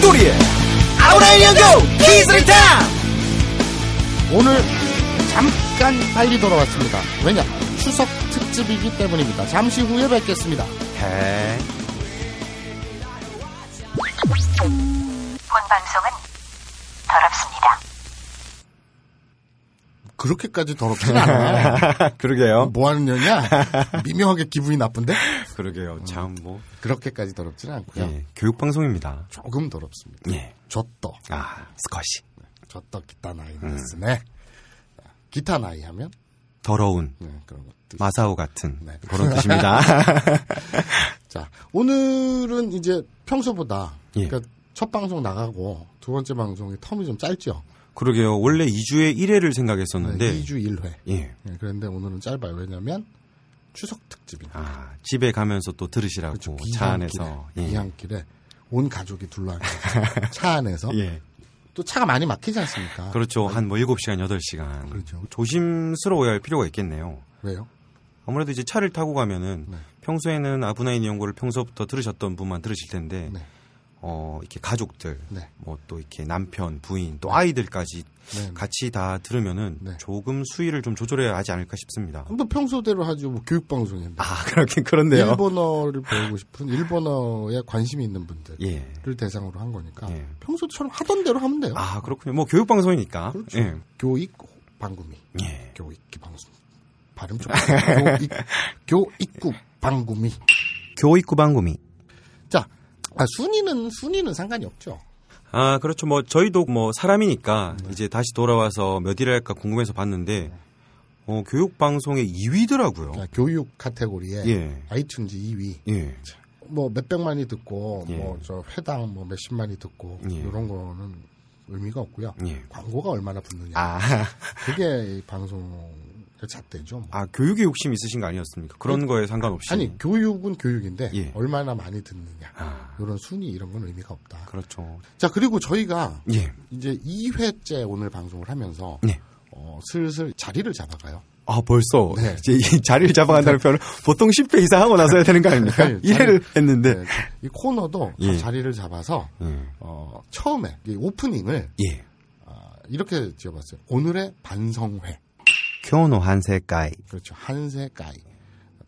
도리의 아우라인 연구 기술의 탐! 오늘 잠깐 빨리 돌아왔습니다. 왜냐? 추석 특집이기 때문입니다. 잠시 후에 뵙겠습니다. 본 방송은 더럽습니다. 그렇게까지 더럽진 않아요. 그러게요. 뭐 하는 년이야? 미묘하게 기분이 나쁜데? 그러게요. 참 뭐. 그렇게까지 더럽진 않고요. 예, 교육 방송입니다. 조금 더럽습니다. 예. 젖더. 아, 스컷이. 젖더 기타 나이 쓰네. 기타 나이 하면? 더러운 네, 그런 것도 마사오 같은 네. 그런 뜻입니다. 자, 오늘은 이제 평소보다 예. 그러니까 첫 방송 나가고 두 번째 방송이 텀이 좀 짧죠. 그러게요. 원래 2주에 1회를 네, 생각했었는데 2주 1회. 예. 예, 그런데 오늘은 짧아요. 왜냐면 추석 특집이니까. 아, 집에 가면서 또 들으시라고 그렇죠. 차 안에서 예. 이한길에 온 가족이 둘러앉아 차 안에서 예. 또 차가 많이 막히지 않습니까? 그렇죠. 한 뭐 7시간, 8시간. 그렇죠. 조심스러워야 할 필요가 있겠네요. 왜요? 아무래도 이제 차를 타고 가면은 네. 평소에는 아브나인 연구를 평소부터 들으셨던 분만 들으실 텐데 네. 어, 이렇게 가족들, 네. 뭐 또 이렇게 남편, 부인, 또 아이들까지 네, 네. 같이 다 들으면은 네. 조금 수위를 좀 조절해야 하지 않을까 싶습니다. 뭐 평소대로 하죠. 뭐 교육 방송인데. 아, 그렇긴 그런데요. 일본어를 배우고 싶은 일본어에 관심이 있는 분들을 예. 대상으로 한 거니까 예. 평소처럼 하던 대로 하면 돼요. 아, 그렇군요. 뭐 교육 방송이니까. 그렇죠. 예. 교익 방구미. 예. 교익 방송. 발음 좀. 교익 교익구 방구미. 교육구 방금이. 자, 아, 순위는 순위는 상관이 없죠. 아, 그렇죠. 뭐 저희도 뭐 사람이니까 네. 이제 다시 돌아와서 몇 위를 할까 궁금해서 봤는데 어, 교육 방송의 2위더라고요. 자, 교육 카테고리에 예. 아이튠즈 2위. 예. 뭐 몇백만이 듣고 예. 뭐 저 회당 뭐 몇십만이 듣고 예. 이런 거는 의미가 없고요. 예. 광고가 얼마나 붙느냐. 아, 그게 이 방송의 잣대죠. 뭐. 아 교육에 욕심 있으신 거 아니었습니까? 그런 거에 상관없이. 네. 아니 교육은 교육인데 예. 얼마나 많이 듣느냐. 아, 이런 순위 이런 건 의미가 없다. 그렇죠. 자 그리고 저희가 예. 이제 2회째 오늘 방송을 하면서 네. 어, 슬슬 자리를 잡아가요. 아, 벌써 네. 이제 이 자리를 네, 잡아간다는 표현을 보통 10회 이상 하고 나서야 되는 거 아닙니까? 아니, 자리- 1회를 했는데. 네, 이 코너도 예. 자리를 잡아서 예. 어, 처음에 이 오프닝을 예. 아, 이렇게 지어봤어요. 오늘의 반성회. 교노 한세가이. 그렇죠. 한세가이.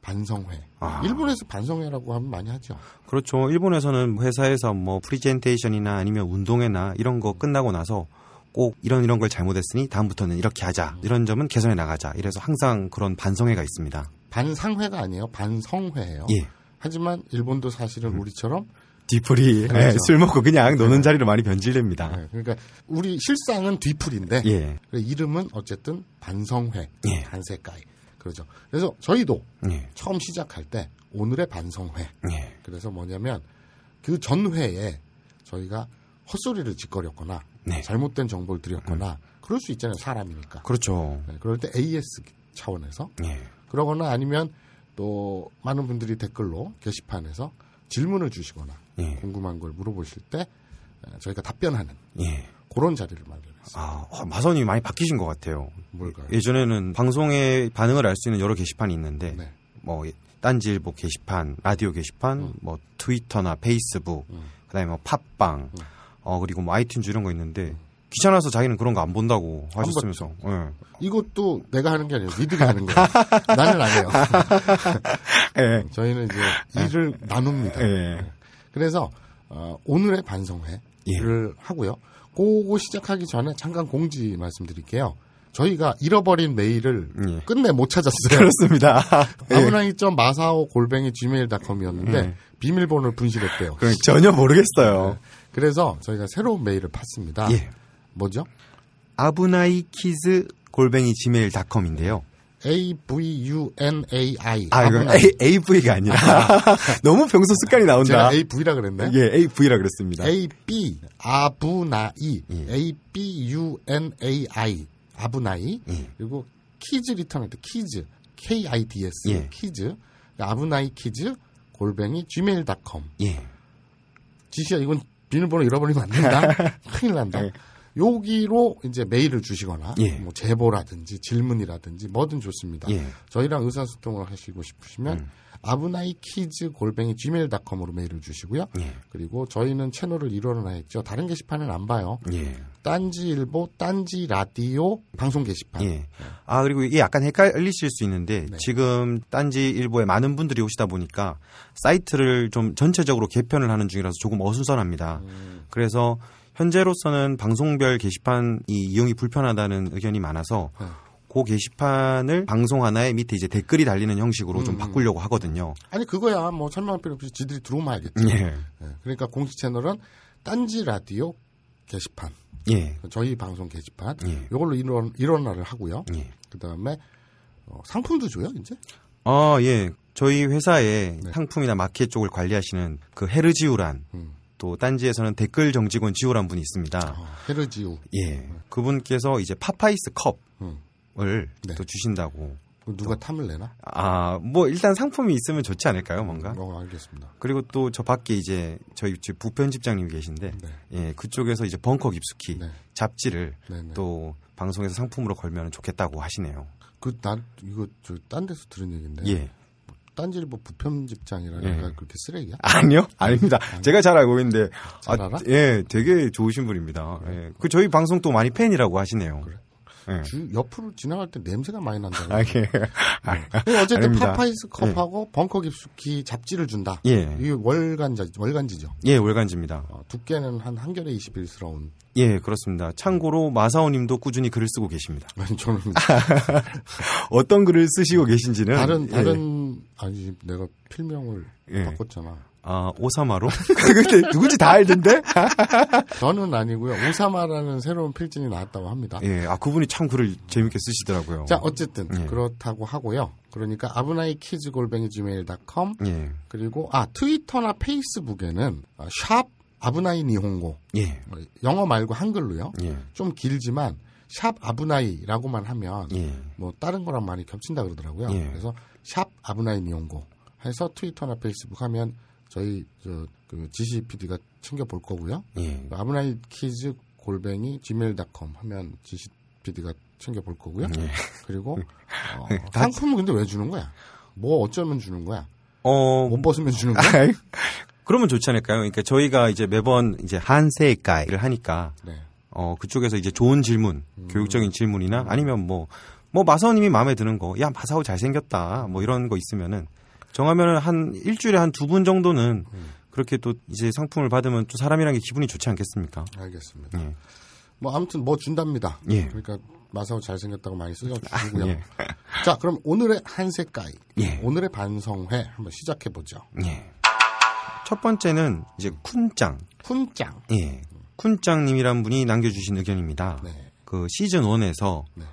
반성회. 아. 일본에서 반성회라고 하면 많이 하죠. 그렇죠. 일본에서는 회사에서 뭐 프리젠테이션이나 아니면 운동회나 이런 거 끝나고 나서 꼭 이런 이런 걸 잘못했으니 다음부터는 이렇게 하자. 이런 점은 개선해 나가자. 이래서 항상 그런 반성회가 있습니다. 반상회가 아니에요. 반성회예요. 예. 음. 하지만 일본도 사실은 우리처럼 뒤풀이 예, 그렇죠. 술 먹고 그냥 노는 자리로 많이 변질됩니다. 네, 그러니까 우리 실상은 뒤풀인데 예. 그래, 이름은 어쨌든 반성회. 예. 한세가이. 그렇죠. 그래서 저희도 예. 처음 시작할 때 오늘의 반성회. 예. 그래서 뭐냐면 그 전회에 저희가 헛소리를 짓거렸거나 네. 음. 잘못된 정보를 드렸거나 그럴 수 있잖아요. 사람이니까. 그렇죠. 네, 그럴 때 AS 차원에서 예. 그러거나 아니면 또 많은 분들이 댓글로 게시판에서 질문을 주시거나 예. 궁금한 걸 물어보실 때 에, 저희가 답변하는 예. 그런 자리를 마련했어요. 아, 어, 마선이 많이 바뀌신 것 같아요. 뭘까요? 예전에는 방송의 반응을 알 수 있는 여러 게시판이 있는데 네. 뭐 딴지일보 게시판, 라디오 게시판, 뭐 트위터나 페이스북, 그다음에 뭐 팟빵, 어 그리고 뭐 아이튠즈 이런 거 있는데 귀찮아서 자기는 그런 거 안 본다고 하셨으면서. 예. 이것도 내가 하는 게 아니에요. 니들이 하는 거예요. 나는 안 해요. 예. 저희는 이제 일을 나눕니다. 예. 그래서 어, 오늘의 반성회를 하고요. 그거 시작하기 전에 잠깐 공지 말씀드릴게요. 저희가 잃어버린 메일을 예. 끝내 못 찾았어요. 그렇습니다. 아브라이 점 마사오 골뱅이 gmail.com이었는데 예. 비밀번호를 분실했대요. 그러니까 전혀 네. 모르겠어요. 그래서 저희가 새로운 메일을 팠습니다. 예. 뭐죠? 아브나이 키즈 골뱅이 gmail.com인데요. A V U N A I 아, 이건 A, AV가 아니라. 너무 평소 습관이 나온다. 제가 A V라 그랬네. 예, AV라 그랬습니다. A B 아부나이 예. A B U N A I 아부나이 예. 그리고 키즈 리턴할 때 키즈 K I D S 예. 키즈 아부나이 키즈 골뱅이 gmail.com 예. 지시야 이건 비밀번호 잃어버리면 안 된다 큰일 난다 여기로 이제 메일을 주시거나 네. 예. 뭐 제보라든지 질문이라든지 뭐든 좋습니다. 예. 음. 저희랑 의사소통을 하시고 싶으시면 아브나이키즈 골뱅이 gmail.com으로 메일을 주시고요. 예. 그리고 저희는 채널을 일원화했죠. 다른 게시판은 안 봐요. 예. 딴지일보, 딴지 라디오 방송 게시판. 예. 아 그리고 이게 약간 헷갈리실 수 있는데 지금 딴지 일보에 많은 분들이 오시다 보니까 사이트를 좀 전체적으로 개편을 하는 중이라서 조금 어수선합니다. 그래서 현재로서는 방송별 게시판이 이용이 불편하다는 의견이 많아서 네. 그 게시판을 방송 하나에 밑에 이제 댓글이 달리는 형식으로 좀 바꾸려고 하거든요. 아니 그거야 뭐 설명할 필요 없이 지들이 들어오면 알겠지. 예. 예, 그러니까 공식 채널은 딴지 라디오 게시판, 예. 저희 방송 게시판 예. 이걸로 일원 일원화를 하고요. 예. 그 다음에 어, 상품도 줘요 이제. 아, 예. 저희 회사의 상품이나 마켓 쪽을 관리하시는 그 헤르지우란 음. 또 딴지에서는 댓글 정직원 지우란 분이 있습니다. 어, 헤르지우 예. 그분께서 이제 파파이스 음. 컵을 네. 또 주신다고. 그거 누가 탐을 내나? 아, 뭐 일단 상품이 있으면 좋지 않을까요, 뭔가? 어, 알겠습니다. 그리고 또 저 밖에 이제 저희 집 부편집장님이 계신데, 네. 예, 그쪽에서 이제 벙커 깊숙이 네. 잡지를 네네. 예. 또 방송에서 상품으로 걸면 좋겠다고 하시네요. 그난 이거 저 딴 데서 들은 얘기인데. 예. 딴지일보 부편집장이라 얘가 그렇게 쓰레기야? 아니요? 아닙니다. 제가 잘 알고 있는데. 잘 알아? 네. 예, 되게 좋으신 분입니다. 예. 그 저희 방송 또 많이 팬이라고 하시네요. 예. 주 옆으로 지나갈 때 냄새가 많이 난다고. 아, 예. 아, 근데 어쨌든 아닙니다. 파파이스 컵하고 벙커 깊숙이 잡지를 준다. 예. 이게 월간지 월간지죠. 예, 월간지입니다. 어, 두께는 한 한겨레 21스러운. 예, 그렇습니다. 참고로 마사오님도 꾸준히 글을 쓰고 계십니다. 아니 저는 어떤 글을 쓰시고 계신지는 다른 예. 다른 아니 내가 필명을 예. 바꿨잖아. 아 오사마로 그때 누군지 다 알던데. 저는 아니고요. 오사마라는 새로운 필진이 나왔다고 합니다. 예, 아 그분이 참 글을 재밌게 쓰시더라고요. 자 어쨌든 예. 그렇다고 하고요. 그러니까 아브나이 키즈 골뱅이 gmail.com 예, 그리고 아 트위터나 페이스북에는 아, 샵 아브나이 니홍고 예, 어, 영어 말고 한글로요. 예, 좀 길지만 샵 아브나이라고만 하면 예. 뭐 다른 거랑 많이 겹친다 그러더라고요. 예. 그래서 샵 아브나이 니홍고 해서 트위터나 페이스북 하면 저희 저그 지시 PD가 챙겨 볼 거고요. 예. 아브나이 키즈 골뱅이 gmail.com 하면 지시 PD가 챙겨 볼 거고요. 예. 그리고 어, 네. 다- 상품은 근데 왜 주는 거야? 뭐 어쩌면 주는 거야? 어, 못 벗으면 주는 거야? 아이, 그러면 좋지 않을까요? 그러니까 저희가 이제 매번 이제 한세가를 하니까 네. 어 그쪽에서 이제 좋은 질문, 음. 교육적인 질문이나 아니면 뭐 뭐 마사오님이 마음에 드는 거, 야 마사오 잘생겼다, 뭐 이런 거 있으면은 정하면은 한 일주일에 한 두 분 정도는 음. 그렇게 또 이제 상품을 받으면 또 사람이란 게 기분이 좋지 않겠습니까? 알겠습니다. 예. 뭐 아무튼 뭐 준답니다. 예. 그러니까 마사오 잘생겼다고 많이 쓸려주시고요. 예. 자, 그럼 오늘의 한색가이, 예. 오늘의 반성회 한번 시작해 보죠. 예. 첫 번째는 이제 쿤짱, 훈장. 예, 쿤짱님이란 분이 남겨주신 의견입니다. 네. 그 시즌 1에서 네.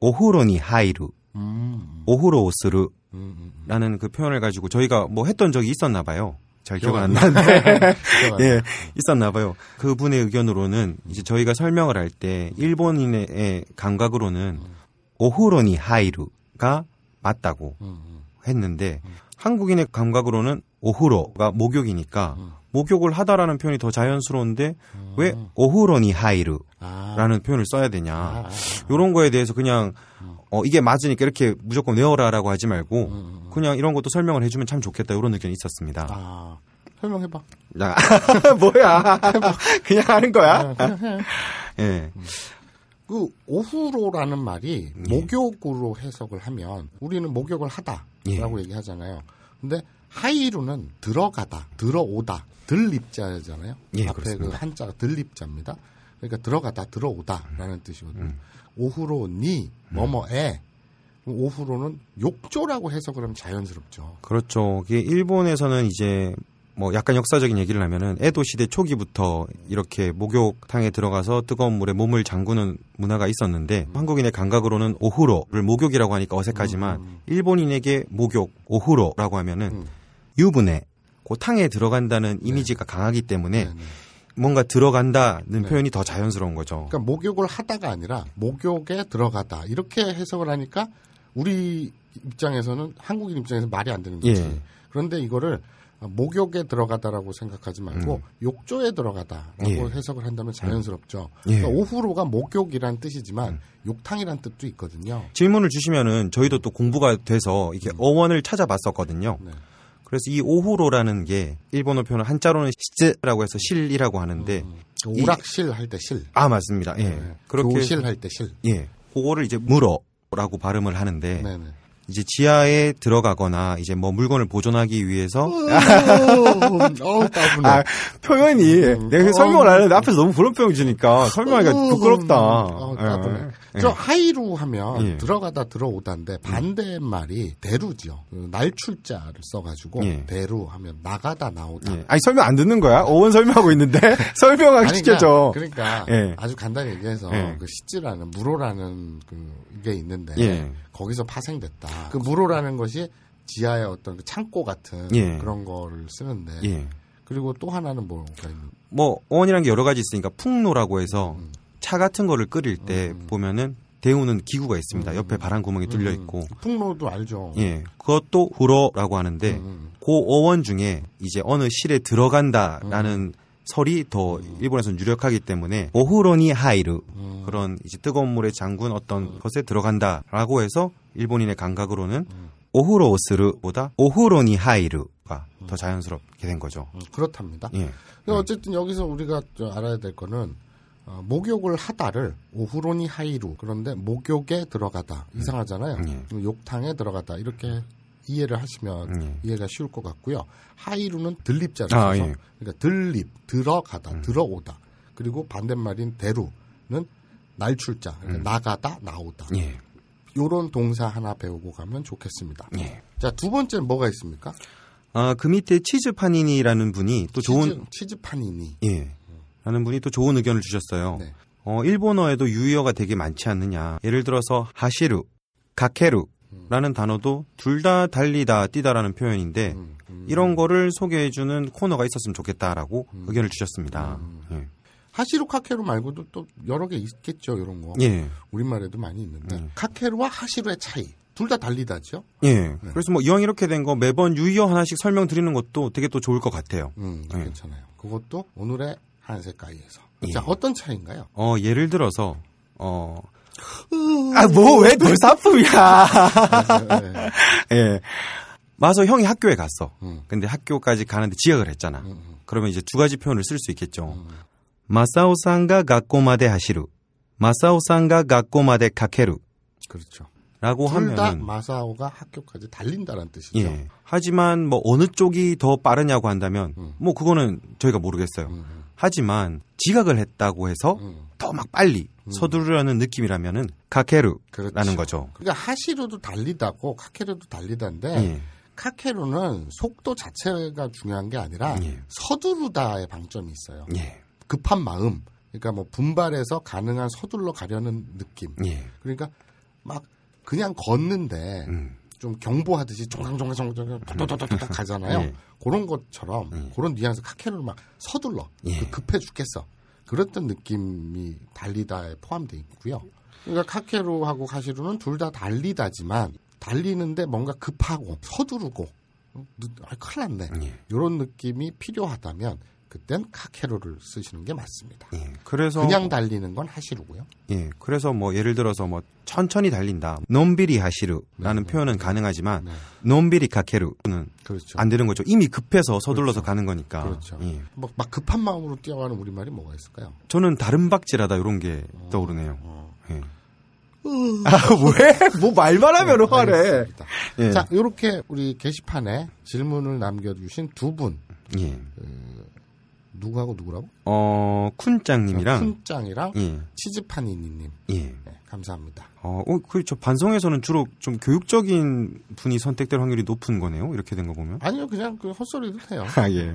오후로니 하이루, 음, 오후로 오스루 음, 음, 라는 그 표현을 가지고 저희가 뭐 했던 적이 있었나 봐요. 잘 기억 안 기억 나는데. 음. 예, 있었나 봐요. 그분의 의견으로는 이제 저희가 설명을 할 때 일본인의 감각으로는 오후로니 하이루가 맞다고 음, 음. 했는데 한국인의 감각으로는 오후로가 목욕이니까 목욕을 하다라는 표현이 더 자연스러운데 왜 오후로니 하이루라는 아, 표현을 써야 아, 음. 되냐 아, 이런 거에 대해서 그냥 어, 이게 맞으니까 이렇게 무조건 외워라라고 하지 음, 말고 그냥 이런 것도 설명을 해주면 참 좋겠다 이런 의견이 있었습니다. 아. 설명해봐. 야, 뭐야. 그냥 하는 거야? 어. 예. 그 오후로라는 말이 목욕으로 해석을 하면 우리는 목욕을 예. 하다라고 얘기하잖아요. 근데 하이루는 들어가다, 들어오다, 들립자잖아요. 예, 앞에 그렇습니다. 그 한자가 들립자입니다. 그러니까 들어가다, 들어오다라는 뜻이거든요. 음. 오후로니 뭐뭐에 오후로는 욕조라고 해석을 하면 자연스럽죠. 그렇죠. 이게 일본에서는 이제 뭐 약간 역사적인 얘기를 하면은 에도 시대 초기부터 이렇게 목욕탕에 들어가서 뜨거운 물에 몸을 잠그는 문화가 있었는데 음. 한국인의 감각으로는 오후로를 목욕이라고 하니까 음, 어색하지만 일본인에게 목욕 오후로라고 하면은 유분에 그 탕에 들어간다는 이미지가 강하기 때문에 네, 네. 뭔가 들어간다는 표현이 더 자연스러운 거죠. 그러니까 목욕을 하다가 아니라 목욕에 들어가다 이렇게 해석을 하니까 우리 입장에서는 한국인 입장에서 말이 안 되는 거지. 예. 그런데 이거를 아, 목욕에 들어가다라고 생각하지 말고 욕조에 들어가다라고 음. 예. 해석을 한다면 자연스럽죠. 예. 음. 그러니까 오후로가 목욕이란 뜻이지만 욕탕이란 뜻도 있거든요. 질문을 주시면은 저희도 또 공부가 돼서 이렇게 어원을 찾아봤었거든요. 음. 네. 그래서 이 오후로라는 게 일본어 표현 한자로는 시즈라고 해서 실이라고 하는데 이- 오락실 할 때 실, 아 맞습니다. 예. 음. 네. 그렇게 교실 할 때 실. 예. 그거를 이제 물어라고 예. 발음을 하는데 네. 네 이제 지하에 들어가거나 이제 뭐 물건을 보존하기 위해서 어, 어우 따분해. 아, 표현이 내가 어. 설명을 안 했는데 앞에서 너무 그런 표현 주니까 설명하기가 어, 그러니까 부끄럽다. 어, 따분해. 예. 저 하이루 하면 예. 들어가다 들어오다인데 반대말이 대루죠. 그 날출자를 써가지고 예. 대루 하면 나가다 나오다. 예. 아니 설명 안 듣는 거야? 어원 설명하고 있는데 설명하기 아니, 그러니까- 시켜줘. 그러니까 예. 아주 간단히 얘기해서 예. 그 시지라는 무로라는 그게 있는데 예. 아, 거기서 파생됐다. 그 무로라는 것이 지하의 어떤 그 창고 같은 예. 그런 거를 쓰는데 예. 그리고 또 하나는 뭐가 있는 뭐 어원이란 게 여러 가지 있으니까 풍로라고 해서 음. 차 같은 거를 끓일 때 보면은 데우는 기구가 있습니다. 옆에 음. 바람 구멍이 뚫려 있고. 풍로도 알죠. 예. 그것도 후러라고 하는데 음. 음. 고 어원 중에 이제 어느 실에 들어간다라는 음. 설이 더 일본에서는 유력하기 때문에 오후로니 하이루 음. 그런 이제 뜨거운 물에 잠군 어떤 것에 들어간다라고 해서 일본인의 감각으로는 음. 오후로 오스르보다 오후로니 하이루가 더 자연스럽게 된 거죠. 음, 그렇답니다. 예. 근데 그러니까 어쨌든 여기서 우리가 저 알아야 될 거는 어, 목욕을 하다를 오후로니 하이루 그런데 목욕에 들어가다 음. 이상하잖아요. 네. 그럼 욕탕에 들어가다 이렇게 이해를 하시면 음. 이해가 쉬울 것 같고요. 하이루는 들립자를 써서 아, 예. 음. 그러니까 들립 들어가다 들어오다 그리고 반대말인 대루는 날출자 그러니까 나가다 나오다 음. 예. 요런 동사 하나 배우고 가면 좋겠습니다. 예. 자 두 번째는 뭐가 있습니까? 아, 그 밑에 치즈 파니니라는 분이 또 좋은 치즈, 치즈파니니 예. 라는 분이 또 좋은 의견을 주셨어요. 네. 어, 일본어에도 유의어가 되게 많지 않느냐. 예를 들어서 하시루, 가케루 라는 단어도 둘 다 달리다, 뛰다라는 표현인데 이런 거를 소개해주는 코너가 있었으면 좋겠다라고 의견을 주셨습니다. 음. 하시루 카케루 말고도 또 여러 개 있겠죠 이런 거 예. 음. 예. 우리말에도 많이 있는데 카케루와 하시루의 차이 둘 다 달리다죠 예. 그래서 뭐 이왕 이렇게 된 거 매번 유의어 하나씩 설명드리는 것도 되게 또 좋을 것 같아요. 음 예. 괜찮아요 그것도 오늘의 한색가이에서 예. 자 어떤 차이인가요 어, 예를 들어서 어, 아, 뭐, 왜 돌사품이야. 예, 예. 와서 형이 학교에 갔어. 음. 근데 학교까지 가는데 지각을 했잖아. 음. 그러면 이제 두 가지 표현을 쓸 수 있겠죠. 마사오상가 가꼬마데 하시루. 마사오상가 가꼬마데 카케루. 그렇죠 라고 둘 다 하면 마사오가 학교까지 달린다라는 뜻이죠 예. 하지만 뭐 어느 쪽이 더 빠르냐고 한다면 음. 뭐 그거는 저희가 모르겠어요. 하지만 지각을 했다고 해서 음. 더 막 빨리 서두르려는 느낌이라면은 카케루라는 그렇죠. 거죠. 그러니까 하시루도 달리다고 카케루도 달리다인데 예. 카케루는 속도 자체가 중요한 게 아니라 예. 서두르다의 방점이 있어요 예. 급한 마음 그러니까 뭐 분발해서 가능한 서둘러 가려는 느낌 예. 그러니까 막 그냥 걷는데 음. 좀 경보하듯이 종강종강종강 도도도도도 가잖아요. 예. 그런 것처럼 그런 뉘앙스 카케를 막 서둘러 예. 그 급해 죽겠어. 그랬던 느낌이 달리다에 포함돼 있고요. 그러니까 카케루하고 카시루는 둘 다 달리다지만 달리는데 뭔가 급하고 서두르고 어, 늦- 아, 큰일 났네. 예. 이런 느낌이 필요하다면 그땐 카케루를 쓰시는 게 맞습니다. 예. 그래서 그냥 달리는 건 하시루고요. 예, 그래서 뭐 예를 들어서 뭐 천천히 달린다, 논비리 하시루라는 표현은 가능하지만 논비리 카케루는 네, 그렇죠. 안 되는 거죠. 이미 급해서 서둘러서 가는 거니까. 그렇죠. 예. 막, 막 급한 마음으로 뛰어가는 우리말이 뭐가 있을까요? 저는 다른박질하다 이런 게 어. 떠오르네요. 예. 아 왜? 뭐 말만 하면 화래. 어, 알겠습니다. 예. 자, 이렇게 우리 게시판에 질문을 남겨주신 두 분. 예. 누구하고 누구라고? 어 쿤짱님이랑 아, 쿤짱이랑 예. 치즈파니니님. 예. 네, 감사합니다. 어, 어, 그저 반성에서는 주로 좀 교육적인 분이 선택될 확률이 높은 거네요. 이렇게 된 거 보면. 아니요, 그냥 그 헛소리도 돼요. 아 예.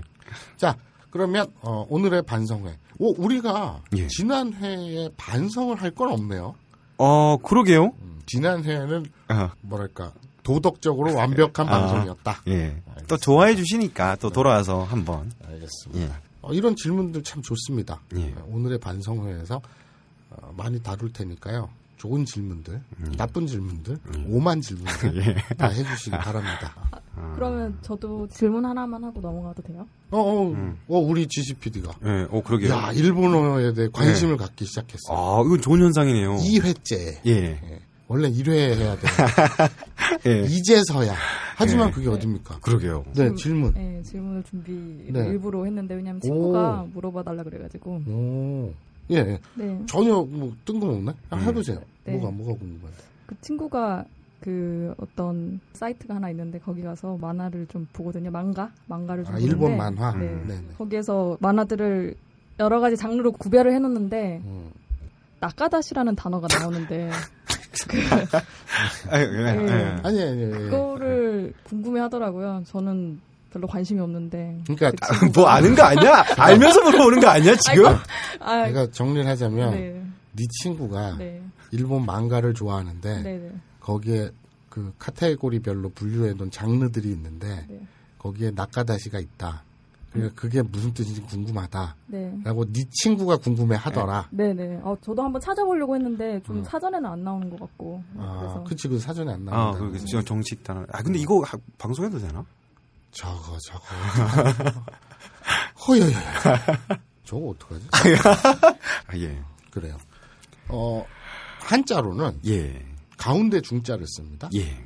자, 그러면 어, 오늘의 반성회. 오, 우리가 예. 지난 회에 반성을 할 건 없네요. 어 그러게요. 음, 지난 회에는 아. 뭐랄까 도덕적으로 완벽한 아. 반성이었다. 네. 예. 또 좋아해 주시니까 또 돌아와서 한번. 알겠습니다. 예. 어, 이런 질문들 참 좋습니다. 예. 어, 오늘의 반성회에서 어, 많이 다룰 테니까요. 좋은 질문들, 예. 나쁜 질문들, 오만 질문들 다 해주시기 바랍니다. 그러면 저도 질문 하나만 하고 넘어가도 돼요? 어, 어, 어, 우리 GC PD가. 예, 어 음. 그러게요. 네. 예. 야, 일본어에 대해 관심을 갖기 시작했어. 아 이건 좋은 현상이네요. 2회째. 예, 원래 1회 해야 돼. 예, 이제서야. 하지만 예. 그게 어딥니까? 그러게요. 네, 음, 질문. 네, 질문을 준비 네. 일부러 했는데 왜냐면 친구가 오. 음. 물어봐 달라 그래가지고. 오. 예, 예. 네, 전혀 뭐 뜬금없네. 음. 아, 해보세요. 네. 뭐가 뭐가 궁금한데. 그 친구가 그 어떤 사이트가 하나 있는데 거기 가서 만화를 좀 보거든요. 망가, 망가를 좀 아, 보는데 일본 만화. 네. 네, 네. 거기에서 만화들을 여러 가지 장르로 구별을 해놓는데 음. 나카다시라는 단어가 나오는데 예, 예, 예. 예. 아니 아니. 아니. 그거를 궁금해하더라고요. 저는 별로 관심이 없는데. 그러니까 아, 뭐 아는 거 아니야? 알면서 물어보는 거 아니야 지금? 아, 내가 아, 정리를 하자면 네, 네, 친구가 네, 일본 망가를 좋아하는데 네, 네. 거기에 그 카테고리별로 분류해 놓은 장르들이 있는데 네. 음. 거기에 낙가다시가 있다. 그러니까 그게 무슨 뜻인지 궁금하다라고 네. 네 친구가 궁금해 하더라. 네네. 어, 저도 한번 찾아보려고 했는데 좀 사전에는 안 나오는 것 같고. 아, 음, 그래서 그치 그 사전에 안 아, 나온다. 그게 지금 정식 단어. 아, 근데 이거 하- 방송해도 되나? 저거 저거. 허여여여. 저거 어떡하지? 아, 예, 그래요. 어 한자로는 예, 가운데 중자를 씁니다. 예,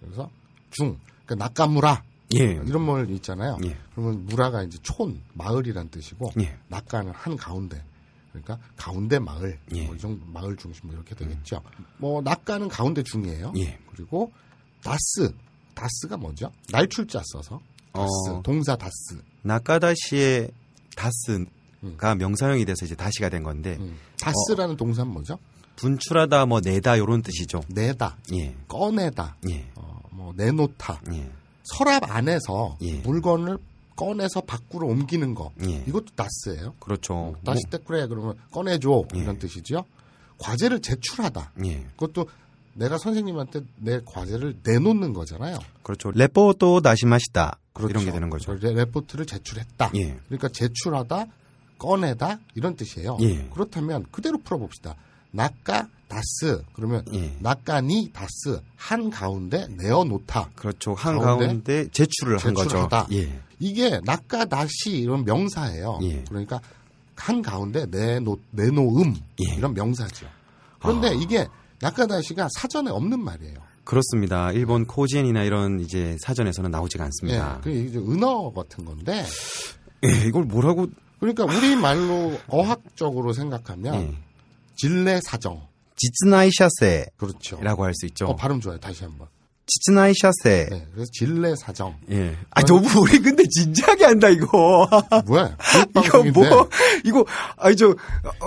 그래서 중, 그러니까 낙가무라 예, 이런 말 있잖아요. 예. 그러면 무라가 이제 촌, 마을이란 뜻이고 예. 낙가는 한 가운데. 그러니까 가운데 마을, 예. 음. 뭐 이 정도 마을 중심 뭐 이렇게 되겠죠. 뭐 낙가는 가운데 중이에요. 예. 그리고 다스, 다스가 뭐죠? 날출자 써서 다스, 어. 동사 다스. 나카다시의 다스가 명사형이 돼서 이제 다시가 된 건데 음. 다스라는 동사는 뭐죠? 분출하다, 뭐 내다 요런 뜻이죠. 내다, 예, 꺼내다, 예, 어, 뭐 내놓다. 예, 서랍 안에서 예. 물건을 꺼내서 밖으로 옮기는 거. 예. 이것도 다스예요. 그렇죠. 다시 뭐- 댓글에 그러면 꺼내줘 예. 이런 뜻이죠. 과제를 제출하다. 예, 그것도 내가 선생님한테 내 과제를 내놓는 거잖아요. 그렇죠. 레포도 다시마시다. 이런 게 그렇죠. 되는 거죠. 그래서 레포트를 제출했다. 예. 그러니까 제출하다, 꺼내다 이런 뜻이에요. 예. 그렇다면 그대로 풀어봅시다. 낙가 다스 그러면 예. 낙가니 다스 한 가운데 내어놓다. 그렇죠. 한 가운데 가운데 제출을 한 거죠. 제출하다. 예, 이게 낙가 다시 이런 명사예요. 예. 그러니까 한 가운데 내놓 내놓음 예. 이런 명사죠. 그런데 아. 이게 낙가 다시가 사전에 없는 말이에요. 그렇습니다. 일본 코지엔이나 이런 이제 사전에서는 나오지가 예. 않습니다. 그 이제 은어 같은 건데 예, 이걸 뭐라고 그러니까 우리 말로 어학적으로 생각하면 예. 진례 사정 지츠나이샤세라고 그렇죠. 할 수 있죠. 어, 발음 좋아요. 다시 한번. 지츠나이샤세. 네. 그래서 진례 사정 예. 아 너무 우리 근데 진지하게 한다 이거. 뭐야? 이거 교육방송인데. 뭐 이거 아니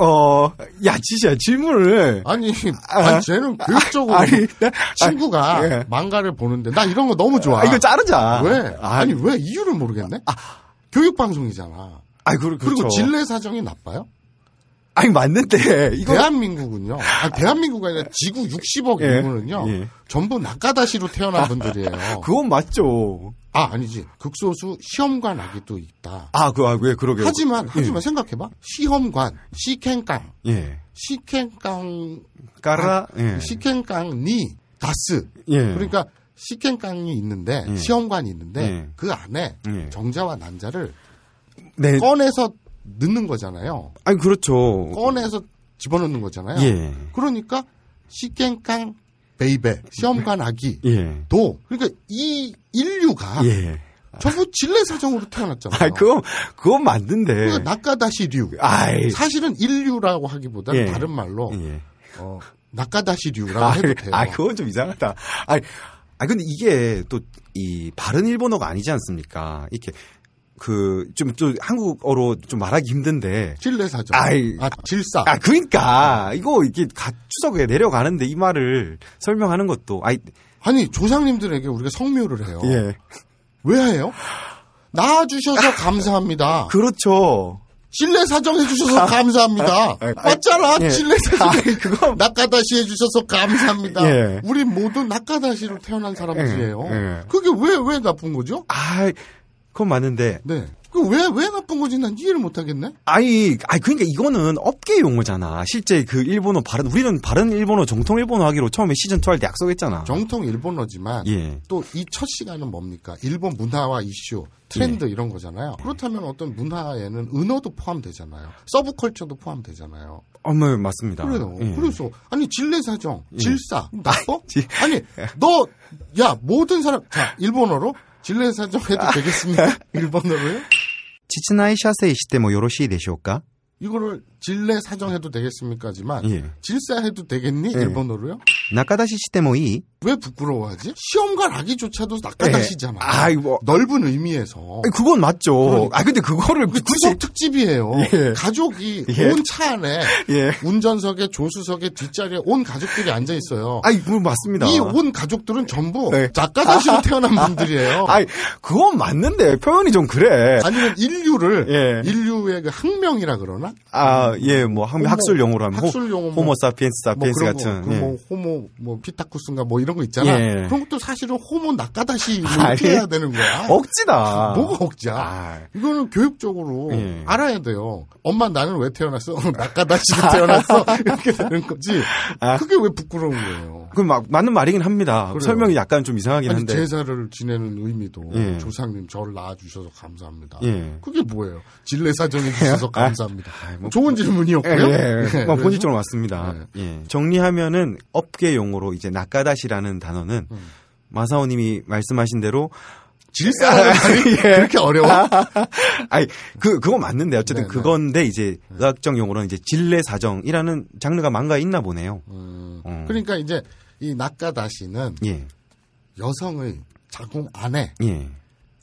저어야 진짜 질문을 아니, 아니 쟤는 교육적으로 아니, 나- 친구가 예. 망가를 보는데 나 이런 거 너무 좋아. 아, 이거 자르자. 왜? 아, 아, 니왜 이유를 모르겠네? 교육 방송이잖아. 아 그, 그리고 그렇죠. 진례 사정이 나빠요? 아니 맞는데 이거 대한민국은요. 아, 대한민국이 아니라 지구 60억 예. 인구는요. 예. 전부 낙가다시로 태어난 분들이에요. 그건 맞죠. 아 아니지. 극소수 시험관 아기도 있다. 아 그 아 왜 그러게. 하지만 하지만 생각해봐. 시험관, 시켄깡, 예. 시켄깡, 까라 예. 시켄깡니 다스. 예. 그러니까 시켄깡이 있는데 예. 시험관이 있는데 예. 그 안에 예. 정자와 난자를 네. 꺼내서 넣는 거잖아요. 아니 그렇죠. 꺼내서 집어넣는 거잖아요. 예. 그러니까 시깽깡 베이베 시험관 아기 예. 도 그러니까 이 인류가 예. 전부 진례 사정으로 아. 태어났잖아요. 아 그건 그건 맞는데. 그러니까 낙가다시류. 아이. 사실은 인류라고 하기보다는 예. 다른 말로 예. 어, 낙가다시류라고 아, 해도 돼요. 아, 그건 좀 이상하다. 아, 아 근데 이게 또 이 바른 일본어가 아니지 않습니까? 이렇게 그 좀 또 한국어로 좀 말하기 힘든데. 진례 사정. 아이. 아 질사. 아, 그러니까 이거 이게 가, 추석에 내려가는데 이 말을 설명하는 것도 아이 아니 조상님들에게 우리가 성묘를 해요. 예. 왜 해요? 낳아주셔서 감사합니다. 그렇죠. 진례 사정 해주셔서 아, 감사합니다. 맞잖아. 예. 진례 사정. 아이, 그거 낙가다시 해주셔서 감사합니다. 예. 우리 모두 낙가다시로 태어난 사람들이에요. 예, 예. 그게 왜, 왜 나쁜 거죠? 아, 그건 맞는데 네. 그왜왜 나쁜 거지? 난 이해를 못 하겠네. 아니, 아니 그러니까 이거는 업계 용어잖아. 실제 그 일본어 바른 우리는 바른 일본어 정통 일본어 하기로 처음에 시즌 2할 때 약속했잖아. 정통 일본어지만 예. 또 이 첫 시간은 뭡니까? 일본 문화와 이슈, 트렌드 예. 이런 거잖아요. 그렇다면 어떤 문화에는 은어도 포함되잖아요. 서브컬처도 포함되잖아요. 어, 네, 맞습니다. 그래요. 예. 그래서 아니 진례사정, 질사, 나빠? 지- 아니 너 야 모든 사람 자 일본어로 진례사정 아. 해도 되겠습니까? 일본어로요? 室内射精してもよろしいでしょうか? 이거를 진례사정 해도 되겠습니까지만 예. 질사 해도 되겠니? 예. 일본어로요? 中出ししてもいい? 왜 부끄러워하지? 시험과 라기조차도 낚아다시잖아. 예. 아이고. 넓은 의미에서. 아니, 그건 맞죠. 그러니까. 아 근데 그거를 구속 특집이에요. 예. 가족이 예. 온 차 안에 예. 운전석에 조수석에 뒷자리에 온 가족들이 앉아 있어요. 아니 그 맞습니다. 이 온 가족들은 전부 네. 작가사시로 태어난 분들이에요. 아니 그건 맞는데 표현이 좀 그래. 아니면 인류를 예. 인류의 그 항명이라 그러나 아 예 뭐 학술 용어로 하면 학술 용어 뭐- 호모 사피엔스 뭐 사피엔스 그런 같은 거, 그 예. 뭐 호모 뭐 피타쿠스인가 뭐 이런 거 있잖아. 예. 그런 것도 사실은 호모 낙가다시 뭐 아니. 해야 되는 거야. 억지다. 뭐- 뭐가 억지야? 아. 이거는 교육적으로 예. 알아야 돼요. 엄마 나는 왜 태어났어? 낙가다시로 태어났어? 이렇게 되는 거지. 아. 그게 왜 부끄러운 거예요? 그 막, 맞는 말이긴 합니다. 그래요. 설명이 약간 좀 이상하긴 아니 한데. 제사를 지내는 의미도 예. 조상님 저를 낳아주셔서 감사합니다. 예. 아, 그게 뭐예요? 진례사정해 주셔서 감사합니다. 뭐- 좋은 예, 질문이었고요. 예. 예, 그래서 뭐 본질적으로 맞습니다. 네. 예. 정리하면은 업계 용어로 이제 낙가다시라는 단어는 마사오님이 말씀하신 대로 음. 아, 예. 질사하는 말이 그렇게 어려워? 아니 그 그거 맞는데 어쨌든 네, 네. 그건데 이제 의학적 용어로는 이제 진례사정이라는 장르가 망가에 있나 보네요. 음, 음. 그러니까 이제 이 낙가다시는 예, 여성의 자궁 안에 예,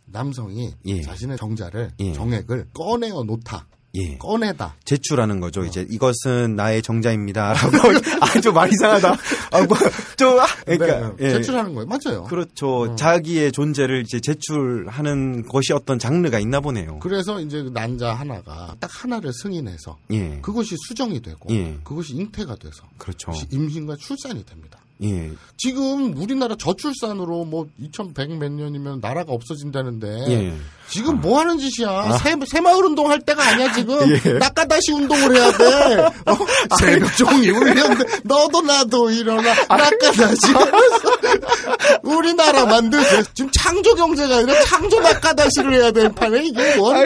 남성이 예. 자신의 정자를 예. 정액을 꺼내어 놓다 예. 꺼내다 제출하는 거죠. 어. 이제 이것은 나의 정자입니다라고. 아좀말 이상하다. 아, 뭐, 좀 아, 그러니까 네, 예. 제출하는 거예요 맞아요 그렇죠. 어. 자기의 존재를 이제 제출하는 것이 어떤 장르가 있나 보네요. 그, 래서 이제 그 난자 하나가 딱 하나를 승인해서 예. 그것이 수정이 되고 예. 그것이 잉태가 돼서 그렇죠. 그것이 임신과 출산이 됩니다 예. 지금 우리나라 저출산으로 뭐 2100 몇 년이면 나라가 없어진다는데 예. 아. 지금 뭐 하는 짓이야? 새, 새마을 운동 할 때가 아니야, 지금. 예. 아, 낙가다시 운동을 해야 돼. 어? 새벽 종일 울렸는데, 너도 나도 일어나. 아. 낙가다시. 그래서 우리나라 만들고, 지금 창조 경제가 아니라 창조 낙가다시를 해야 되는 판에 이게 뭐. 아,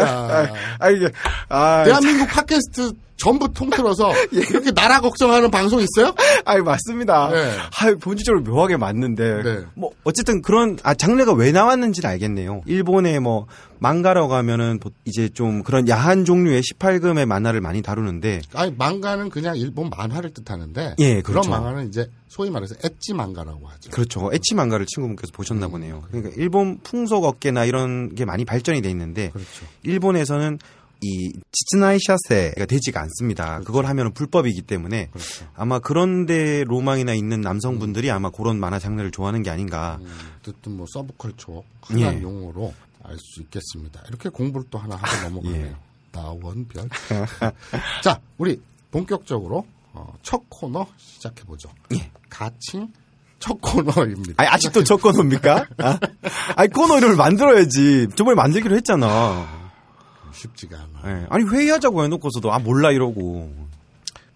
야. 아, 이게, 아, 예. 대한민국 팟캐스트 전부 통틀어서 이렇게 나라 걱정하는 방송 있어요? 아이, 맞습니다. 네. 아, 본질적으로 묘하게 맞는데. 네. 뭐, 어쨌든 그런, 아, 장르가 왜 나왔는지는 알겠네요. 일본에 뭐, 망가라고 하면은 보- 이제 좀 그런 야한 종류의 18금의 만화를 많이 다루는데. 아니 망가는 그냥 일본 만화를 뜻하는데 예, 그런 그렇죠. 만화는 이제 소위 말해서 엣지 망가라고 하죠. 그렇죠. 에치 망가를 친구분께서 보셨나 보네요. 그러니까 일본 풍속 업계나 이런 게 많이 발전이 돼 있는데 그렇죠. 일본에서는 이 지츠나이 샤세가 되지가 않습니다. 그걸 하면 불법이기 때문에 아마 그런데 로망이나 있는 남성분들이 아마 그런 만화 장르를 좋아하는 게 아닌가. 어쨌든 뭐 서브컬처 흔한 예. 용어로 알 수 있겠습니다. 이렇게 공부를 또 하나 하고 넘어가네요. 예. 나원별. 자, 우리 본격적으로 어, 첫 코너 시작해 보죠. 가칭 첫 코너입니다. 예. 아니, 아직도 저 코너입니까? 아, 아니, 코너 이름을 만들어야지. 저번에 만들기로 했잖아. 쉽지가 않아. 예. 아니, 회의하자고 해놓고서도, 아, 몰라, 이러고.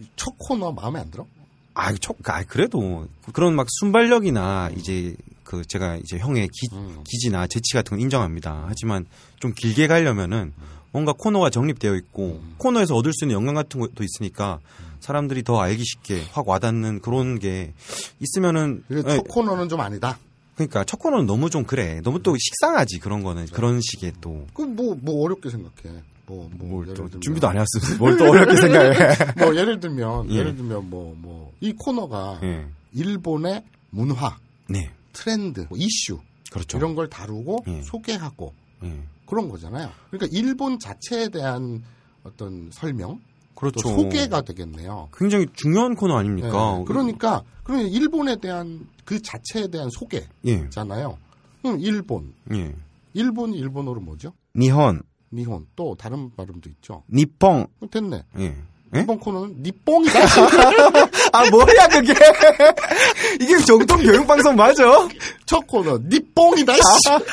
예. 첫 코너 마음에 안 들어? 아, 저, 아, 그래도 그런 막 순발력이나 이제 그 제가 이제 형의 기, 음. 기지나 재치 같은 건 인정합니다. 하지만 좀 길게 가려면은 뭔가 코너가 정립되어 있고 음. 코너에서 얻을 수 있는 영감 같은 것도 있으니까 사람들이 더 알기 쉽게 확 와닿는 그런 게 있으면은 그게 예, 첫 코너는 좀 아니다. 그러니까 첫 코너는 너무 좀 그래. 너무 또 식상하지 그런 거는 그렇죠. 그런 식의 또. 그럼 뭐, 뭐 어렵게 생각해. 뭐, 뭐, 뭘 예를 또 들면- 준비도 안 해왔으면서 뭘 또 어렵게 생각해. 뭐 예를 들면 예. 예. 를 들면 뭐 뭐 이 코너가 예. 일본의 문화, 네. 트렌드, 뭐 이슈 그렇죠. 이런 걸 다루고 예. 소개하고 예. 그런 거잖아요. 그러니까 일본 자체에 대한 어떤 설명, 또 그렇죠. 소개가 되겠네요. 굉장히 중요한 코너 예. 아닙니까? 그러니까 그러면 일본에 대한 그 자체에 대한 예. 소개잖아요. 그럼 일본, 예. 일본이 일본어로 뭐죠? 니혼, 니혼 또 다른 발음도 있죠. 니펑. 그럼 됐네. 예. 이번 코너는 니 뽕이다. 아 뭐야 그게? 이게 정통 교육 방송 맞아? 첫 코너 니 뽕이다. 씨.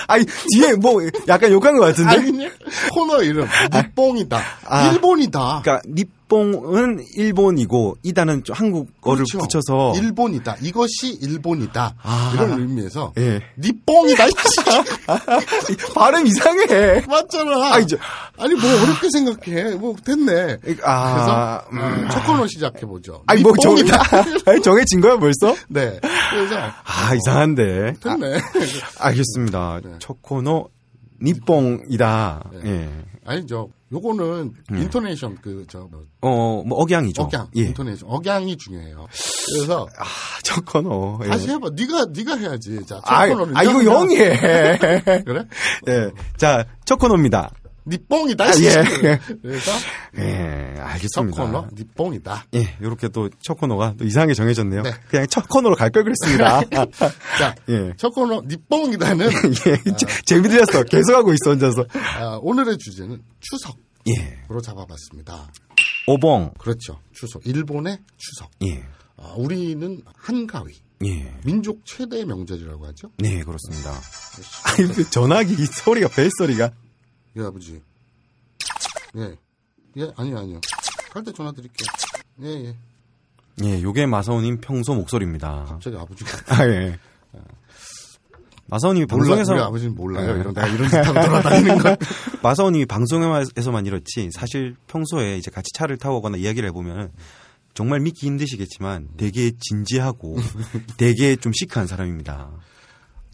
아니 뒤에 뭐 약간 욕한 것 같은데. 아니냐? 코너 이름 니 뽕이다. 아. 일본이다. 그러니까 니뽕은 일본이고 이다는 좀 한국어를 그렇죠. 붙여서 일본이다. 이것이 일본이다. 아. 이런 의미에서 예. 니 뽕이다. 이 씨. 발음 이상해. 맞잖아. 아, 아니, 이제- 뭐 어렵게 생각해. 뭐 됐네. 아, 그래서 음. 첫 코너 시작해 보죠. 아니 뭐 정, 뽕이다. 아니, 정해진 거야 벌써? 네. 그래서 아 이상한데. 아, 됐네. 알겠습니다. 첫 코너 니뽕이다. 네. 예. 아니죠. 요거는 인토네이션 그저 뭐, 음. 어, 뭐 억양이죠. 억양, 예. 인토네이션 억양이 중요해요. 그래서 아, 첫 코너. 예. 다시 해봐. 네가 네가 해야지. 자, 아, 첫 아, 코너는 아, 이거 이거면- 영이 해. 그래? 예. 자, 첫 코너입니다. 니 뽕이다. 아, 예. 그래서 예, 첫 알겠습니다. 코너 니 뽕이다. 예, 요렇게 또 첫 코너가 또 이상하게 정해졌네요. 네. 그냥 첫 코너로 갈 걸 그랬습니다. 자, 예. 첫 코너 니 뽕이다는 예, 재미들렸어. 계속하고 있어, 혼자서. 아, 오늘의 주제는 추석으로 예. 잡아봤습니다. 오봉. 그렇죠. 추석. 일본의 추석. 예. 아, 우리는 한가위. 예. 민족 최대 명절이라고 하죠. 네, 그렇습니다. 아니, 그렇죠. 그 전화기 이 소리가, 벨소리가. 예, 아버지. 예. 예, 아니요, 아니요. 갈 때 전화 드릴게요. 예, 예. 예, 요게 마사오님 평소 목소리입니다. 갑자기 아버지가. 아, 예. 마사오님이 몰라, 방송에서, 네. 우리 아버지는 몰라요. 이런, 내가 이런 짓 하고 돌아다니는 걸. 마사오님이 방송에서만 이렇지, 사실 평소에 이제 같이 차를 타고 오거나 이야기를 해보면, 정말 믿기 힘드시겠지만, 되게 진지하고, 되게 좀 시크한 사람입니다.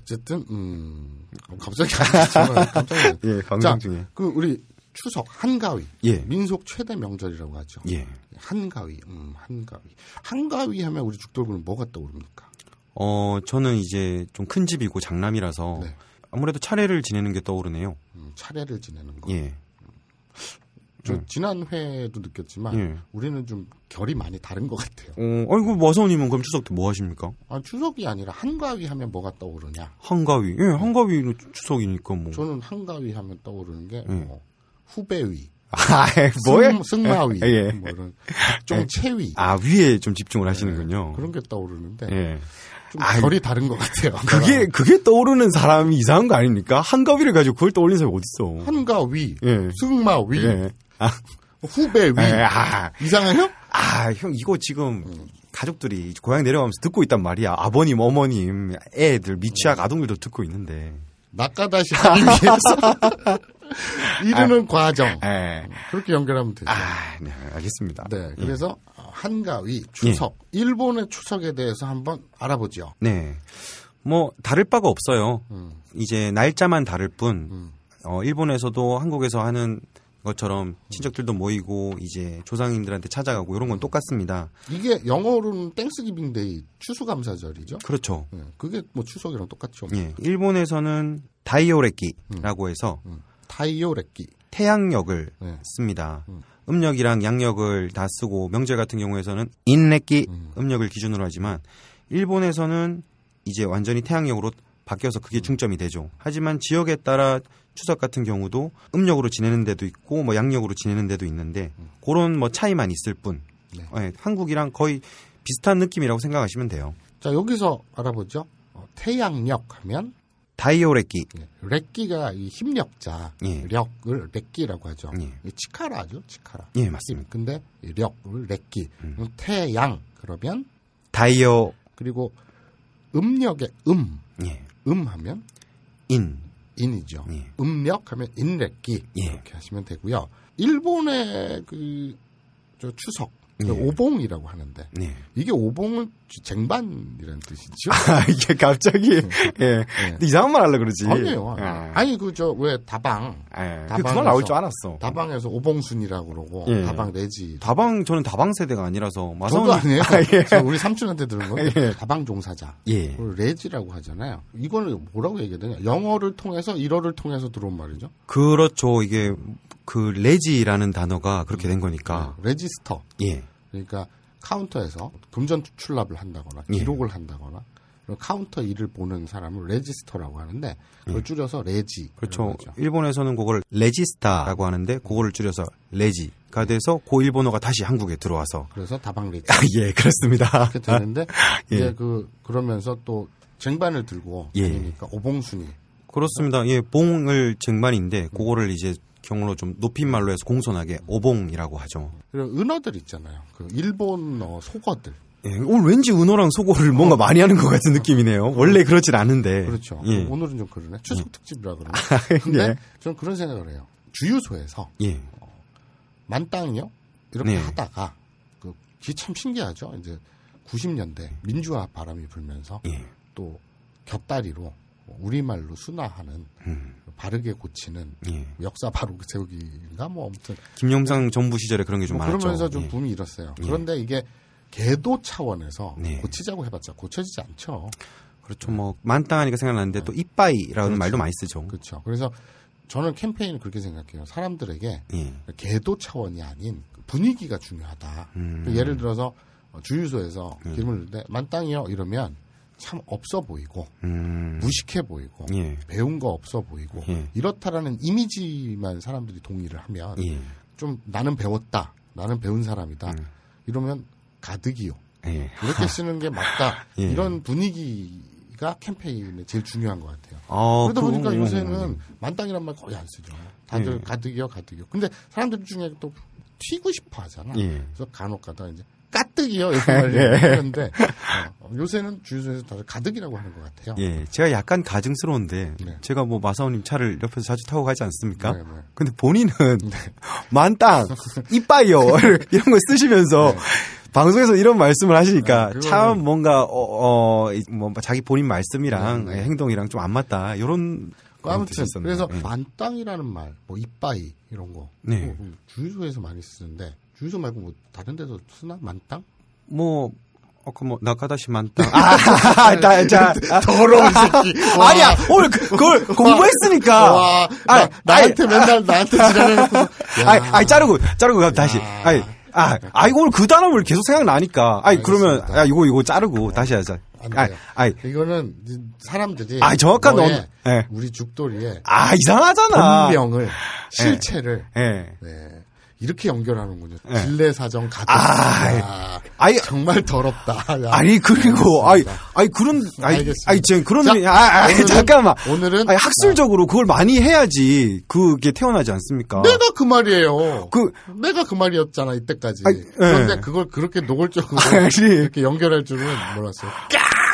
어쨌든, 음. 갑자기 전화, 깜짝 놀랐 예, 방송 중에. 그럼 우리 추석, 한가위. 예. 민속 최대 명절이라고 하죠. 예. 한가위, 음, 한가위. 한가위 하면 우리 죽돌군은 뭐가 떠오릅니까? 어, 저는 이제 좀 큰 집이고 장남이라서 네. 아무래도 차례를 지내는 게 떠오르네요. 음, 차례를 지내는 거. 예. 음. 저 지난 회도 느꼈지만 예. 우리는 좀 결이 많이 다른 것 같아요. 어, 아이고, 마사오님은 그럼 추석 때 뭐 하십니까? 아, 추석이 아니라 한가위 하면 뭐가 떠오르냐? 한가위. 예, 한가위는 추- 추석이니까 뭐. 저는 한가위 하면 떠오르는 게 음. 뭐, 후배위, 아, 예, 뭐야? 승, 마위 예, 예. 뭐 이런 각종 채위 아, 위에 좀 집중을 하시는군요. 그런 게 떠오르는데 예. 좀 아이, 결이 다른 것 같아요. 그게, 그게 떠오르는 사람이 이상한 거 아닙니까? 한가위를 가지고 그걸 떠올리는 사람이 어딨어. 한가위, 예. 승마위, 예. 아, 후배위 예, 아, 이상해요? 아, 형, 이거 지금 가족들이 고향 내려가면서 듣고 있단 말이야. 아버님, 어머님, 애들, 미취학 아동들도 듣고 있는데. 낙가다시 하기 위해서 이르는 과정 예. 그렇게 연결하면 되죠. 아, 네, 알겠습니다. 네, 예. 그래서 한가위, 추석, 일본의 추석에 대해서 한번 알아보죠. 네. 뭐, 다를 바가 없어요. 음. 이제 날짜만 다를 뿐, 음. 어, 일본에서도 한국에서 하는 것처럼 친척들도 모이고, 이제 조상님들한테 찾아가고, 이런 건 똑같습니다. 이게 영어로는 땡스기빙데이 추수감사절이죠. 그렇죠. 예, 그게 뭐 추석이랑 똑같죠. 예. 일본에서는 다이오레끼라고 해서 타이오레끼. 태양력을 네. 씁니다. 예. 음. 력이랑 양력을 다 쓰고 명절 같은 경우에서는 인렉기 음. 력을 기준으로 하지만 일본에서는 이제 완전히 태양력으로 바뀌어서 그게 중점이 되죠. 하지만 지역에 따라 추석 같은 경우도 음력으로 지내는 데도 있고 뭐 양력으로 지내는 데도 있는데 그런 뭐 차이만 있을 뿐 네. 예, 한국이랑 거의 비슷한 느낌이라고 생각하시면 돼요. 자 여기서 알아보죠. 어, 태양력 하면 다이오레끼 예, 레끼가 이 힘력자 예. 력을 레끼라고 하죠. 예. 이 치카라죠, 치카라. 예 맞습니다. 음. 근데 이 력을 레끼. 태양 그러면 다이오 그리고 음력의 음, 예. 음 하면 인 인이죠. 예. 음력 하면 인렉기 예. 이렇게 하시면 되고요. 일본의 그저 추석 그 예. 오봉이라고 하는데 네. 이게 오봉은 쟁반이라는 뜻이죠. 아, 이게 갑자기 예. 근데 이상한 말 하려 그러지. 아니에요. 예. 아니 그저 왜 다방 예. 다방에서- 그 그만 나올 줄 알았어. 다방에서 오봉순이라고 그러고 예. 다방 내지. 다방 저는 다방 세대가 아니라서 마사오님 저도 아니에요. 아, 예. 저 우리 삼촌한테 들은 건 예. 다방 종사자. 예. 그걸 레지라고 하잖아요. 이거는 뭐라고 얘기해야 되냐? 영어를 통해서 일어를 통해서 들어온 말이죠. 그렇죠. 이게 그 레지라는 단어가 그렇게 된 거니까. 레지스터. 예. 그러니까 카운터에서 금전 출납을 한다거나 예. 기록을 한다거나 그리고 카운터 일을 보는 사람을 레지스터라고 하는데 그걸 줄여서 레지. 예. 그렇죠. 일본에서는 그걸 레지스타라고 하는데 그거를 줄여서 레지가 돼서 고 일본어가 다시 한국에 들어와서 그래서 다방 레지. 아, 예 그렇습니다. 이렇게 되는데 예. 이제 그 그러면서 또 쟁반을 들고 예. 그러니까 오봉순이 그렇습니다. 예 봉을 증만인데 그거를 이제 경로 좀 높임말로 해서 공손하게 오봉이라고 하죠. 그리고 은어들 있잖아요. 그 일본어 속어들. 예, 오늘 왠지 은어랑 속어를 뭔가 많이 하는 것 같은 느낌이네요. 원래 그렇진 않은데. 그렇죠. 예. 아, 오늘은 좀 그러네. 추석 특집이라 그러네. 근데 저는 그런 생각을 해요. 주유소에서 예. 만땅이요 이렇게 네. 하다가 그 그게 참 신기하죠. 이제 90년대 민주화 바람이 불면서 음. 예. 또 곁다리로 우리말로 순화하는 음. 바르게 고치는 예. 역사 바로 그 세우기인가 뭐 아무튼 김영상 정부 시절에 그런 게 좀 뭐 많았죠. 그러면서 좀 예. 붐이 일었어요. 그런데 이게 개도 차원에서 네. 고치자고 해봤자 고쳐지지 않죠. 그렇죠. 뭐 만땅하니까 생각나는데 또 이빠이라는 말도 많이 쓰죠. 그렇죠. 그래서 저는 캠페인을 그렇게 생각해요. 사람들에게 예. 개도 차원이 아닌 분위기가 중요하다. 음. 그 예를 들어서 주유소에서 기름을 넣는데 만땅이요 이러면 참 없어 보이고 음. 무식해 보이고 예. 배운 거 없어 보이고 예. 이렇다라는 이미지만 사람들이 동의를 하면 예. 좀 나는 배웠다 나는 배운 사람이다 음. 이러면 가득이요 예. 이렇게 쓰는 게 맞다 예. 이런 분위기가 캠페인의 제일 중요한 것 같아요. 아, 그러다 보니까 그거- 요새는 만땅이란 말 거의 안 예. 쓰죠. 다들 가득이요, 가득이요. 근데 사람들 중에 또 튀고 싶어 하잖아. 예. 그래서 간혹 가다 이제 까뜩이요 이렇게 말하는데 어, 요새는 주유소에서 다들 가득이라고 하는 것 같아요. 예. 제가 약간 가증스러운데 어. 네. 제가 뭐 마사오님 차를 옆에서 자주 타고 가지 않습니까? 네, 네. 근데 본인은 만땅 이빠이요 이런 걸 쓰시면서 방송에서 이런 말씀을 하시니까 네, 그거는- 참 뭔가 어뭐 자기 본인 말씀이랑 예, 네, 네. 행동이랑 좀 안 맞다 이런 그 아무튼 그래서 예. 만땅이라는 말, 뭐 이빠이 이런 거 네. 뭐 주유소에서 많이 쓰는데 주유소 말고 뭐 다른 데서 쓰나 만땅? 뭐 아까 뭐 나카다시 만땅 아, 자, 자, 아, 더러운 새끼. 와. 아니야 오늘 그- 그걸 공부했으니까 와, 아니, 나, 한테 맨날 나한테 지랄해놓고. 아이, 아이, 자르고, 자르고, 가 다시. 야. 아이, 아, 아, 이거 오늘 그 단어를 계속 생각나니까. 아이, 그러면, 알겠습니다. 네. 야, 이거, 이거 자르고, 다시 하자. 안 아이, 돼요. 아이, 이거는 이제 사람들이 아이, 정확한 너의 언- 예. 우리 죽돌이의 아, 예. 이상하잖아. 본명을 실체를 예. 네, 이렇게 연결하는군요. 예. 진례 사정 가득. 아이. 야, 아이, 정말 더럽다. 야. 아니, 그리고, 아이, 알겠습니다. 아이, 그런, 아이, 알겠습니다. 아이, 지금 그런, 자, 아, 아, 아이, 오늘은- 잠깐만. 오늘은 어. 아니, 학술적으로 그걸 많이 해야지, 그게 태어나지 않습니까? 내가 그 말이에요. 그- 내가 그 말이었잖아 이때까지. 아이, 예. 그런데 그걸 그렇게 노골적으로 아니. 이렇게 연결할 줄은 몰랐어요.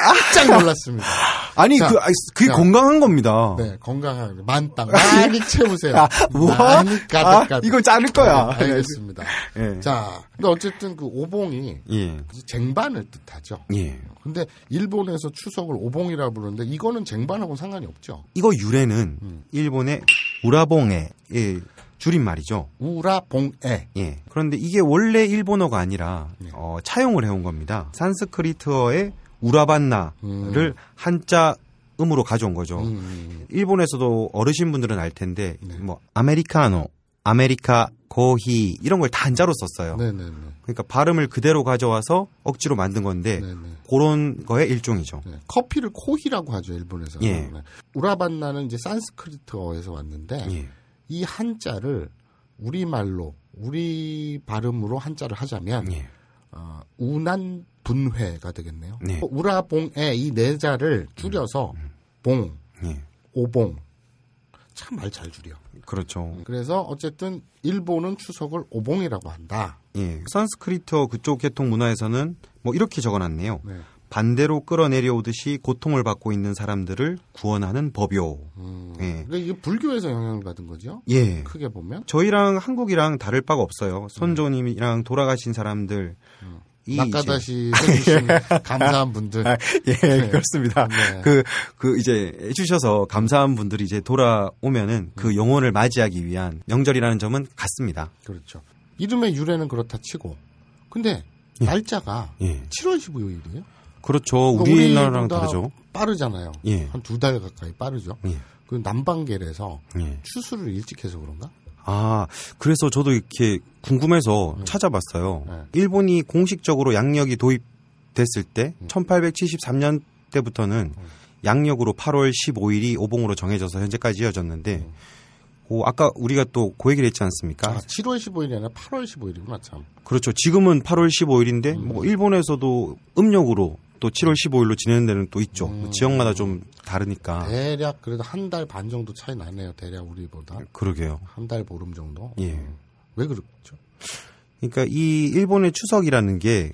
깜짝 놀랐습니다. 아니, 자, 그, 아이, 그게 자. 건강한 겁니다. 네, 건강하게 만땅 많이 채우세요. 아, 우와. 많이 아, 가득 가득. 이거 자를 거야. 네, 알겠습니다. 예. 자, 근데 어쨌든 그 오봉이 예. 쟁반을 뜻하죠. 예. 근데 일본에서 추석을 오봉이라 부르는데 이거는 쟁반하고 는 상관이 없죠. 이거 유래는 음. 일본의 우라봉의 예, 줄임말이죠. 우라봉에. 예. 그런데 이게 원래 일본어가 아니라 네. 어, 차용을 해온 겁니다. 산스크리트어의 우라반나를 한자 음으로 가져온 거죠. 음, 네. 일본에서도 어르신분들은 알 텐데 뭐 아메리카노, 아메리카 고히 이런 걸 다 한자로 썼어요. 네네네. 그러니까 발음을 그대로 가져와서 억지로 만든 건데 네네. 그런 거의 일종이죠. 네. 커피를 코히라고 하죠 일본에서. 예. 는 네. 우라반나는 이제 산스크리트어에서 왔는데 예. 이 한자를 우리 말로 우리 발음으로 한자를 하자면 예. 어, 우난 분회가 되겠네요. 네. 음. 어, 우라봉에 이 네 자를 줄여서 봉, 예. 오봉 참 말 잘 줄여. 그렇죠. 그래서 어쨌든 일본은 추석을 오봉이라고 한다. 예. 산스크리트어 그쪽 계통 문화에서는 뭐 이렇게 적어놨네요. 네. 반대로 끌어내려오듯이 고통을 받고 있는 사람들을 구원하는 법요. 음. 예. 그러니까 이게 불교에서 영향을 받은 거죠. 예. 크게 보면 저희랑 한국이랑 다를 바가 없어요. 선조님이랑 돌아가신 사람들. 이 예. 낙가다시 해주신 감사한 분들. 이제- 예, 그렇습니다. 네. 그, 그 이제 해주셔서 감사한 분들이 이제 돌아오면은 그 영혼을 맞이하기 위한 명절이라는 점은 같습니다. 그렇죠. 이름의 유래는 그렇다 치고. 근데 날짜가 예. 7월 15일이에요. 그러니까 그렇죠. 우리나라랑 다르죠. 빠르잖아요. 예. 한 두 달 가까이 빠르죠. 예. 그 남방계래서 예. 추수를 일찍 해서 그런가? 아, 그래서 저도 이렇게 궁금해서 찾아봤어요. 음. 네. 음. 일본이 공식적으로 양력이 도입됐을 때 1873년 때부터는 양력으로 8월 15일이 오봉으로 정해져서 현재까지 이어졌는데 고 아까 우리가 또 고 얘기를 했지 않습니까? 음. 아, 7월 15일이 아니라 8월 15일이구나 참. 그렇죠. 지금은 8월 15일인데 음. 뭐 일본에서도 음력으로 또 7월 15일로 지내는 데는 또 있죠. 음. 지역마다 좀 다르니까. 네. 대략 그래도 한 달 반 정도 차이 나네요. 대략 우리보다 그러게요. 한 달 보름 정도. 예. 음. 왜 그렇죠? 그러니까 이 일본의 추석이라는 게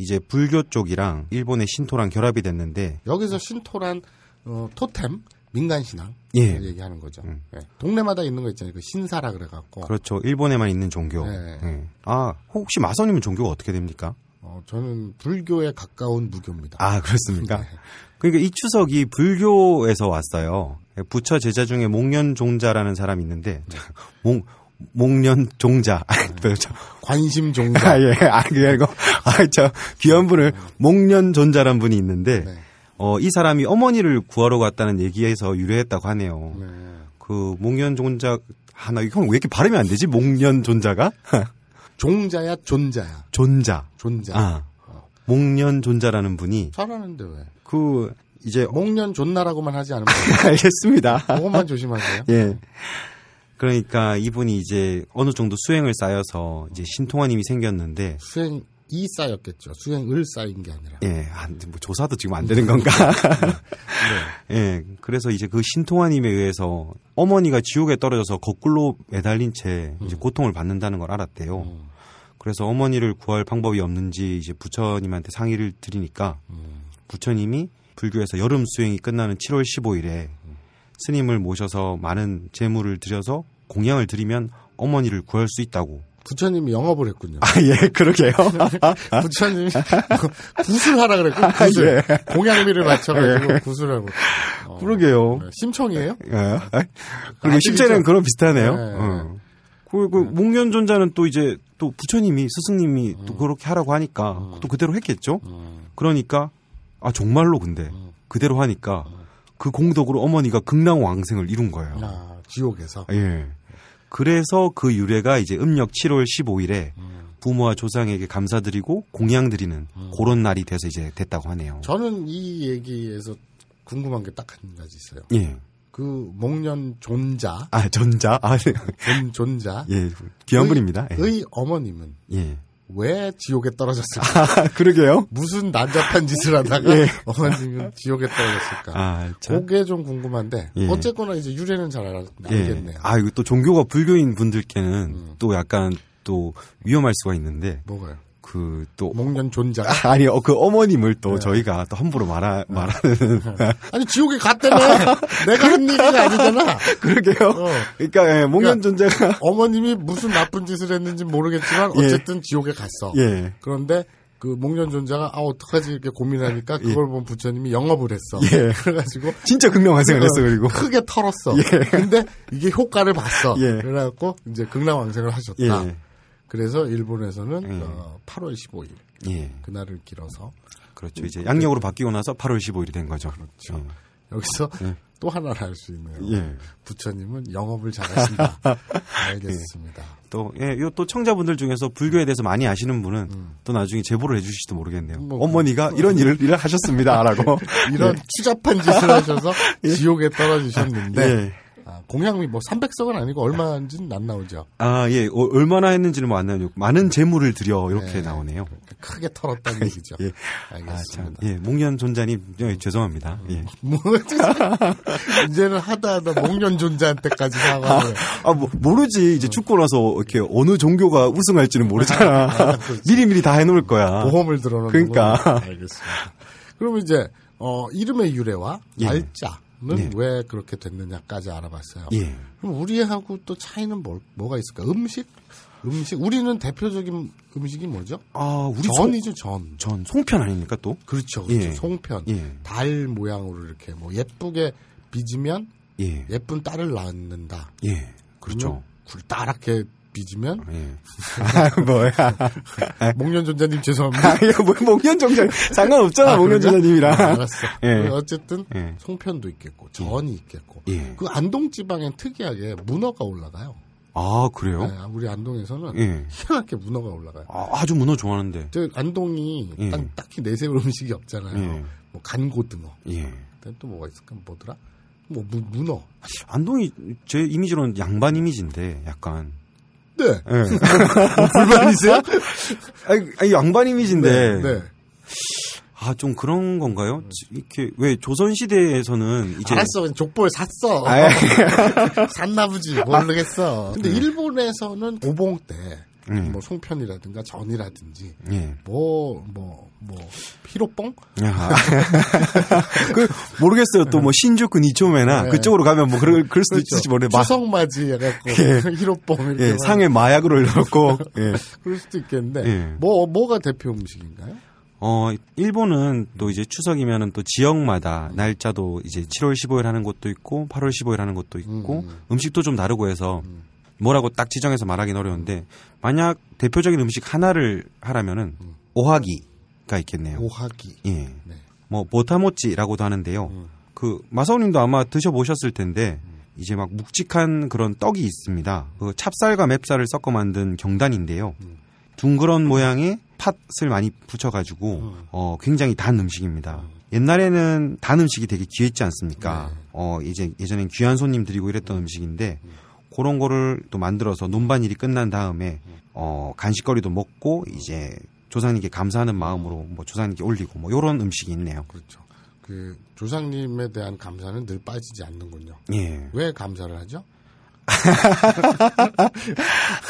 이제 불교 쪽이랑 일본의 신토랑 결합이 됐는데 여기서 신토란 어, 토템 민간 신앙 예. 얘기하는 거죠. 예. 동네마다 있는 거 있잖아요. 그 신사라 그래갖고. 그렇죠. 일본에만 있는 종교. 네. 예. 아 혹시 마선님은 종교가 어떻게 됩니까? 어, 저는 불교에 가까운 무교입니다. 아 네. 그렇습니까? 그러니까 이 추석이 불교에서 왔어요. 부처 제자 중에 목련종자라는 사람이 있는데 네. 목 목련종자 네. 관심 종자. 아, 예. 아, 그게 아니고, 아, 저, 귀한 분을, 목련존자란 분이 있는데, 네. 어, 이 사람이 어머니를 구하러 갔다는 얘기에서 유래했다고 하네요. 네. 그, 목련존자, 아, 하나, 형, 왜 이렇게 발음이 안 되지? 목련존자가? 종자야 존자야 존자. 존자. 아. 목련존자라는 분이, 잘하는데 왜? 그, 이제, 어, 목련 존나라고만 하지 않으면 돼요. 알겠습니다. 그것만 조심하세요. 예. 그러니까 이분이 이제 어느 정도 수행을 쌓여서 이제 신통한 힘이 생겼는데, 수행 이 쌓였겠죠. 수행을 쌓인 게 아니라. 예, 안, 뭐 조사도 지금 안 되는 건가? 예, 그래서 이제 그 신통하님에 의해서 어머니가 지옥에 떨어져서 거꾸로 매달린 채 이제 고통을 받는다는 걸 알았대요. 음. 그래서 어머니를 구할 방법이 없는지 이제 부처님한테 상의를 드리니까 음. 부처님이 불교에서 여름 수행이 끝나는 7월 15일에 스님을 모셔서 많은 재물을 드려서 공양을 드리면 어머니를 구할 수 있다고. 부처님이 영업을 했군요. 아, 예, 그러게요. 아? 부처님이 뭐 구슬하라 그랬고 구슬 공양미를 맞춰가지고 구슬하고 어, 예. 그러게요. 네. 심청이에요? 예. 그리고 아들이죠. 실제는 그런 비슷하네요. 네. 어. 그, 그, 목련존자는 또 이제 또 부처님이, 스승님이 또 그렇게 하라고 하니까 또 그대로 했겠죠? 음. 그러니까, 아, 정말로 근데 그대로 하니까 음. 그 공덕으로 어머니가 극락왕생을 이룬 거예요. 아, 지옥에서 예. 그래서 그 유래가 이제 음력 7월 15일에 음. 부모와 조상에게 감사드리고 공양 드리는 그런 날이 돼서 이제 됐다고 하네요. 저는 이 얘기에서 궁금한 게 딱 한 가지 있어요. 예. 그 목련 존자 아, 전자? 아, 네. 존 존자 예. 귀한 의- 분입니다. 예. 의 어머님은 예. 왜 지옥에 떨어졌을까? 아, 그러게요. 무슨 난잡한 짓을 하다가 어머님은 지옥에 떨어졌을까? 아, 참. 그게 좀 궁금한데 예. 어쨌거나 이제 유래는 잘 알았, 예. 알겠네요. 아, 이거 또 종교가 불교인 분들께는 또 약간 또 위험할 수가 있는데 뭐가요? 그 또 목련 존자 가 아니, 어, 그 어머님을 또 저희가 또 함부로 말하, 말하는. 아니 지옥에 갔다며 내가 한 얘기가 아니잖아. 그러게요. 어. 그러니까, 예, 목련존재가. 어머님이 무슨 나쁜 짓을 했는지 모르겠지만 예. 어쨌든 지옥에 갔어. 예. 그런데 그 목련 존자가 아 어떡하지 이렇게 고민하니까 그걸 본 부처님이 영업을 했어. 예. 그래가지고 진짜 극명한생을 했어, 그리고. 크게 털었어. 근데 이게 효과를 봤어. 예. 그래갖고 이제 극락왕생을 하셨다. 예. 그래서 일본에서는 어, 8월 15일 예. 그날을 길어서 그렇죠. 이제 양력으로 바뀌고 나서 8월 15일이 된 거죠. 그렇죠. 여기서 또 하나를 알 수 있네요. 예. 부처님은 영업을 잘하신다. 알겠습니다. 또, 예, 요 또 청자분들 중에서 불교에 대해서 많이 아시는 분은 또 나중에 제보를 해주실지도 모르겠네요. 뭐, 어머니가 이런 일을, 일을 하셨습니다. 라고. 이런 네. 추잡한 짓을 하셔서 지옥에 떨어지셨는데 예. 아, 공양미 뭐 300석은 아니고 얼마인지는 안 나오죠. 아, 예. 어, 얼마나 했는지는 뭐안 나오요 많은 재물을 드려. 이렇게 네. 나오네요. 크게 털었다는 얘기죠. 예. 아, 참. 알겠습니다. 예. 목련 존자님, 예, 죄송합니다. 예. 뭐 이제는 하다 하다 목련 존재한테까지 사과를 아, 뭐, 모르지. 이제 죽고 나서 이렇게 어느 종교가 우승할지는 모르잖아. 그렇지. 미리미리 다 해놓을 거야. 보험을 들어놓는 아. 그러니까. 거군요. 알겠습니다. 그럼 이제 어, 이름의 유래와 예. 날짜는 예. 왜 그렇게 됐느냐까지 알아봤어요. 예. 그럼 우리하고 또 차이는 뭘, 뭐가 있을까? 음식? 음식 우리는 대표적인 음식이 뭐죠? 아, 우리 전, 전이죠 전. 전 송편 아닙니까 또? 그렇죠, 그렇죠. 예. 송편, 예. 달 모양으로 이렇게 뭐 예쁘게 빚으면 예. 예쁜 딸을 낳는다. 예. 그렇죠. 그러면 굴다랗게 빚으면 예. 아, 뭐야. 예. 목련 존자님 죄송합니다. 이거 뭐, 목련종자 아, 그런가? 상관없잖아, 아, 목련존자님이랑. 알았어. 예. 어쨌든 예. 송편도 있겠고 전이 있겠고 예. 그 안동 지방엔 특이하게 문어가 올라가요. 아, 아 그래요? 네, 우리 안동에서는 예. 희한하게 문어가 올라가요. 아, 아주 문어 좋아하는데. 저 안동이 예. 딱, 딱히 내세울 음식이 없잖아요. 예. 뭐 간고등어. 예. 그다음에 또 뭐가 있을까? 뭐더라? 뭐 무, 문어. 안동이 제 이미지로는 양반 이미지인데 약간. 네. 예. 불만이세요? 아니, 아니, 양반 이미지인데. 네. 아 좀 그런 건가요? 지- 이렇게 왜 조선 시대에서는 이제 알았어. 그냥 음. 족볼 샀어. 아, 예. 샀나 보지. 모르겠어. 근데 일본에서는 오봉 때, 네. 음. 뭐 송편이라든가 전이라든지, 예. 뭐, 뭐, 뭐, 피로뽕? 야. 아. 그 모르겠어요. 또 뭐 신주쿠 니초메나 네. 그렇죠. 그쪽으로 가면 뭐 그럴 그럴 수도 있을지 모르는데 마, 추석맞이 해갖고, 히로뽕 이렇게. 예, 막 상에 마약으로 넣었고 예. 그럴 수도 있겠는데, 예. 뭐, 뭐가 대표 음식인가요? 어, 일본은 또 이제 추석이면은 또 지역마다 날짜도 이제 7월 15일 하는 곳도 있고 8월 15일 하는 곳도 있고 음. 음. 식도좀 다르고 해서 뭐라고 딱 지정해서 말하긴 어려운데 만약 대표적인 음식 하나를 하라면은 음. 오하기가 있겠네요. 오하기. 예. 네. 뭐 보타모찌라고도 하는데요. 음. 그 마사오님도 아마 드셔보셨을 텐데 이제 막 묵직한 그런 떡이 있습니다. 그 찹쌀과 맵쌀을 섞어 만든 경단인데요. 둥그런 모양의 팥을 많이 붙여가지고 어 굉장히 단 음식입니다. 옛날에는 단 음식이 되게 귀했지 않습니까? 어 이제 예전엔 귀한 손님 드리고 이랬던 음식인데 그런 거를 또 만들어서 논반 일이 끝난 다음에 어 간식거리도 먹고 이제 조상님께 감사하는 마음으로 뭐 조상님께 올리고 뭐 요런 음식이 있네요. 그렇죠. 그, 조상님에 대한 감사는 늘 빠지지 않는군요. 예. 왜 감사를 하죠?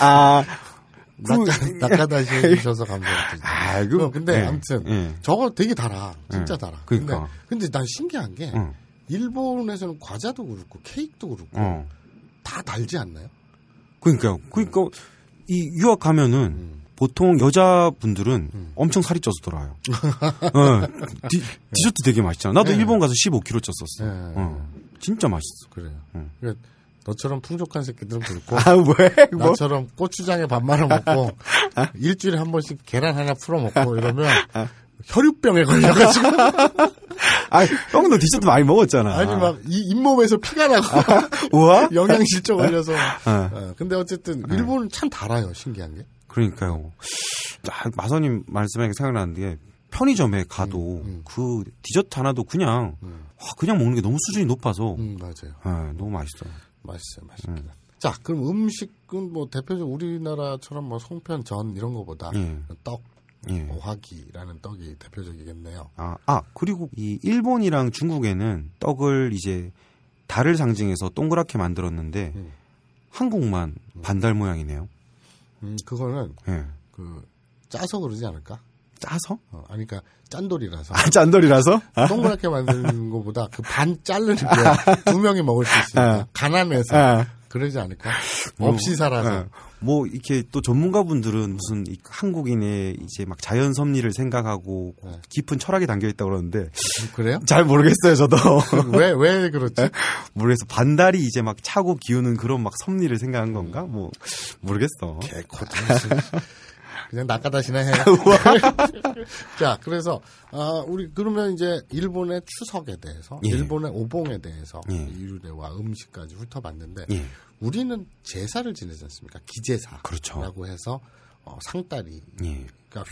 아, 그 낙가- 낙가다시 해주셔서 감사드립니다. 아, 그, 예. 이거- 어, 근데 예, 아무튼 예. 저거 되게 달아, 진짜 달아. 그러니까. 근데, 근데 난 신기한 게 응. 일본에서는 과자도 그렇고 케이크도 그렇고 어. 다 달지 않나요? 그러니까 그러니까 이 유학 가면은 음. 보통 여자분들은 엄청 살이 쪄서 돌아요. 어, 디, 저트 되게 맛있잖아. 나도 예. 일본 가서 15kg 쪘었어. 예. 어, 진짜 맛있어. 그래요. 아, 응. 그러니까 너처럼 풍족한 새끼들은 그렇고 왜? 나처럼 고추장에 밥 말아 아, 먹고 일주일에 한 번씩 계란 하나 풀어 먹고 이러면 혈유병에 걸려가지고 아, 형도 디저트 많이 먹었잖아. 아니 아. 막 이 잇몸에서 피가 나고 우와? 영양실조 걸려서. 어, 근데 어쨌든 일본은 참 달아요, 신기한 게. 그러니까요. 아, 마선님 말씀하니까 생각나는 게 편의점에 가도 그 디저트 하나도 그냥 와, 그냥 먹는 게 너무 수준이 높아서 음, 맞아요. 예, 너무 맛있어요. 맛있어요, 맛있습니다. 자, 그럼 음식은 뭐 대표적 우리나라처럼 뭐 송편 전 이런 거보다 예. 떡 예. 어. 오하기라는 떡이 대표적이겠네요. 아, 아, 그리고 이 일본이랑 중국에는 떡을 이제 달을 상징해서 동그랗게 만들었는데 음. 한국만 반달 모양이네요. 음, 그거는 예. 그 짜서 그러지 않을까? 짜서? 아, 어, 아니, 그러니까 짠돌이라서 짠돌이라서? 동그랗게 만드는 것보다 그 반 자르는 게 두 명이 먹을 수 있으니까 가난해서 아. 음. 그러지 않을까? 없이 살아서 뭐 이렇게 또 전문가분들은 무슨 이 한국인의 이제 막 자연 섭리를 생각하고 네. 깊은 철학이 담겨 있다 그러는데 그래요? 잘 모르겠어요 저도 왜 왜 그렇지? 모르겠어 반달이 이제 막 차고 기우는 그런 막 섭리를 생각한 건가 뭐 모르겠어 예. 개코장수. 그냥 낙가다시나 해. 자, 그래서 아, 우리 그러면 이제 일본의 추석에 대해서, 예. 일본의 오봉에 대해서 예. 유래와 음식까지 훑어봤는데 예. 우리는 제사를 지내지 않습니까? 기제사라고 그렇죠. 해서 어, 상다리가 예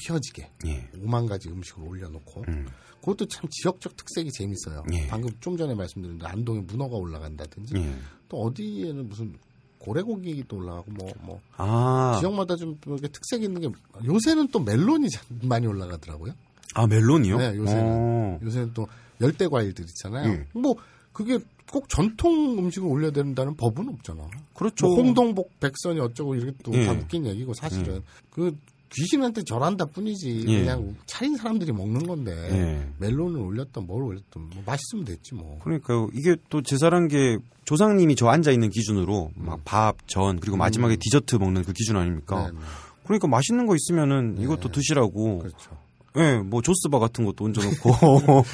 휘어지게 예. 5만 가지 음식을 올려놓고 음. 그것도 참 지역적 특색이 재밌어요. 예. 방금 좀 전에 말씀드린 안동에 문어가 올라간다든지 예. 또 어디에는 무슨 고래고기도 올라가고 뭐 뭐. 아, 지역마다 좀 이렇게 특색 있는 게 요새는 또 멜론이 자- 많이 올라가더라고요. 아 멜론이요? 네, 요새는 오. 요새는 또 열대 과일들 있잖아요. 예. 뭐 그게 꼭 전통 음식을 올려야 된다는 법은 없잖아. 그렇죠. 뭐 홍동복 백선이 어쩌고 이렇게 또 다 예. 웃긴 얘기고 사실은 그 귀신한테 절한다 뿐이지 예. 그냥 차린 사람들이 먹는 건데 네. 예. 멜론을 올렸던 뭘 올렸던 뭐 맛있으면 됐지 뭐. 그러니까요. 이게 또 제사란 게 조상님이 저 앉아 있는 기준으로 막 밥, 전 그리고 마지막에 디저트 먹는 그 기준 아닙니까? 음. 네, 네. 그러니까 맛있는 거 있으면은 이것도 드시라고. 그렇죠. 예, 뭐 조스바 같은 것도 얹어 놓고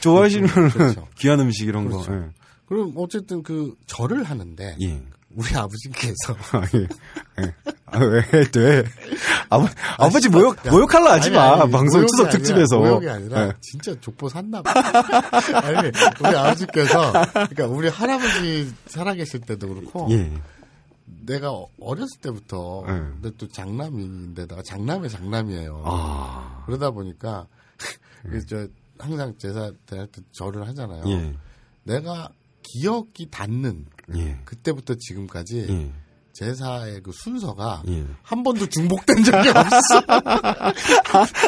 좋아하시면 은 그렇죠. 귀한 음식 이런 그렇죠. 거. 예. 그럼 어쨌든 그 절을 하는데 예. 우리 아버지께서 아, 예. 예. 아, 왜, 또 왜. 아버, 아버지 모욕, 모욕할라 하지 아니, 마. 아니, 방송 모욕이 추석 아니라, 특집에서. 모욕이 아니라 예. 진짜 족보 샀나 봐. 아니 우리 아버지께서 그러니까 우리 할아버지 살아계실 때도 그렇고 예. 내가 어- 어렸을 때부터 네. 근데 또 장남인데다가 장남의 장남이에요. 아. 그러다 보니까 그래서 저 항상 제사 대할 때 절을 하잖아요. 예. 내가 기억이 닿는 예. 그때부터 지금까지 예. 제사의 그 순서가 예. 한 번도 중복된 적이 없어.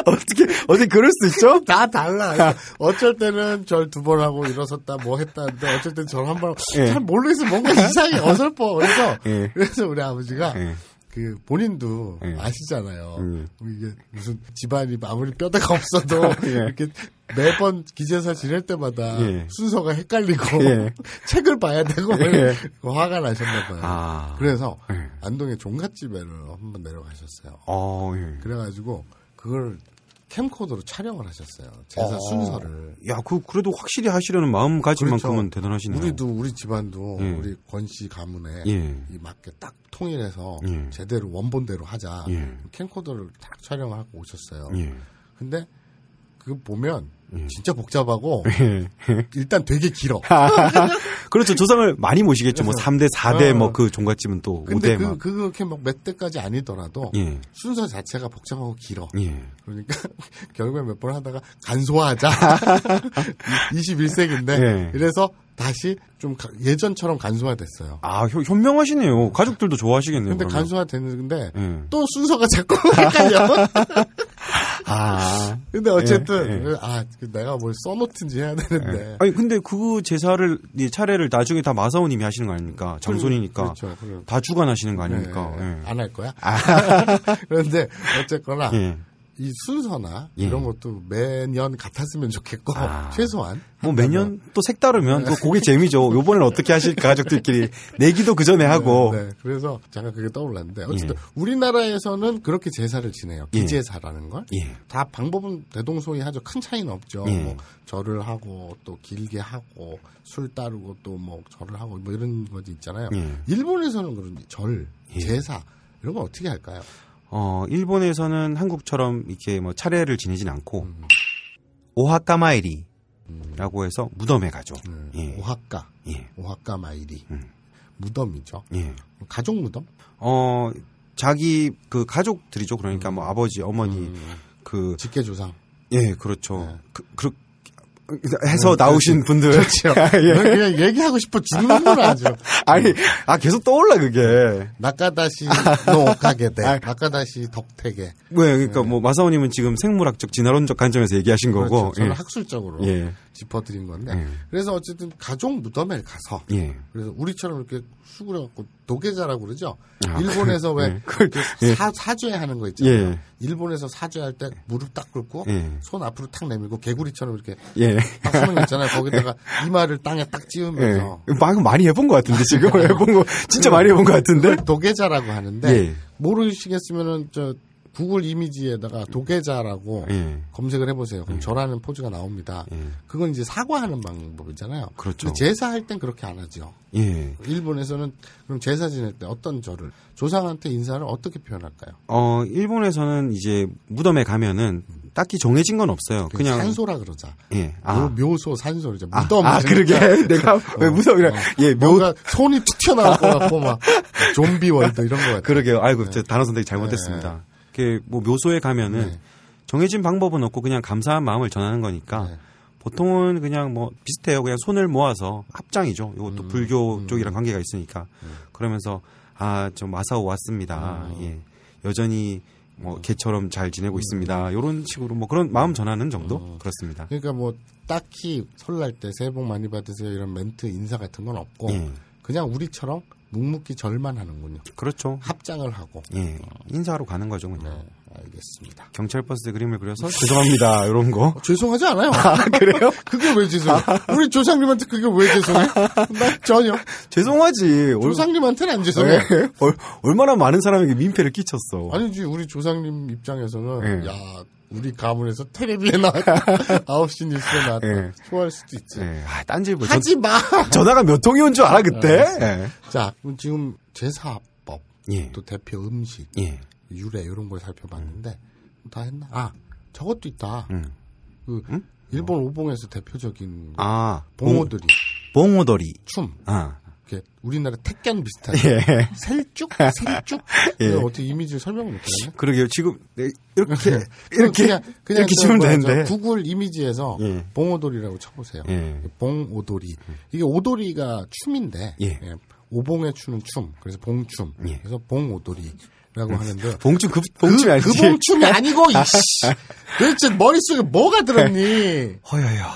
어떻게 어떻게 그럴 수 있죠? 다 달라. 어쩔 때는 절 두 번 하고 일어섰다 뭐 했다는데 어쩔 때는 절 한 번 하고 예. 잘 모르겠어. 뭔가 이상해. 어설퍼. 그래서 예. 그래서 우리 아버지가 예. 그 본인도 예. 아시잖아요. 뭐 음. 이게 무슨 집안이 아무리 뼈대가 없어도 예. 이렇게 매번 기재사 지낼 때마다 예. 순서가 헷갈리고 예. 책을 봐야 되고 예. 화가 나셨나 봐요. 아. 그래서 예. 안동에 종갓집에를 한번 내려가셨어요. 어, 예. 그래가지고 그걸 캠코더로 촬영을 하셨어요. 제사 어. 순서를. 야, 그 그래도 확실히 하시려는 마음가짐만큼은 그렇죠. 대단하시네요. 우리도 우리 집안도 예. 우리 권 씨 가문에 예. 이 맞게 딱 통일해서 예. 제대로 원본대로 하자. 예. 캠코더를 딱 촬영을 하고 오셨어요. 예. 근데 그 보면 예. 진짜 복잡하고 예. 일단 되게 길어. 그렇죠. 조상을 많이 모시겠죠. 뭐 3대, 4대 어. 뭐 그 종갓집은 또 근데 5대 그 막. 그렇게 막 몇 대까지 아니더라도 예. 순서 자체가 복잡하고 길어. 예. 그러니까 결국에 몇 번 하다가 간소화하자. 21세기인데 예. 이래서 다시 좀 가- 예전처럼 간소화됐어요. 아, 효- 현명하시네요. 가족들도 좋아하시겠네요. 근데 그러면. 간소화됐는데 예. 또 순서가 자꾸 헷갈려. 아. 근데 어쨌든 예, 예. 아 내가 뭘 써놓든지 해야 되는데. 아니 근데 그 제사를 이 차례를 나중에 다 마사오님이 하시는 거 아닙니까? 장손이니까 그렇죠. 그럼. 다 주관하시는 거 아닙니까? 예. 네. 안 할 거야. 그런데 어쨌거나 예. 이 순서나 예. 이런 것도 매년 같았으면 좋겠고 아. 최소한 뭐 매년 네. 또 색다르면 또 그게 재미죠. 요번엔 어떻게 하실까 가족들끼리 내기도 그 전에 하고. 네, 그래서 잠깐 그게 떠올랐는데 어쨌든 우리나라에서는 그렇게 제사를 지내요. 예. 기제사라는 걸. 예. 다 방법은 대동소이하죠. 큰 차이는 없죠. 예. 뭐 절을 하고 또 길게 하고 술 따르고 또 뭐 절을 하고 뭐 이런 것이 있잖아요. 예. 일본에서는 그런 절, 예. 제사 이런 건 어떻게 할까요? 어, 일본에서는 한국처럼 이렇게 뭐 차례를 지내진 않고 음. 오하카 마이리라고 해서 무덤에 가죠. 음, 예. 오하카, 예. 오하카 마이리 음. 무덤이죠. 예. 가족 무덤? 어, 자기 그 가족들이죠. 그러니까 음. 뭐 아버지, 어머니 그 직계조상. 예, 그렇죠. 음. 네. 음, 그, 그, 해서 나오신 분들. 예. 넌 그렇죠. 그냥 얘기하고 싶어 죽는구나 아주. 아니, 아, 계속 떠올라, 그게. 네. 나카다시 아. 노카게데, 나카다시 덕택에. 왜, 그러니까 네. 뭐, 마사오님은 지금 생물학적, 진화론적 관점에서 얘기하신 거고. 그렇죠. 저는 학술적으로 예. 짚어드린 건데. 예. 그래서 어쨌든 가족 무덤에 가서 예. 예. 그래서 우리처럼 이렇게 수그려갖고 도계자라고 그러죠. 아, 일본에서 그- 왜 예. 그걸- 이렇게 사, 사죄하는 거 있잖아요. 예. 일본에서 사죄할 때 무릎 딱 꿇고 예. 손 앞으로 탁 내밀고 개구리처럼 이렇게 예. 딱 서는 거 있잖아요. 거기다가 이마를 땅에 딱 예. 네, 찌우면서 방금 많이 해본 것 같은데, 지금. 해본 거, 진짜 많이 해본 것 같은데. 그걸 도계자라고 하는데 예. 모르시겠으면은 저 구글 이미지에다가 도계자라고 예. 검색을 해보세요. 그럼 절하는 포즈가 나옵니다. 예. 그건 이제 사과하는 방법이잖아요. 그렇죠. 근데 제사할 땐 그렇게 안 하죠. 예. 일본에서는 그럼 제사 지낼 때 어떤 절을 조상한테 인사를 어떻게 표현할까요? 어, 일본에서는 이제 무덤에 가면은 딱히 정해진 건 없어요. 그냥 그냥. 산소라 그러자. 예. 묘- 아. 묘소 산소죠. 아, 무덤. 어. 아, 그러게. 내가 왜 무덤이라. 예, 묘, 뭔가 손이 툭 튀어나올 것 같고 막 좀비 월드 이런 것 같아요. 그러게요. 아이고, 저 단어 선택 잘못했습니다. 이렇게 뭐 묘소에 가면은 네. 정해진 방법은 없고 그냥 감사한 마음을 전하는 거니까 네. 보통은 그냥 뭐 비슷해요. 그냥 손을 모아서 합장이죠. 이것도 불교 쪽이랑 관계가 있으니까 그러면서 아, 저 마사오 왔습니다. 예. 여전히 뭐 개처럼 잘 지내고 있습니다. 이런 식으로 뭐 그런 마음 전하는 정도 그렇습니다. 그러니까 뭐 딱히 설날 때 새해 복 많이 받으세요 이런 멘트 인사 같은 건 없고 예. 그냥 우리처럼 묵묵히 절만 하는군요. 그렇죠. 합장을 하고. 예. 인사하러 가는 거죠, 그냥. 네, 알겠습니다. 경찰 버스 그림을 그려서 죄송합니다. 이런 거. 어, 죄송하지 않아요. 그래요? 아. 그게 왜 죄송해? 우리 조상님한테 그게 왜 죄송해? 난 전혀. 죄송하지. 얼- 조상님한테는 안 죄송해. 예. 얼- 얼마나 많은 사람에게 민폐를 끼쳤어. 네. 아니지 우리 조상님 입장에서는 예. 야 우리 가문에서 텔레비에 나왔다. 9시 뉴스에 나왔다. 예. 좋아할 수도 있지. 뭐 예. 아, 딴질보. 전- 네. 하지 마. 전화가 몇 통이 온 줄 알아 그때. 자 그럼 지금 제사법 예. 예. 또 대표 음식 예. 유래 이런 걸 살펴봤는데 다 했나? 아 저것도 있다. 음. 그 일본 오봉에서 대표적인 아, 봉오들이 봉- 봉오더리. 춤. 아, 이렇게 우리나라 택견 비슷한 예. 셀쭉 셀쭉 예. 이거 어떻게 이미지를 설명을 못하네. 그러게요. 지금 네, 이렇게 이렇게 그냥 그냥 이렇게 저 치면 뭐야, 저 되는데. 구글 이미지에서 예. 봉오돌이라고 쳐보세요. 예. 봉오돌이 이게 오돌이가 춤인데 예. 예, 오봉에 추는 춤 그래서 봉춤 예. 그래서 봉오돌이라고 하는데 봉춤 그 그, 봉춤이 아니지. 그 봉춤이 아니고 이씨 도대체 머릿속에 뭐가 들었니? 허여여.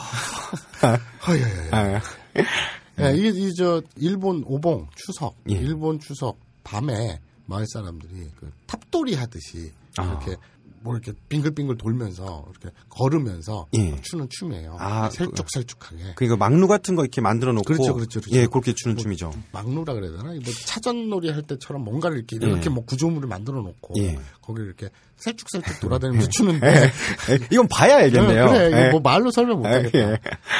허여여여. 아, 예, 이게 이저 일본 오봉 추석, 예. 일본 추석 밤에 마을 사람들이 그 탑돌이 하듯이 아. 이렇게 뭐 이렇게 빙글빙글 돌면서 이렇게 걸으면서 예. 추는 춤이에요. 아, 셀쭉셀쭉하게 그러니까 막루 같은 거 이렇게 만들어 놓고 그렇죠, 그렇죠, 뭐- 그렇죠. 예, 그렇게 추는 춤이죠. 막루라 그래야 되나? 뭐 차전놀이 할 때처럼 뭔가를 이렇게 이렇게 뭐 구조물을 만들어 놓고 예. 거기를 이렇게 셀쭉셀쭉 돌아다니면서 추는데 예, 이건 봐야 알겠네요. 그래, 이거 예. 뭐 말로 설명 못하겠다. 예.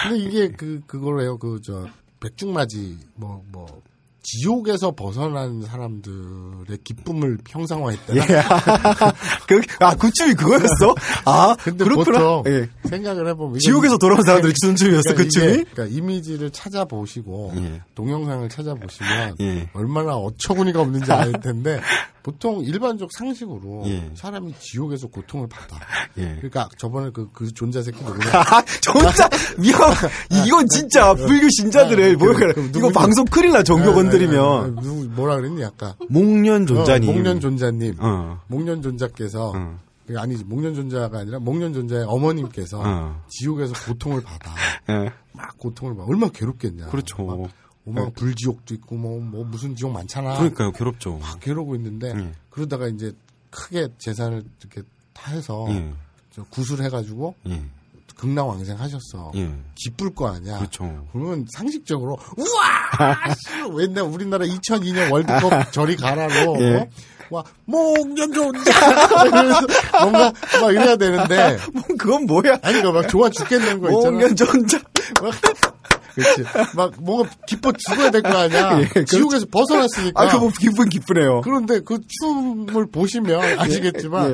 근데 이게 그 그거래요. 그 저 백중맞이 뭐 뭐 지옥에서 벗어난 사람들의 기쁨을 형상화했다. 그, 아, 그 춤이 그거였어? 아, 근데 그렇구나. 보통 예. 생각을 해보면 이게 지옥에서 돌아온 사람들이 추는 춤이었어, 그 그러니까 이게 춤이? 그러니까 이미지를 찾아보시고 예. 동영상을 찾아보시면 예. 얼마나 어처구니가 없는지 알 텐데 보통 일반적 상식으로 예. 사람이 지옥에서 고통을 받아. 예. 그러니까 저번에 그 그 존자 새끼 누구냐? 아, 존자, 미안. 이건 진짜 불교 신자들의 아, 뭐야. 그럼, 그럼 이거 누구지? 방송 큰일 나, 아, 종교 아, 아, 아, 건드리면. 누구 뭐라 그랬니 아까? 목련 존자님. 어, 목련 존자님. 어. 목련 존자께서 어. 그게 아니지 목련 존자가 아니라 목련 존자의 어머님께서 어. 지옥에서 고통을 받아 예. 막 고통을 받아 얼마나 괴롭겠냐. 그렇죠. 막, 엄마 가 불지옥도 있고 뭐, 뭐 무슨 지옥 아, 많잖아. 그러니까요, 괴롭죠. 막 괴로고 있는데 예. 그러다가 이제 크게 재산을 이렇게 다 해서 예. 저 구술해가지고 예. 아. 극락왕생 하셨어. 예. 기쁠 거 아니야. 그렇죠. 그러면 상식적으로 우와 씨, 옛날 우리나라 2002년 월드컵 저리 가라로 예. 어? 와 목련 존자 이러면서 뭔가 막 이래야 되는데 뭐, 그건 뭐야? 아니 그막 좋아 죽겠는 거 있잖아 목련 존자. 막, 그렇지 막 뭔가 기뻐 죽어야 될 거 아니야 예, 그렇죠. 지옥에서 벗어났으니까 아, 그거 뭐 기분 기쁘네요. 그런데 그 춤을 보시면 아시겠지만 예.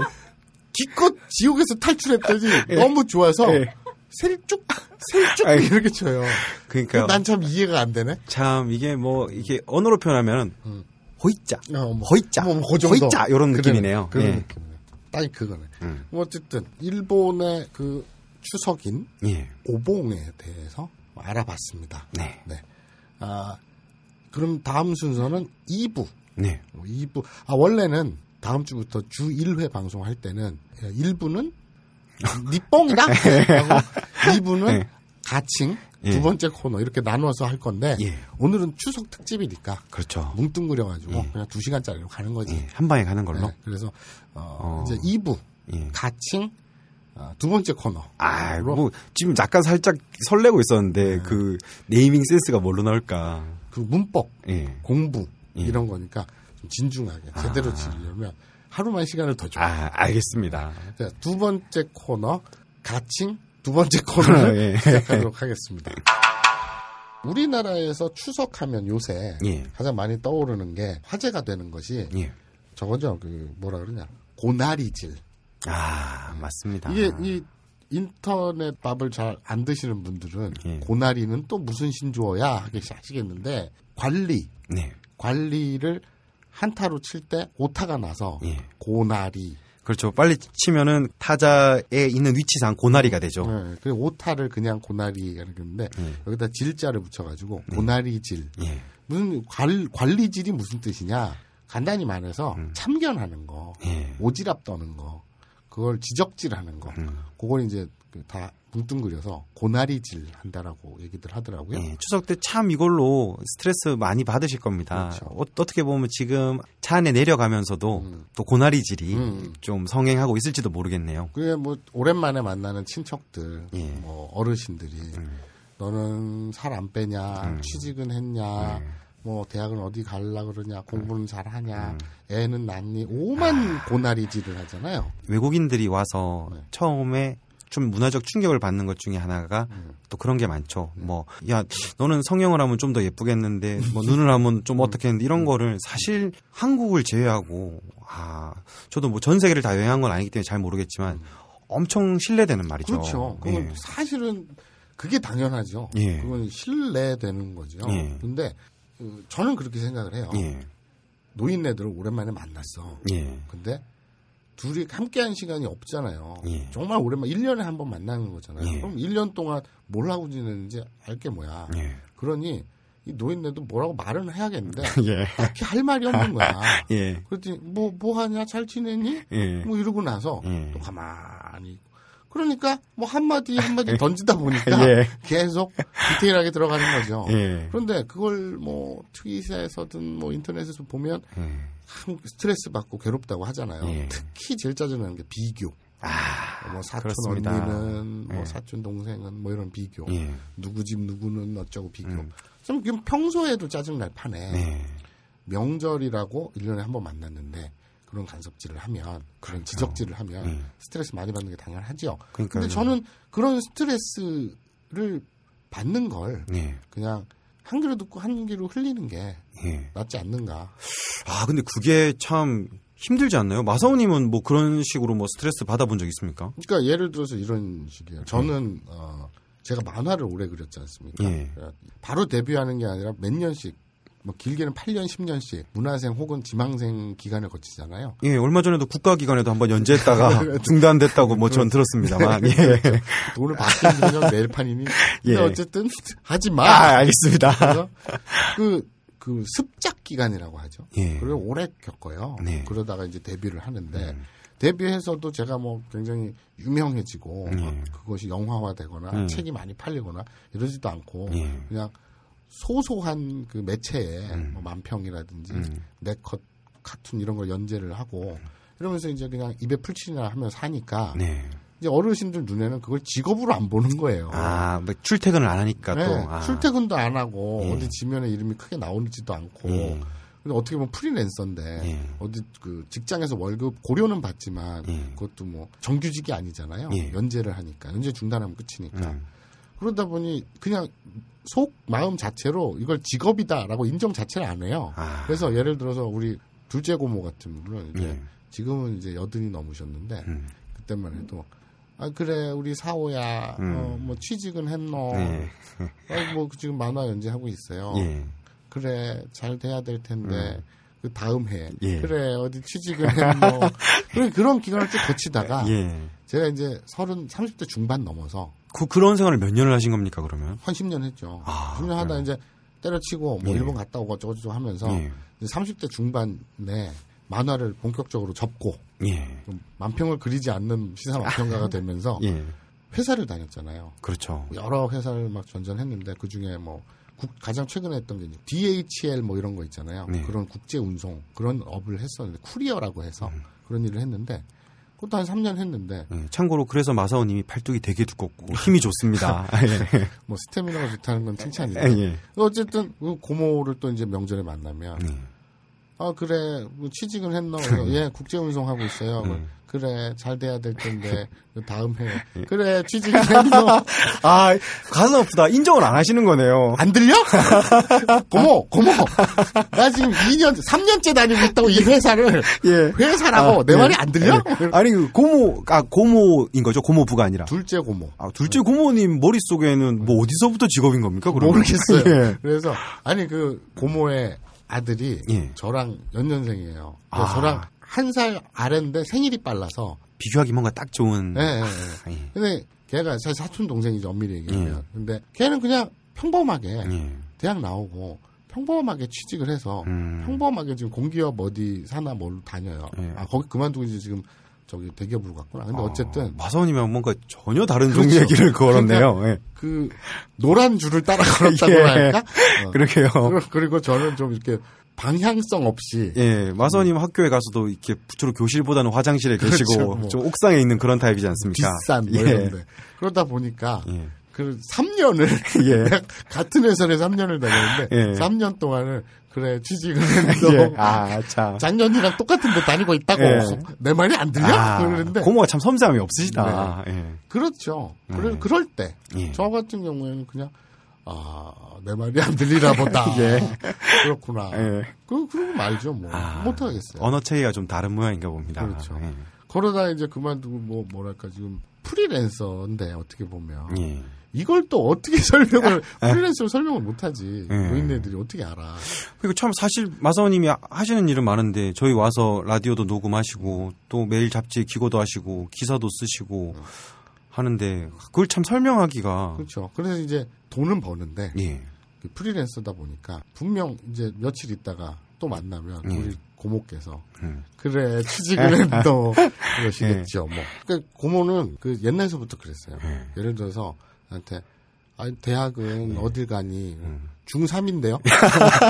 기껏 지옥에서 탈출했더니 너무 좋아서 예. 셀쭉 셀쭉 아, 예. 이렇게 쳐요 어, 그러니까요. 난 참 이해가 안 되네 참, 이게 뭐, 이게 언어로 표현하면, 음. 호이짜. 어, 뭐, 허이짜. 뭐, 뭐, 그 정도. 허이짜, 요런 그래, 느낌이네요. 그런 예. 느낌이네. 딱 그거네. 음. 뭐 어쨌든 일본의 그 추석인 예. 오봉에 대해서 뭐 알아봤습니다. 네. 아 그럼 다음 순서는 2부. 네. 2부. 아 원래는 다음 주부터 주 1회 방송할 때는 예, 1부는 니뽕이다. 하고 2부는 예. 가칭 예. 두 번째 코너 이렇게 나눠서 할 건데 예. 오늘은 추석 특집이니까 그렇죠. 뭉뚱그려가지고 그냥 두 시간짜리로 가는 거지. 예. 한 방에 가는 걸로. 네, 그래서 어, 어. 이제 2부 예. 가칭 어, 두 번째 코너. 아, 뭐 지금 약간 살짝 설레고 네. 있었는데 그 네이밍 센스가 뭘로 나올까? 그 문법 예. 공부 예. 이런 거니까 좀 진중하게 제대로 지르려면 하루만 시간을 더 줘. 아, 알겠습니다. 자, 두 번째 코너 가칭 두 번째 코너를 예. 시작하도록 하겠습니다. 우리나라에서 추석하면 요새 예. 가장 많이 떠오르는 게 화제가 되는 것이 예. 저거죠. 그 뭐라 그러냐 고나리질. 아, 맞습니다. 이게 이 인터넷 밥을 잘 안 드시는 분들은 예. 고나리는 또 무슨 신조어야 하시겠는데 관리 네. 관리를 한타로 칠 때 오타가 나서 예. 고나리 그렇죠. 빨리 치면은 타자에 있는 위치상 고나리가 되죠. 예, 그리고 오타를 그냥 고나리 하는데 여기다 질자를 붙여가지고 고나리질 예. 무슨 관, 관리질이 무슨 뜻이냐 간단히 말해서 참견하는 거 예. 오지랖 떠는 거 그걸 지적질하는 거 음. 그걸 이제 그다 뭉뚱그려서 고나리질 한다라고 얘기들 하더라고요. 예, 추석 때 참 이걸로 스트레스 많이 받으실 겁니다. 그렇죠. 어, 떻게 보면 지금 차 안에 내려가면서도 또 고나리질이 음. 좀 성행하고 있을지도 모르겠네요. 그게 뭐 오랜만에 만나는 친척들, 예. 뭐 어르신들이 너는 살 안 빼냐, 음. 취직은 했냐, 예. 뭐 대학은 어디 갈라 그러냐, 음. 공부는 잘하냐, 애는 낳니, 오만 아. 고나리질을 하잖아요. 외국인들이 와서 네. 처음에 좀 문화적 충격을 받는 것 중에 하나가 음. 또 그런 게 많죠. 네. 뭐, 야, 너는 성형을 하면 좀 더 예쁘겠는데, 뭐, 눈을 하면 음. 좀 어떻게 했는데, 이런 거를 사실 한국을 제외하고, 아, 저도 뭐 전 세계를 다 여행한 건 아니기 때문에 잘 모르겠지만, 엄청 신뢰되는 말이죠. 음. 그렇죠. 그건 예. 사실은 그게 당연하죠. 예. 그건 신뢰되는 거죠. 예. 근데 음, 저는 그렇게 생각을 해요. 예. 노인네들을 오랜만에 만났어. 예. 근데 둘이 함께한 시간이 없잖아요. 예. 정말 오랜만 1년에 한 번 만나는 거잖아요. 예. 그럼 1년 동안 뭘 하고 지내는지 알게 뭐야. 예. 그러니 이 노인네도 뭐라고 말은 해야겠는데 예. 딱히 할 말이 없는 거야. 예. 그랬더니 뭐, 뭐 하냐? 잘 지내니? 예. 뭐 이러고 나서 예. 또 가만히 있고. 그러니까 뭐 한마디 한마디 던지다 보니까 예. 계속 디테일하게 들어가는 거죠. 예. 그런데 그걸 뭐 트윗에서든 뭐 인터넷에서 보면 예. 참 스트레스 받고 괴롭다고 하잖아요. 예. 특히 제일 짜증나는 게 비교. 아, 뭐 사촌 그렇습니다. 언니는 뭐 예. 사촌 동생은 뭐 이런 비교. 예. 음. 누구 집 누구는 어쩌고 비교. 좀 그럼 평소에도 짜증날 판에 예. 명절이라고 1년에 한 번 만났는데 그런 간섭질을 하면 그런 지적질을 하면 음. 스트레스 많이 받는 게 당연하지요. 그러니까요. 근데 저는 그런 스트레스를 받는 걸 예. 그냥 한 귀로 듣고 한 귀로 흘리는 게 예. 낫지 않는가. 아, 근데 그게 참 힘들지 않나요? 마사오님은 뭐 그런 식으로 뭐 스트레스 받아본 적 있습니까? 그러니까 예를 들어서 이런 네. 식이에요. 저는 어, 제가 만화를 오래 그렸지 않습니까? 그러니까 예. 바로 데뷔하는 게 아니라 몇 년씩 뭐 길게는 8년, 10년씩 문화생 혹은 지망생 기간을 거치잖아요. 예, 얼마 전에도 국가기관에도 한번 연재했다가 중단됐다고 뭐 전 들었습니다만. 예. 돈을 받는 거냐 매일판이니. 근데 예. 어쨌든 하지 마. 아, 알겠습니다. 그래서 그, 그 습작 기간이라고 하죠. 예. 그걸 오래 겪어요. 네. 음. 그러다가 이제 데뷔를 하는데 데뷔해서도 제가 뭐 굉장히 유명해지고 예. 그것이 영화화되거나 음. 책이 많이 팔리거나 이러지도 않고 예. 그냥 소소한 그 매체에 음. 뭐 만평이라든지 네컷 카툰 이런 걸 연재를 하고 이러면서 이제 그냥 입에 풀칠이나 하면 사니까 네. 이제 어르신들 눈에는 그걸 직업으로 안 보는 거예요. 아, 뭐 출퇴근을 안 하니까 네, 또. 아. 출퇴근도 안 하고 예. 어디 지면에 이름이 크게 나오지도 않고 예. 근데 어떻게 보면 프리랜서인데 예. 어디 그 직장에서 월급 고려는 받지만 예. 그것도 뭐 정규직이 아니잖아요. 예. 연재를 하니까 연재 중단하면 끝이니까 음. 그러다 보니 그냥 속 마음 자체로 이걸 직업이다라고 인정 자체를 안 해요. 아. 그래서 예를 들어서 우리 둘째 고모 같은 분은 이제 예. 지금은 이제 여든이 넘으셨는데 음. 그때만 해도 아 그래 우리 사오야 음. 어, 뭐 취직은 했노 예. 아, 뭐 지금 만화 연재하고 있어요 예. 그래 잘 돼야 될 텐데 그 다음 해 예. 그래 어디 취직은 했노 그런 그런 기간을 쭉 거치다가 예. 제가 이제 서른 삼십 대 중반 넘어서 그, 그런 생활을 몇 년을 하신 겁니까, 그러면? 한 10년 했죠. 아, 10년 하다 그래요? 이제 때려치고 뭐 예. 일본 갔다 오고 어쩌고저쩌고 하면서 예. 이제 30대 중반에 만화를 본격적으로 접고 예. 좀 만평을 그리지 않는 시사 만평가가 되면서 예. 회사를 다녔잖아요. 그렇죠. 여러 회사를 막 전전했는데 그 중에 뭐 국- 가장 최근에 했던 게 이제 DHL 뭐 이런 거 있잖아요. 네. 그런 국제 운송 그런 업을 했었는데 쿠리어라고 해서 음. 그런 일을 했는데 그것도 한 3년 했는데 예. 참고로 그래서 마사오님이 팔뚝이 되게 두껍고 힘이 좋습니다. 예. 뭐 스태미나가 좋다는 건 칭찬인데 예. 어쨌든 그 고모를 또 이제 명절에 만나면 예. 아 그래 뭐 취직은 했나 그래서 예 국제 운송 하고 있어요 음. 그래 잘 돼야 될 텐데 다음 해 예. 그래 취직은 했나 아, 가슴 아프다. 인정을 안 하시는 거네요. 안 들려 고모 고모 나 지금 2년 3년째 다니고 있다고 이 회사를 예. 회사라고 아, 어, 내 예. 말이 안 들려 예. 아니, 그 고모, 아, 고모인 거죠? 고모부가 아니라. 둘째 고모 아, 둘째 고모님 머릿속에는 뭐 어디서부터 직업인 겁니까, 그러면? 모르겠어요 예. 그래서 아니 그 고모의 아들이 예. 저랑 연년생이에요 아. 저랑 한 살 아래인데 생일이 빨라서 비교하기 뭔가 딱 좋은. 예, 예, 예. 아, 예. 근데 걔가 사실 사촌 동생이죠 엄밀히 음. 얘기하면. 근데 걔는 그냥 평범하게 예. 대학 나오고 평범하게 취직을 해서 음. 평범하게 지금 공기업 어디 사나 뭘로 다녀요. 예. 아 거기 그만두고 이제 지금 저기 대기업으로 갔구나. 근데 어, 어쨌든 마사오님이랑 뭔가 전혀 다른 그렇죠. 종류 얘기를 걸었네요. 예. 그 노란 줄을 따라 걸었다고 예. 할까? 어. 그러게요. 그리고- 그리고 저는 좀 이렇게 방향성 없이 예, 마사오님 학교에 가서도 이렇게 부처로 교실보다는 화장실에 그렇죠, 계시고 뭐. 좀 옥상에 있는 그런 타입이지 않습니까? 비싼 뭐 예. 이런데 그러다 보니까 예. 그 3년을 예. 같은 회사를 3년을 다녔는데 예. 3년 동안을 그래 취직을 했어. 예. 아, 참. 작년이랑 똑같은 데 다니고 있다고 예. 내 말이 안 들려? 아, 그러는데 고모가 참 섬세함이 없으시다. 예. 그렇죠. 그래, 음. 그럴 때 저 예. 같은 경우에는 그냥 아, 내 말이 안 들리나 보다. 그렇구나. 예. 그 그러고 말죠 뭐. 아, 못 하겠어요. 언어 체계가 좀 다른 모양인가 봅니다. 그렇죠. 예. 그러다 이제 그만두고 뭐 뭐랄까 지금 프리랜서인데 어떻게 보면 예. 아, 이걸 또 어떻게 설명을 프리랜서로 설명을 못하지 음. 노인네들이 어떻게 알아? 그리고 참 사실 마사오님이 하시는 일은 많은데 저희 와서 라디오도 녹음하시고 또 매일 잡지 기고도 하시고 기사도 쓰시고 하는데 그걸 참 설명하기가 그렇죠. 그래서 이제 돈은 버는데 예. 그 프리랜서다 보니까 분명 이제 며칠 있다가 또 만나면 예. 우리 고모께서 음. 그래 취직을 했어 예. 그러시겠죠 뭐. 그러니까 고모는 그 옛날서부터 그랬어요. 예를 들어서 나한테 아 대학은 예. 어딜 가니 중삼인데요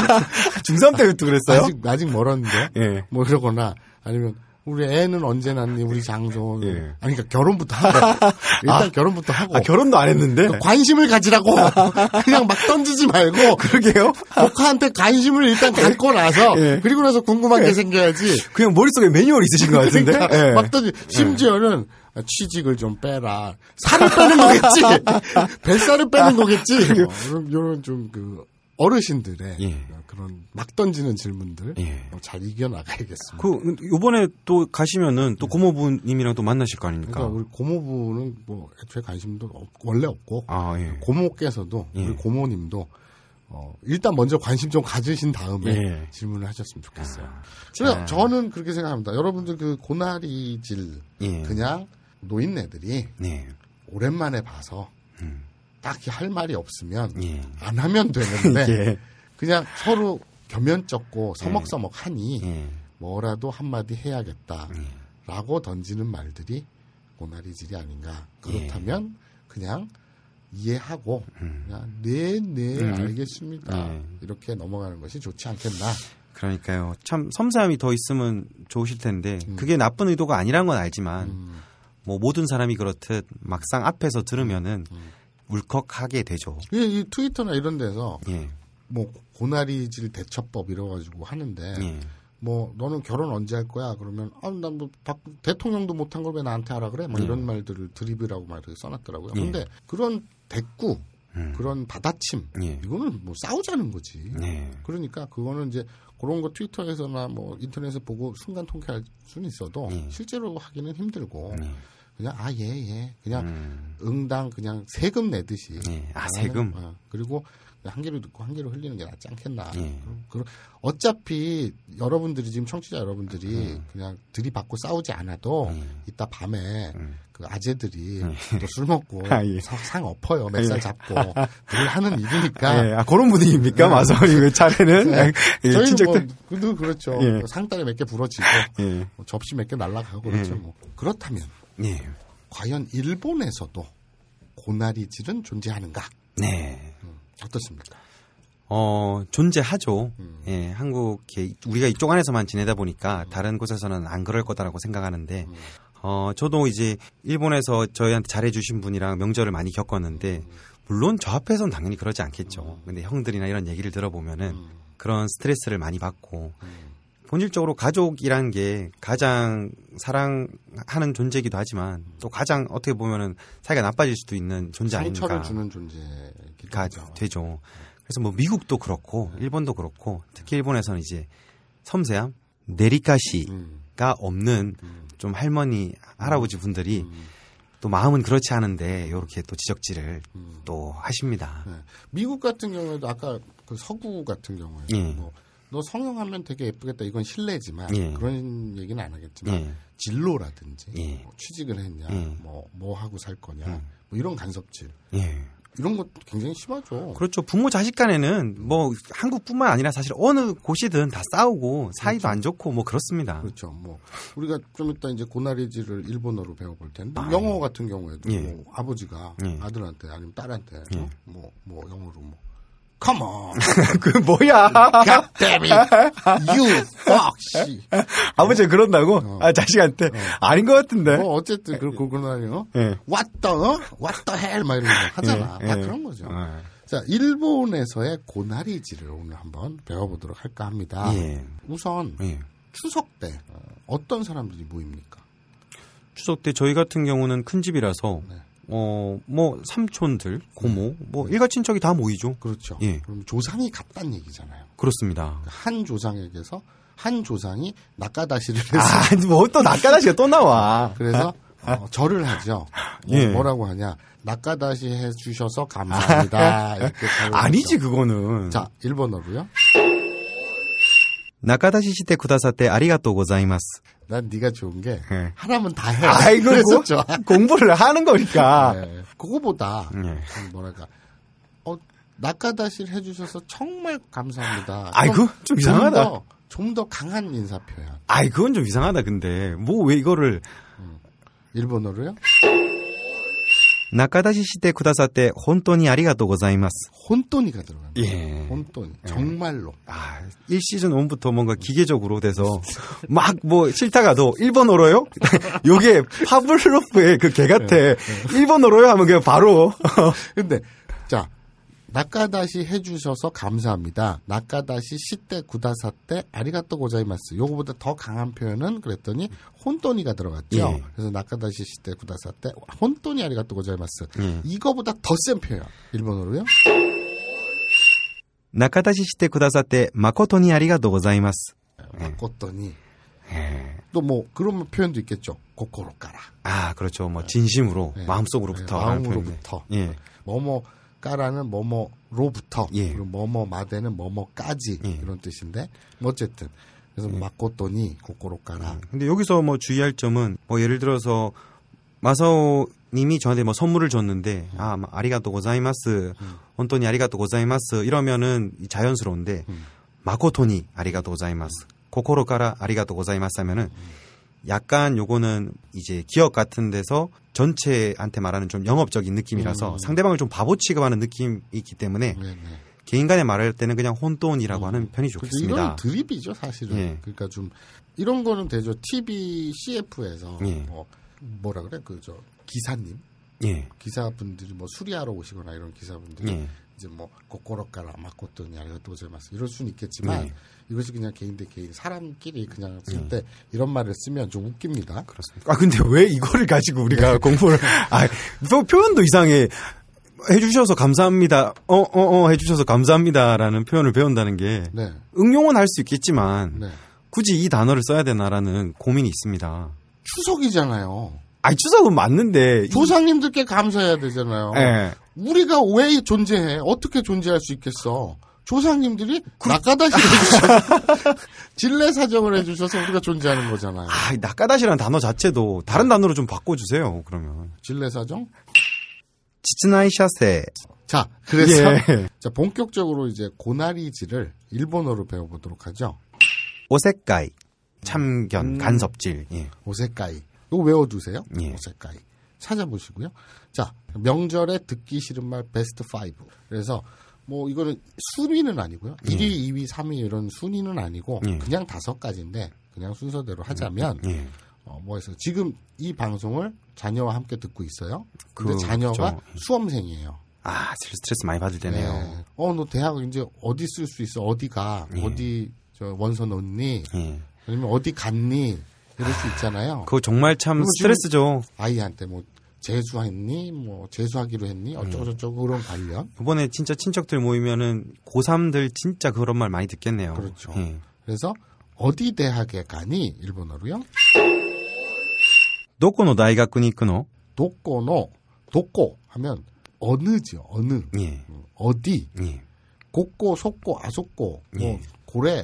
중3 때부터 그랬어요? 아직 아직 멀었는데 예. 뭐 이러거나 아니면 우리 애는 언제 낳니 우리 장손 예. 아니 그러니까 결혼부터 하고 일단 결혼부터 하고 아, 결혼도 안 했는데? 관심을 가지라고 그냥 막 던지지 말고 그러게요? 조카한테 관심을 일단 네. 갖고 나서 예. 그리고 나서 궁금한 게 생겨야지 그냥 머릿속에 매뉴얼이 있으신 것 같은데? 그러니까 예. 막 던지 심지어는 아, 취직을 좀 빼라 살을 빼는 거겠지 뱃살을 빼는 거겠지 뭐, 이런, 이런 좀 그 어르신들의 아, 예. 그런 막 던지는 질문들 예. 어, 잘 이겨나가야겠습니다. 그 요번에 또 가시면은 또 고모부님이랑 또 만나실 거 아닙니까? 그러니까 우리 고모부는 뭐 애초에 관심도 없, 원래 없고 아, 예. 고모께서도 예. 우리 고모님도 어, 일단 먼저 관심 좀 가지신 다음에 예. 아, 질문을 하셨으면 좋겠어요. 그래서 저는 그렇게 생각합니다. 여러분들 그 고나리질 예. 그냥 노인네들이 네. 오랜만에 봐서 딱히 할 말이 없으면 음. 예. 안 하면 되는데 예. 그냥 서로 겸연쩍고 서먹서먹하니 예. 뭐라도 한마디 음. 해야겠다라고 던지는 말들이 고나리질이 아닌가. 예. 그렇다면 그냥 이해하고 그냥 네네 알겠습니다 음. 이렇게 넘어가는 것이 좋지 않겠나. 그러니까요. 참 섬세함이 더 있으면 좋으실 텐데 그게 나쁜 의도가 아니란 건 알지만 음, 뭐 모든 사람이 그렇듯 막상 앞에서 들으면은 음. 울컥하게 되죠. 이, 이 트위터나 이런 데서 예. 뭐 고나리질 대처법 이래 가지고 하는데 예. 뭐 너는 결혼 언제 할 거야? 그러면 아난뭐 대통령도 못한 걸 왜 나한테 하라 그래? 뭐 이런 말들을 드립이라고 막 이렇게 써놨더라고요. 음. 예. 근데 그런 대꾸 음. 그런 받아침 예. 이거는 뭐 싸우자는 거지. 예. 그러니까 그거는 이제 그런 거 트위터에서나 뭐 인터넷에 보고 순간 통쾌할 수는 있어도 예. 실제로 하기는 힘들고 예. 그냥 아 예 예 그냥 음. 응당 그냥 세금 내듯이 예. 아, 안 하는- 세금? 어, 그리고 한 개로 듣고 한 개로 흘리는 게 낫지 않겠나 예. 그럼 어차피 여러분들이 지금 청취자 여러분들이 음. 그냥 들이받고 싸우지 않아도 이따 밤에 그 아재들이 또 술 먹고 음. 아, 예. 사- 상 엎어요 멱살 잡고 늘 하는 일이니까 예. 아, 그런 분위기입니까? 마사오님의 차례는? 네. 예. 저희는 진짜 뭐 그도 그렇죠 예. 상다리 몇 개 부러지고 예. 뭐 접시 몇 개 날라가고 그렇죠 음. 뭐 그렇다면 예. 과연 일본에서도 고나리질은 존재하는가 네. 어떻습니까? 어, 존재하죠. 음. 예, 한국, 이- 우리가 이쪽 안에서만 지내다 보니까 다른 곳에서는 안 그럴 거다라고 음. 생각하는데, 어, 저도 이제 일본에서 저희한테 잘해주신 분이랑 명절을 많이 겪었는데, 음. 물론 저 앞에서는 당연히 그러지 않겠죠. 근데 형들이나 이런 얘기를 들어보면은 음. 그런 스트레스를 많이 받고, 본질적으로 가족이란 게 가장 사랑하는 존재이기도 하지만 또 가장 어떻게 보면은 사이가 나빠질 수도 있는 존재 아닙니까? 음. 상처를 주는 존재기도 가 하죠. 되죠. 그래서 뭐 미국도 그렇고 일본도 그렇고 특히 일본에서는 이제 섬세함 내리카시가 음. 없는 좀 할머니 할아버지 분들이 또 마음은 그렇지 않은데 이렇게 또 지적질을 또 하십니다. 네. 미국 같은 경우에도 아까 그 서구 같은 경우에 예. 도 뭐너 성형하면 되게 예쁘겠다 이건 실례지만 예. 그런 얘기는 안 하겠지만 예. 진로라든지 예. 뭐 취직을 했냐 예. 음. 뭐 뭐 하고 살 거냐 뭐 이런 간섭질 예. 이런 것 굉장히 심하죠. 그렇죠. 부모 자식 간에는 뭐 한국뿐만 아니라 사실 어느 곳이든 다 싸우고 사이도 안 좋고 뭐 그렇습니다. 그렇죠. 뭐 우리가 좀 이따 이제 고나리지를 일본어로 배워볼 텐데 영어 같은 경우에도 아, 예. 뭐 아버지가 예. 아들한테 아니면 딸한테 뭐 뭐 영어로 뭐 Come on, 그 뭐야? God damn it, you fuck, shit. 아버지가 그런다고? 아 자식한테 아닌 것 같은데. 뭐 어쨌든 그런 그러나요. 예. 왔다 어? 왔다 헬막 이런 거 하잖아. 예, 다 예. 그런 거죠. 예. 자, 일본에서의 고나리지를 오늘 한번 배워보도록 할까 합니다. 예. 우선 예. 추석 때 어떤 사람들이 모입니까? 추석 때 저희 같은 경우는 큰 집이라서 어 뭐 삼촌들 고모 뭐 일가 친척이 다 모이죠. 그렇죠. 예. 그럼 조상이 같다는 얘기잖아요. 그렇습니다. 한 조상에게서 한 조상이 낙가다시를 해서 아. 뭐, 아뭐또 낯가다시가 또 나와. 그래서 어, 절을 하죠. 예. 뭐, 뭐라고 하냐. 낙가다시 해주셔서 감사합니다. 이렇게 발음을 아. 아니지 하죠. 그거는. 자, 일본어로요. 나카다시 시테 쿠다사 때 아리가또 고자이마스. 난 네가 좋은 게 예. 하라면 다 해. 아이고 그거 그랬었죠. 공부를 하는 거니까. 네. 그거보다 예. 좀 뭐랄까. 어, 낙가다시를 해주셔서 정말 감사합니다. 아이고 좀 이상하다. 좀 더 강한 인사 표현. 아이 그건 좀 이상하다 근데 뭐 왜 이거를 일본어로요. 예. 아, 뭐 그 뭐, 아, 그렇죠. 뭐 예. 음. 뭐뭐 네. 아, 그러니까 뭐그뭐 예. 아, 어, 네. 음. 네. 예. 아. 뭐 어, 네. 어, 뭐 음. 그렇죠. 음. 그뭐 음, 네, 그렇죠. 어, 그 네, 예. 예. 아, 네. 예. 그 예. 예. 그렇죠. 뭐뭐 예. 그렇죠. 어. 뭐그 그렇죠. 뭐 네. 음. 예. 그러니까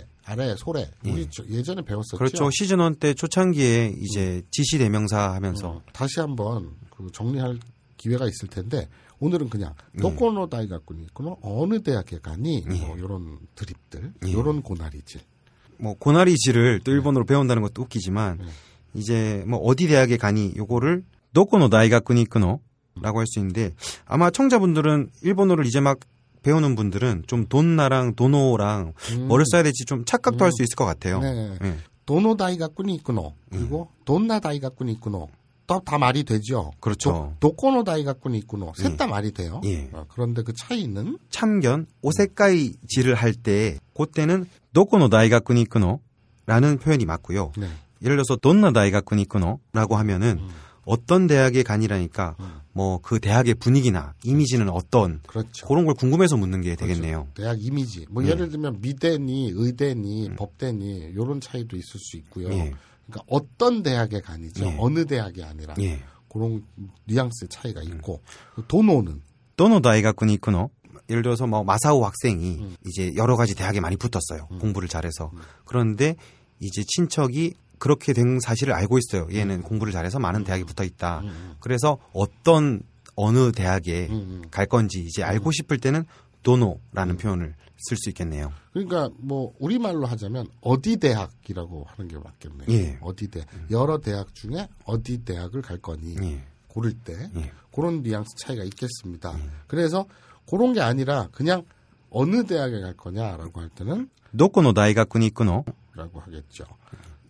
예. 그런 뉘앙스의 음. 차이가 있고 도노는 도노 다이가꾼이 있구노. 예를 들어서 뭐 마사오 학생이 이제 여러 가지 대학에 많이 붙었어요. 공부를 잘해서. 그런데 이제 친척이 그렇게 된 사실을 알고 있어요. 얘는 공부를 잘해서 많은 대학에 붙어 있다. 그래서 어떤 어느 대학에 음, 갈 건지 이제 알고 싶을 때는 도노라는 표현을 쓸 수 있겠네요. 그러니까 뭐 우리말로 하자면 어디 대학이라고 하는 게 맞겠네요. 예. 어디 대학 여러 대학 중에 어디 대학을 갈 거니 예. 고를 때 예. 그런 뉘앙스 차이가 있겠습니다. 그래서 그런 게 아니라 그냥 어느 대학에 갈 거냐라고 할 때는 도코노 다이가꾼이 있구노. 라고 하겠죠.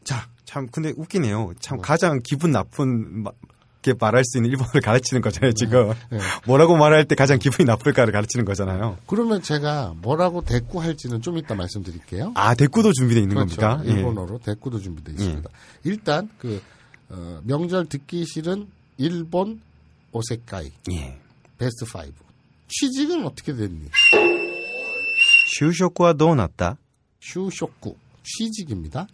자, 참 근데 웃기네요. 참 뭐? 가장 기분 나쁜 마- 게 말할 수 있는 일본어를 가르치는 네. 거잖아요, 지금. 뭐라고 말할 때 가장 기분이 나쁠까를 가르치는 거잖아요. 그러면 제가 뭐라고 대꾸할지는 좀 이따 말씀드릴게요. 아, 대꾸도 준비되어 있는 그렇죠. 겁니까? 예. 일본어로 대꾸도 준비되어 있습니다. 일단 그 어, 명절 듣기 싫은 일본 오세카이 예. 베스트 5. 취직은 어떻게 됐니? 就職はどうなった 슈쇼쿠 취직입니다.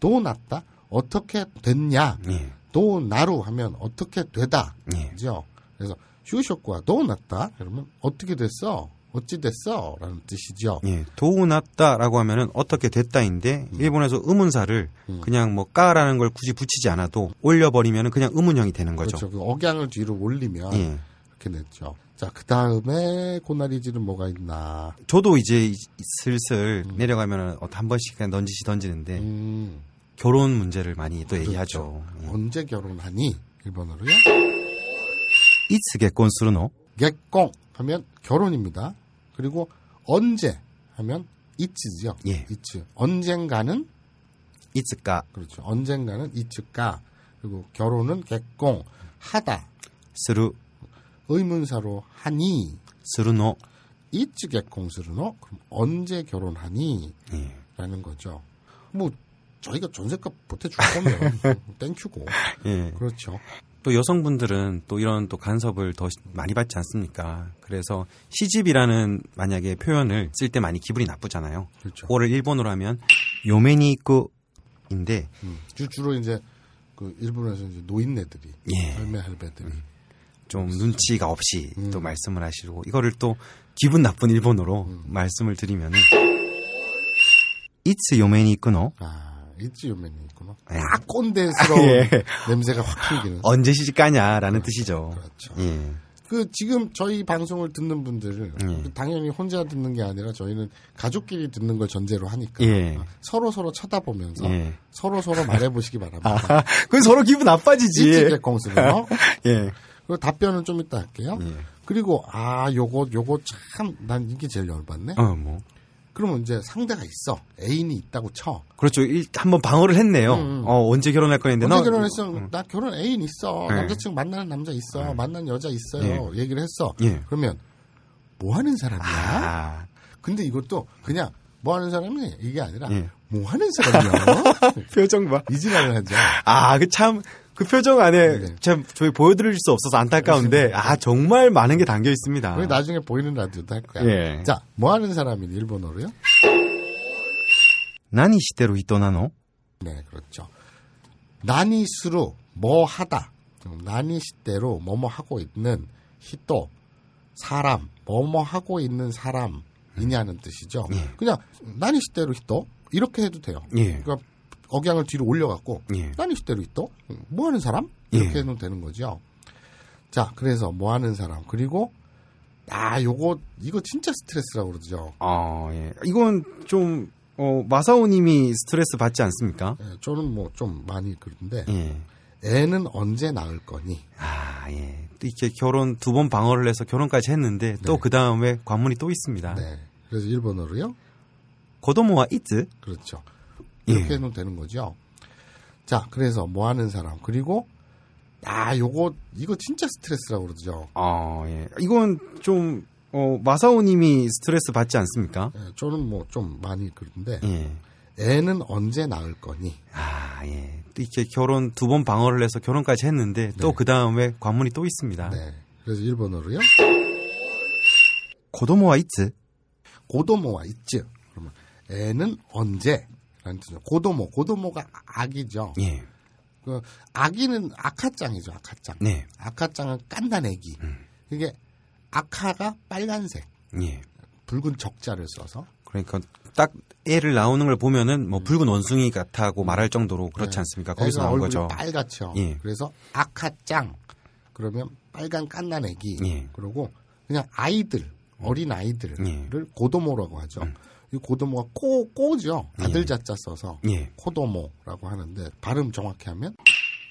도 났다. 어떻게 됐냐? 예. 도 나루 하면 어떻게 되다. 예. 그죠? 그래서 슈쇼쿠가 도 났다. 그러면 어떻게 됐어? 어찌 됐어? 라는 뜻이죠. 예. 도우 났다라고 하면은 어떻게 됐다인데 음. 일본에서 의문사를 그냥 뭐 까라는 걸 굳이 붙이지 않아도 올려 버리면은 그냥 의문형이 되는 거죠. 그렇죠. 아. 그 억양을 뒤로 올리면 예. 이렇게 냈죠. 자, 그 다음에 고나리지는 뭐가 있나? 저도 이제 이- 슬슬 내려가면은 어, 한 번씩 그냥 던지시 던지는데 음, 결혼 문제를 많이 그렇죠. 또 얘기하죠. 예. 언제 결혼하니? 일본어로요? 이츠 개콘스르노 객공 하면 결혼입니다. 그리고 언제 하면 이츠죠. 예. 이츠. 언젠가는 이츠가 그렇죠. 언젠가는 이츠가 그리고 결혼은 객공 하다 스르 의문사로 하니 스르노 이츠 객공스르노 그럼 언제 결혼하니 예. 라는 거죠. 뭐 저희가 전세값 보태줄 거면 땡큐고 예. 그렇죠. 또 여성분들은 또 이런 또 간섭을 더 시- 많이 받지 않습니까? 그래서 시집이라는 만약에 표현을 쓸 때 많이 기분이 나쁘잖아요. 그렇죠. 그거를 일본어로 하면 요메니쿠인데 음. 주, 주로 이제 그 일본에서 이제 노인네들이 예. 할매 할배들이 좀 눈치가 없이 또 음. 말씀을 하시고 이거를 또 기분 나쁜 일본어로 말씀을 드리면은 이츠 요메니쿠노 아 이츠 요맨이 있구나. 예. 딱 꼰대스러운 예. 어. 냄새가 확 풍기는. 언제 시집 가냐라는 뜻이죠. 그렇죠. 예. 그 지금 저희 방송을 듣는 분들을 예. 당연히 혼자 듣는 게 아니라 저희는 가족끼리 듣는 걸 전제로 하니까 예. 서로 서로 쳐다보면서 예. 서로 서로 말해보시기 바랍니다. 아, 예. 그건 서로 기분 나빠지지. 이치객 공스로 예. 그 답변은 좀 이따 할게요. 그리고 아 요거 요거 참 난 이게 제일 열받네. 어, 뭐. 그러면 이제 상대가 있어 애인이 있다고 쳐. 그렇죠. 일, 한번 방어를 했네요. 어, 언제 결혼할 음. 거였는데. 언제 너- 결혼했어? 나 결혼 애인 있어. 네. 남자친구 만나는 남자 있어. 만난 여자 있어요. 얘기를 했어. 예. 그러면 뭐 하는 사람이야? 아, 근데 이것도 그냥 뭐 하는 사람이 이게 아니라 예. 뭐 하는 사람이야? 표정 봐. 이지랄을 하죠. 아, 그 참, 그 표정 안에 네. 참 저희 보여드릴 수 없어서 안타까운데, 아, 정말 많은 게 담겨 있습니다. 우리 나중에 보이는 라디오도 할 거야. 아. 예. 자, 뭐 하는 사람이 일본어로요? 나니 시대로 히토나노? 네, 그렇죠. 나니스루 뭐 하다. 나니시대로 뭐뭐 하고 있는 히토 사람 뭐뭐 하고 있는 사람이냐는 뜻이죠. 그냥 나니시대로 히토 이렇게 해도 돼요. 예. 그러니까 억양을 뒤로 올려갖고 예. 나니시대로 히토 뭐 하는 사람 예. 이렇게 해도 되는 거죠. 자, 그래서 뭐 하는 사람 그리고 아 요거 이거 진짜 스트레스라고 그러죠. 아, 예. 이건 좀, 어, 마사오님이 스트레스 받지 않습니까? 예, 저는 뭐 좀 많이 그런데 예. 애는 언제 낳을 거니? 아, 예. 또 이렇게 결혼 두 번 방어를 해서 결혼까지 했는데, 또 그 다음에 관문이 또 있습니다. 네. 그래서 일본어로요? 고도모와 이츠? 그렇죠. 예. 이렇게 해놓으면 되는 거죠. 자, 그래서 뭐 하는 사람. 그리고, 아, 요거, 이거 진짜 스트레스라고 그러죠. 아, 예. 이건 좀, 어, 마사오님이 스트레스 받지 않습니까? 예, 저는 뭐 좀 많이 그런데, 예. 애는 언제 낳을 거니? 아, 예. 또 이렇게 결혼 두 번 방어를 해서 결혼까지 했는데, 또 그 다음에 관문이 또 있습니다. 네. 그래서 일본어로요? 고도모와 이츠? 고도모와 있지. 그러면, 애는 언제? 라는 뜻이죠. 고도모, 고도모가 악이죠. 예. 그 아기는 아카짱이죠, 아카짱. 네. 음. 아카짱은 깐난 애기. 이게 아카가 빨간색, 예. 붉은 적자를 써서 그러니까 딱 애를 나오는 걸 보면은 뭐 붉은 원숭이 같다고 말할 정도로 그렇지 않습니까? 음. 그러니까 거기서 네. 애가 나온 얼굴이 거죠. 빨갛죠. 예. 그래서 아카짱 그러면 빨간 깐난 애기. 예. 그러고 그냥 아이들 어린 아이들을 예. 음. 고도모라고 하죠. 이 고도모가 꼬 꼬죠. 아들 예. 자자 써서 예. 코도모라고 하는데 발음 정확히 하면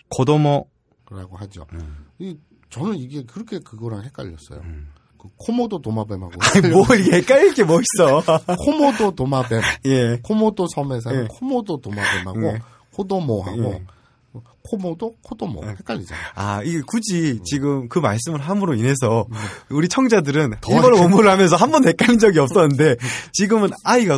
고도모 라고 하죠. 음. 이 저는 이게 그렇게 그거랑 헷갈렸어요. 그 코모도 도마뱀하고 뭘 헷갈릴 게 뭐 있어? 코모도 도마뱀, 예. 코모도 섬에 사는 예. 코모도 도마뱀하고 예. 코도모하고 예. 코모도 코도모 헷갈리잖아요. 아, 이게 굳이 지금 그 말씀을 함으로 인해서 네. 우리 청자들은 일본어 공부를 하면서 한 번도 헷갈린 적이 없었는데 지금은 아이가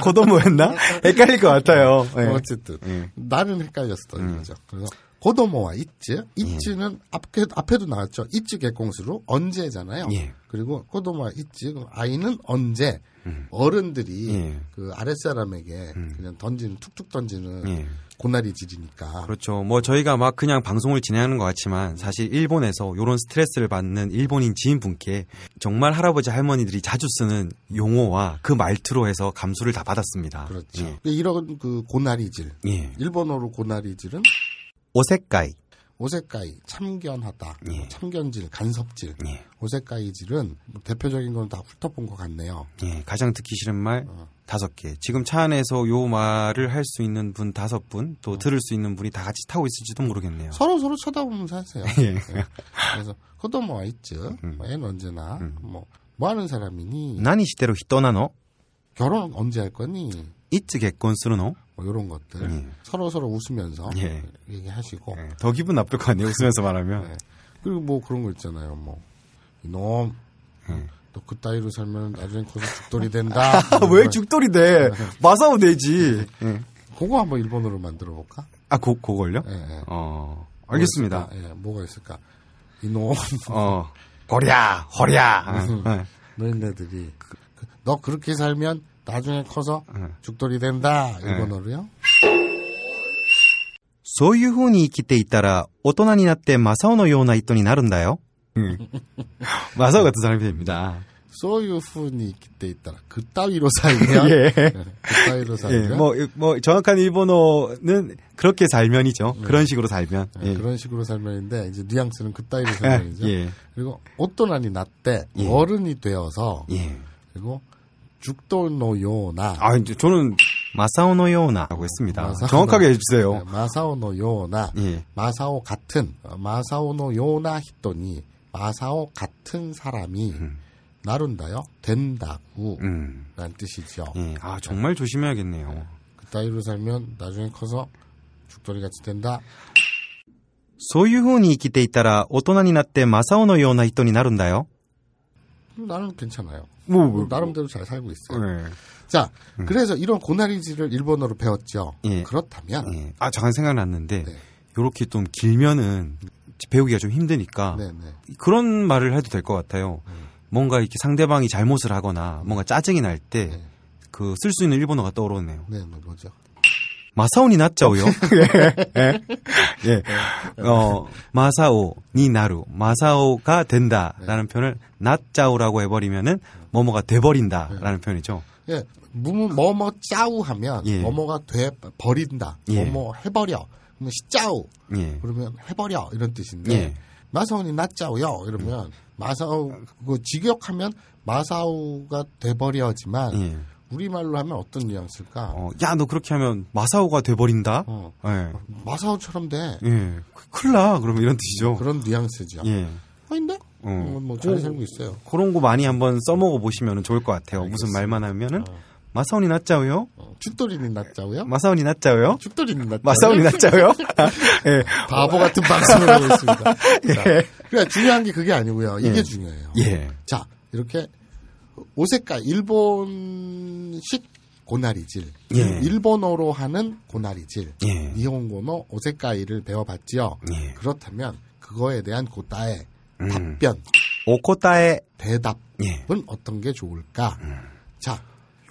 고도모였나? 헷갈릴 것 같아요. 예. 어쨌든 예. 뭐 나는 헷갈렸었던 음. 거죠. 그래서 고도모와 이츠, 이츠는 앞에, 앞에도 나왔죠. 이츠 개공수로 언제잖아요. 예. 그리고 고도모와 이츠 그럼 아이는 언제 어른들이 음. 예. 음. 그 아랫사람에게 그냥 던지는 툭툭 던지는 예. 고나리질이니까 그렇죠. 뭐 저희가 막 그냥 방송을 진행하는 것 같지만 사실 일본에서 이런 스트레스를 받는 일본인 지인분께 정말 할아버지 할머니들이 자주 쓰는 용어와 그 말투로 해서 감수를 다 받았습니다. 그렇죠. 예. 이런 그 고나리질 예. 일본어로 고나리질은 오색가이. 오세카이 참견하다, 예. 참견질, 간섭질. 예. 오세카이질은 뭐 대표적인 건 다 훑어본 것 같네요. 예, 가장 듣기 싫은 말 어. 다섯 개. 지금 차 안에서 요 말을 할 수 있는 분 다섯 분, 또 들을 수 있는 분이 다 같이 타고 있을지도 모르겠네요. 어. 서로 서로 쳐다보면서 하세요. 네. 예. 음. 그래서 그도 뭐 있지, 뭐 애는 언제나 뭐. 뭐 하는 사람이니 나니 시대로 히떠나노? 결혼 언제 할 거니 이츠 개콘스르노? 뭐 이런 것들 예. 서로 서로 웃으면서 예. 얘기하시고 예, 더 기분 나쁠 거 아니에요? 웃으면서 말하면. 네. 그리고 뭐 그런 거 있잖아요 뭐 이놈 예. 너 그 따위로 살면 나중에 커서 죽돌이 된다 아, 왜 죽돌이 돼? 마사오 되지. 네. 예. 그거 한번 일본어로 만들어 볼까 아, 고, 그걸요? 예, 예. 어, 알겠습니다. 뭐가 있을까? 예, 뭐가 있을까? 이놈, 어, 거랴, 허랴. 음. 예. 너희네들이. 그- 너 그렇게 살면 나중에 커서 예. 죽돌이 된다. 일본어로요? そういう風に生きていたら、大人になってマサオのような人になるんだよ。マサオ같은사람이됩니다 소유훈이 기때 있더라. 그 따위로 살면. 예. 예, 그 따위로 살면. 예, 뭐, 뭐, 정확한 일본어는 그렇게 살면이죠. 네. 그런 식으로 살면. 예, 예. 그런 식으로 살면인데, 이제 뉘앙스는 그 따위로 살면이죠. 예. 그리고 옷도난이 났대. 어른이 되어서. 예. 그리고 죽돌노요나. 아, 이제 저는 마사오노요나라고 했습니다. 마사오노- 정확하게 네, 해주세요. 마사오노 요나 예. 마사오 같은 어, 마사오노 요나 히토니 마사오 같은 사람이 나룬다요 된다고 음. 라는 뜻이죠. 예. 아, 정말 조심해야겠네요. 그 따위로 살면 나중에 커서 죽돌이 같이 된다. そういう風に生きていたら、大人になってマサオのような人になるんだよ。 음, 나는 괜찮아요. 뭐, 뭐, 나름대로 잘 살고 있어요. 예. 자, 그래서 이런 고나리지를 일본어로 배웠죠. 예. 그렇다면 예. 아, 잠깐 생각났는데, 네. 요렇게 좀 길면은 배우기가 좀 힘드니까, 네, 네. 그런 말을 해도 될 것 같아요. 음. 뭔가 이렇게 상대방이 잘못을 하거나 뭔가 짜증이 날 때 그 쓸 수 있는 일본어가 떠오르네요. 네, 네, 뭐죠? 마사오니 나짜오요. 네. 예. 예. 어, 마사오니 나루. 마사오가 네. 된다라는 표현을 나짜오라고 해 버리면은 뭐뭐가 돼 네. 버린다라는 표현이죠. 예, 무무 뭐뭐 짜우 하면 예. 뭐뭐가 돼 버린다. 예. 뭐뭐 해버려. 그러면 시짜우. 예. 그러면 해버려 이런 뜻인데 예. 음. 마사오니 낫자오요 이러면 마사오 그 직역하면 마사오가 돼버려지만 예. 우리 말로 하면 어떤 뉘앙스일까? 어. 어, 야, 너 그렇게 하면 마사오가 돼 버린다. 예. 마사오처럼 돼 예. 그- 큰일 나. 그러면 이런 뜻이죠. 그런 뉘앙스죠. 예. 아닌데? 어. 뭐잘 살고 있어요. 그런 거 많이 한번 써먹어 보시면 좋을 것 같아요. 무슨 말만 하면은 마사오니 낫자오요. 어, 죽돌이니 낫자오요? 마사오니 낫자오요. 죽돌이니 낫자오요? 마사오니 낫자오요. 예. 바보 같은 방송을 하고 있습니다. 자, 그러니까 중요한 게 그게 아니고요. 이게 예. 중요해요. 예. 자 이렇게 오색깔 일본식 고나리질 예. 일본어로 하는 고나리질 예. 니혼고노 오색깔이를 배워봤지요 예. 그렇다면 그거에 대한 고따의 음. 답변 오코타에 대답은 예. 어떤 게 좋을까 자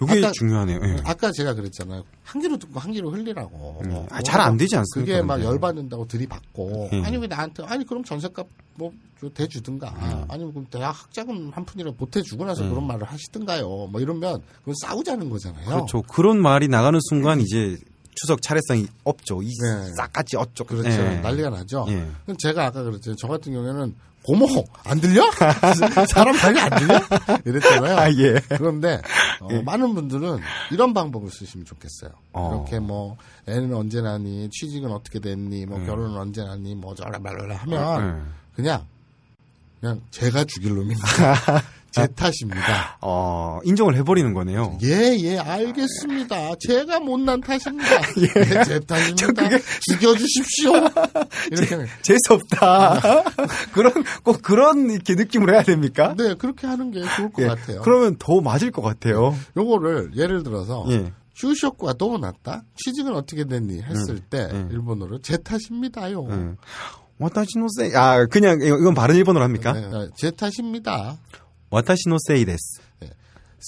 요게 아까- 중요하네요. 예. 아까 제가 그랬잖아요. 한 귀로 듣고 한 귀로 흘리라고. 뭐 음. 아, 잘안 되지 않습니까, 그게 막 근데? 열받는다고 들이받고. 음. 아니, 왜 나한테, 아니, 그럼 전세값 뭐, 저 대주든가. 예. 아니면 그럼 대학 학자금 한 푼이라도 보태주고 나서 그런 말을 하시든가요. 뭐 이러면, 그건 싸우자는 거잖아요. 그렇죠. 그런 말이 나가는 순간 이제 추석 차례상이 없죠. 이 네. 싹같이 없죠. 그렇죠. 예. 난리가 나죠. 예. 그럼 제가 아까 그랬잖아요. 저 같은 경우에는, 고모, 안 들려? 사람 말이 안 들려? 이랬잖아요. 아 예. 그런데 어, 많은 분들은 이런 방법을 쓰시면 좋겠어요. 어. 이렇게 뭐 애는 언제 나니, 취직은 어떻게 됐니, 뭐 결혼은 언제 나니, 뭐 저라 말라 하면 음. 예. 그냥 그냥 제가 죽일 놈입니다. 제 탓입니다. 어, 인정을 해버리는 거네요. 예, 예, 알겠습니다. 제가 못난 탓입니다. 예, 제 탓입니다. 죽여주십시오. 이렇게. 재수없다. 그런, 꼭 그런 이렇게 느낌을 해야 됩니까? 네, 그렇게 하는 게 좋을 것 예. 같아요. 그러면 더 맞을 것 같아요. 요거를 예를 들어서 예. 휴쇼과 너무 났다. 취직은 어떻게 됐니? 했을 때 일본어로 제 탓입니다요. 음. 와타시노세이. 아, 그냥, 이거- 이건 바른 일본어로 합니까? 네, 네, 제 탓입니다. 와타시노세이 데스.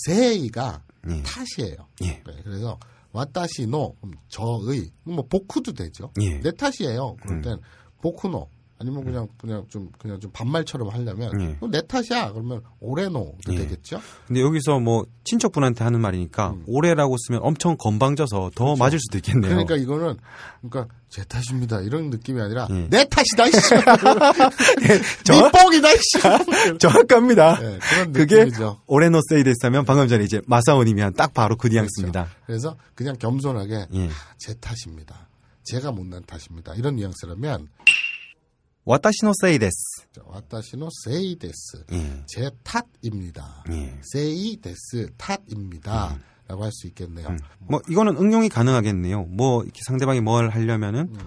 세이가 예. 탓이에요. 예. 네, 그래서 와타시노 그럼 저의 뭐 복후도 되죠. 예. 내 탓이에요. 그럴 땐 복후노 아니면 그냥 그냥 좀 그냥 좀 반말처럼 하려면 예. 그럼 내 탓이야. 그러면 오레노도 예. 되겠죠. 근데 여기서 뭐, 친척분한테 하는 말이니까, 올해라고 쓰면 엄청 건방져서 더 맞을 수도 있겠네요. 음. 그러니까 이거는 그러니까 제 탓입니다 이런 느낌이 아니라 예. 내 탓이다 이씨. 네 뻥이다 이씨. 정확합니다. 네, 그런 그게 느낌이죠. 오레노세이 데스하면 방금 전에 이제 마사오님이한 딱 바로 그렇죠. 그 뉘앙스입니다. 그래서 그냥 겸손하게 아, 예. 제 탓입니다. 제가 못난 탓입니다. 이런 뉘앙스라면 와타시노세이 데스. 와타시노 세이 데스 예. 제 탓입니다. 예. 세이 데스 탓입니다. 라고 할 수 있겠네요. 뭐 이거는 응용이 가능하겠네요. 뭐 이렇게 상대방이 뭘 하려면은 음.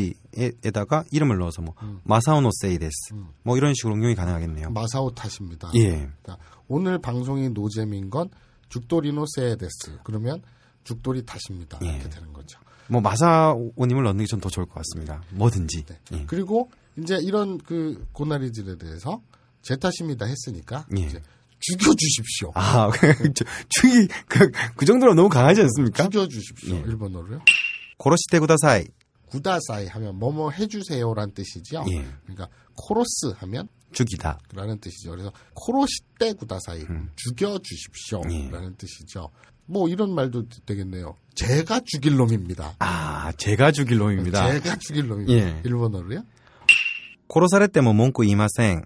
와타시에다가 이름을 넣어서 뭐 마사오노세이데스 음. 뭐 이런 식으로 응용이 가능하겠네요. 마사오 탓입니다. 예. 그러니까 오늘 방송이 노잼인 건 죽돌이노 세이 데스 그러면 죽돌이 탓입니다. 예. 이렇게 되는 거죠. 뭐 마사오님을 넣는 게 전 더 좋을 것 같습니다. 뭐든지. 네. 예. 그리고 이제 이런 그 고나리질에 대해서 제 탓입니다 했으니까 예. 이제 죽여주십시오. 아, 그, 저- 주의 그, 그 정도로 너무 강하지 않습니까? 예. 죽여주십시오. 일본어로요. 고로시테 구다사이. 구다사이 하면 뭐뭐 해주세요란 뜻이죠. 예. 그러니까 코로스 하면 죽이다. 라는 뜻이죠. 그래서 코로시떼 구다사이 음. 예. 죽여주십시오라는 뜻이죠. 뭐 이런 말도 되겠네요. 제가 죽일 놈입니다. 아, 제가 죽일 놈입니다. 제가 죽일 놈입니다. 예. 일본어로요. 고로사레 때뭐 몽꾸 이마생.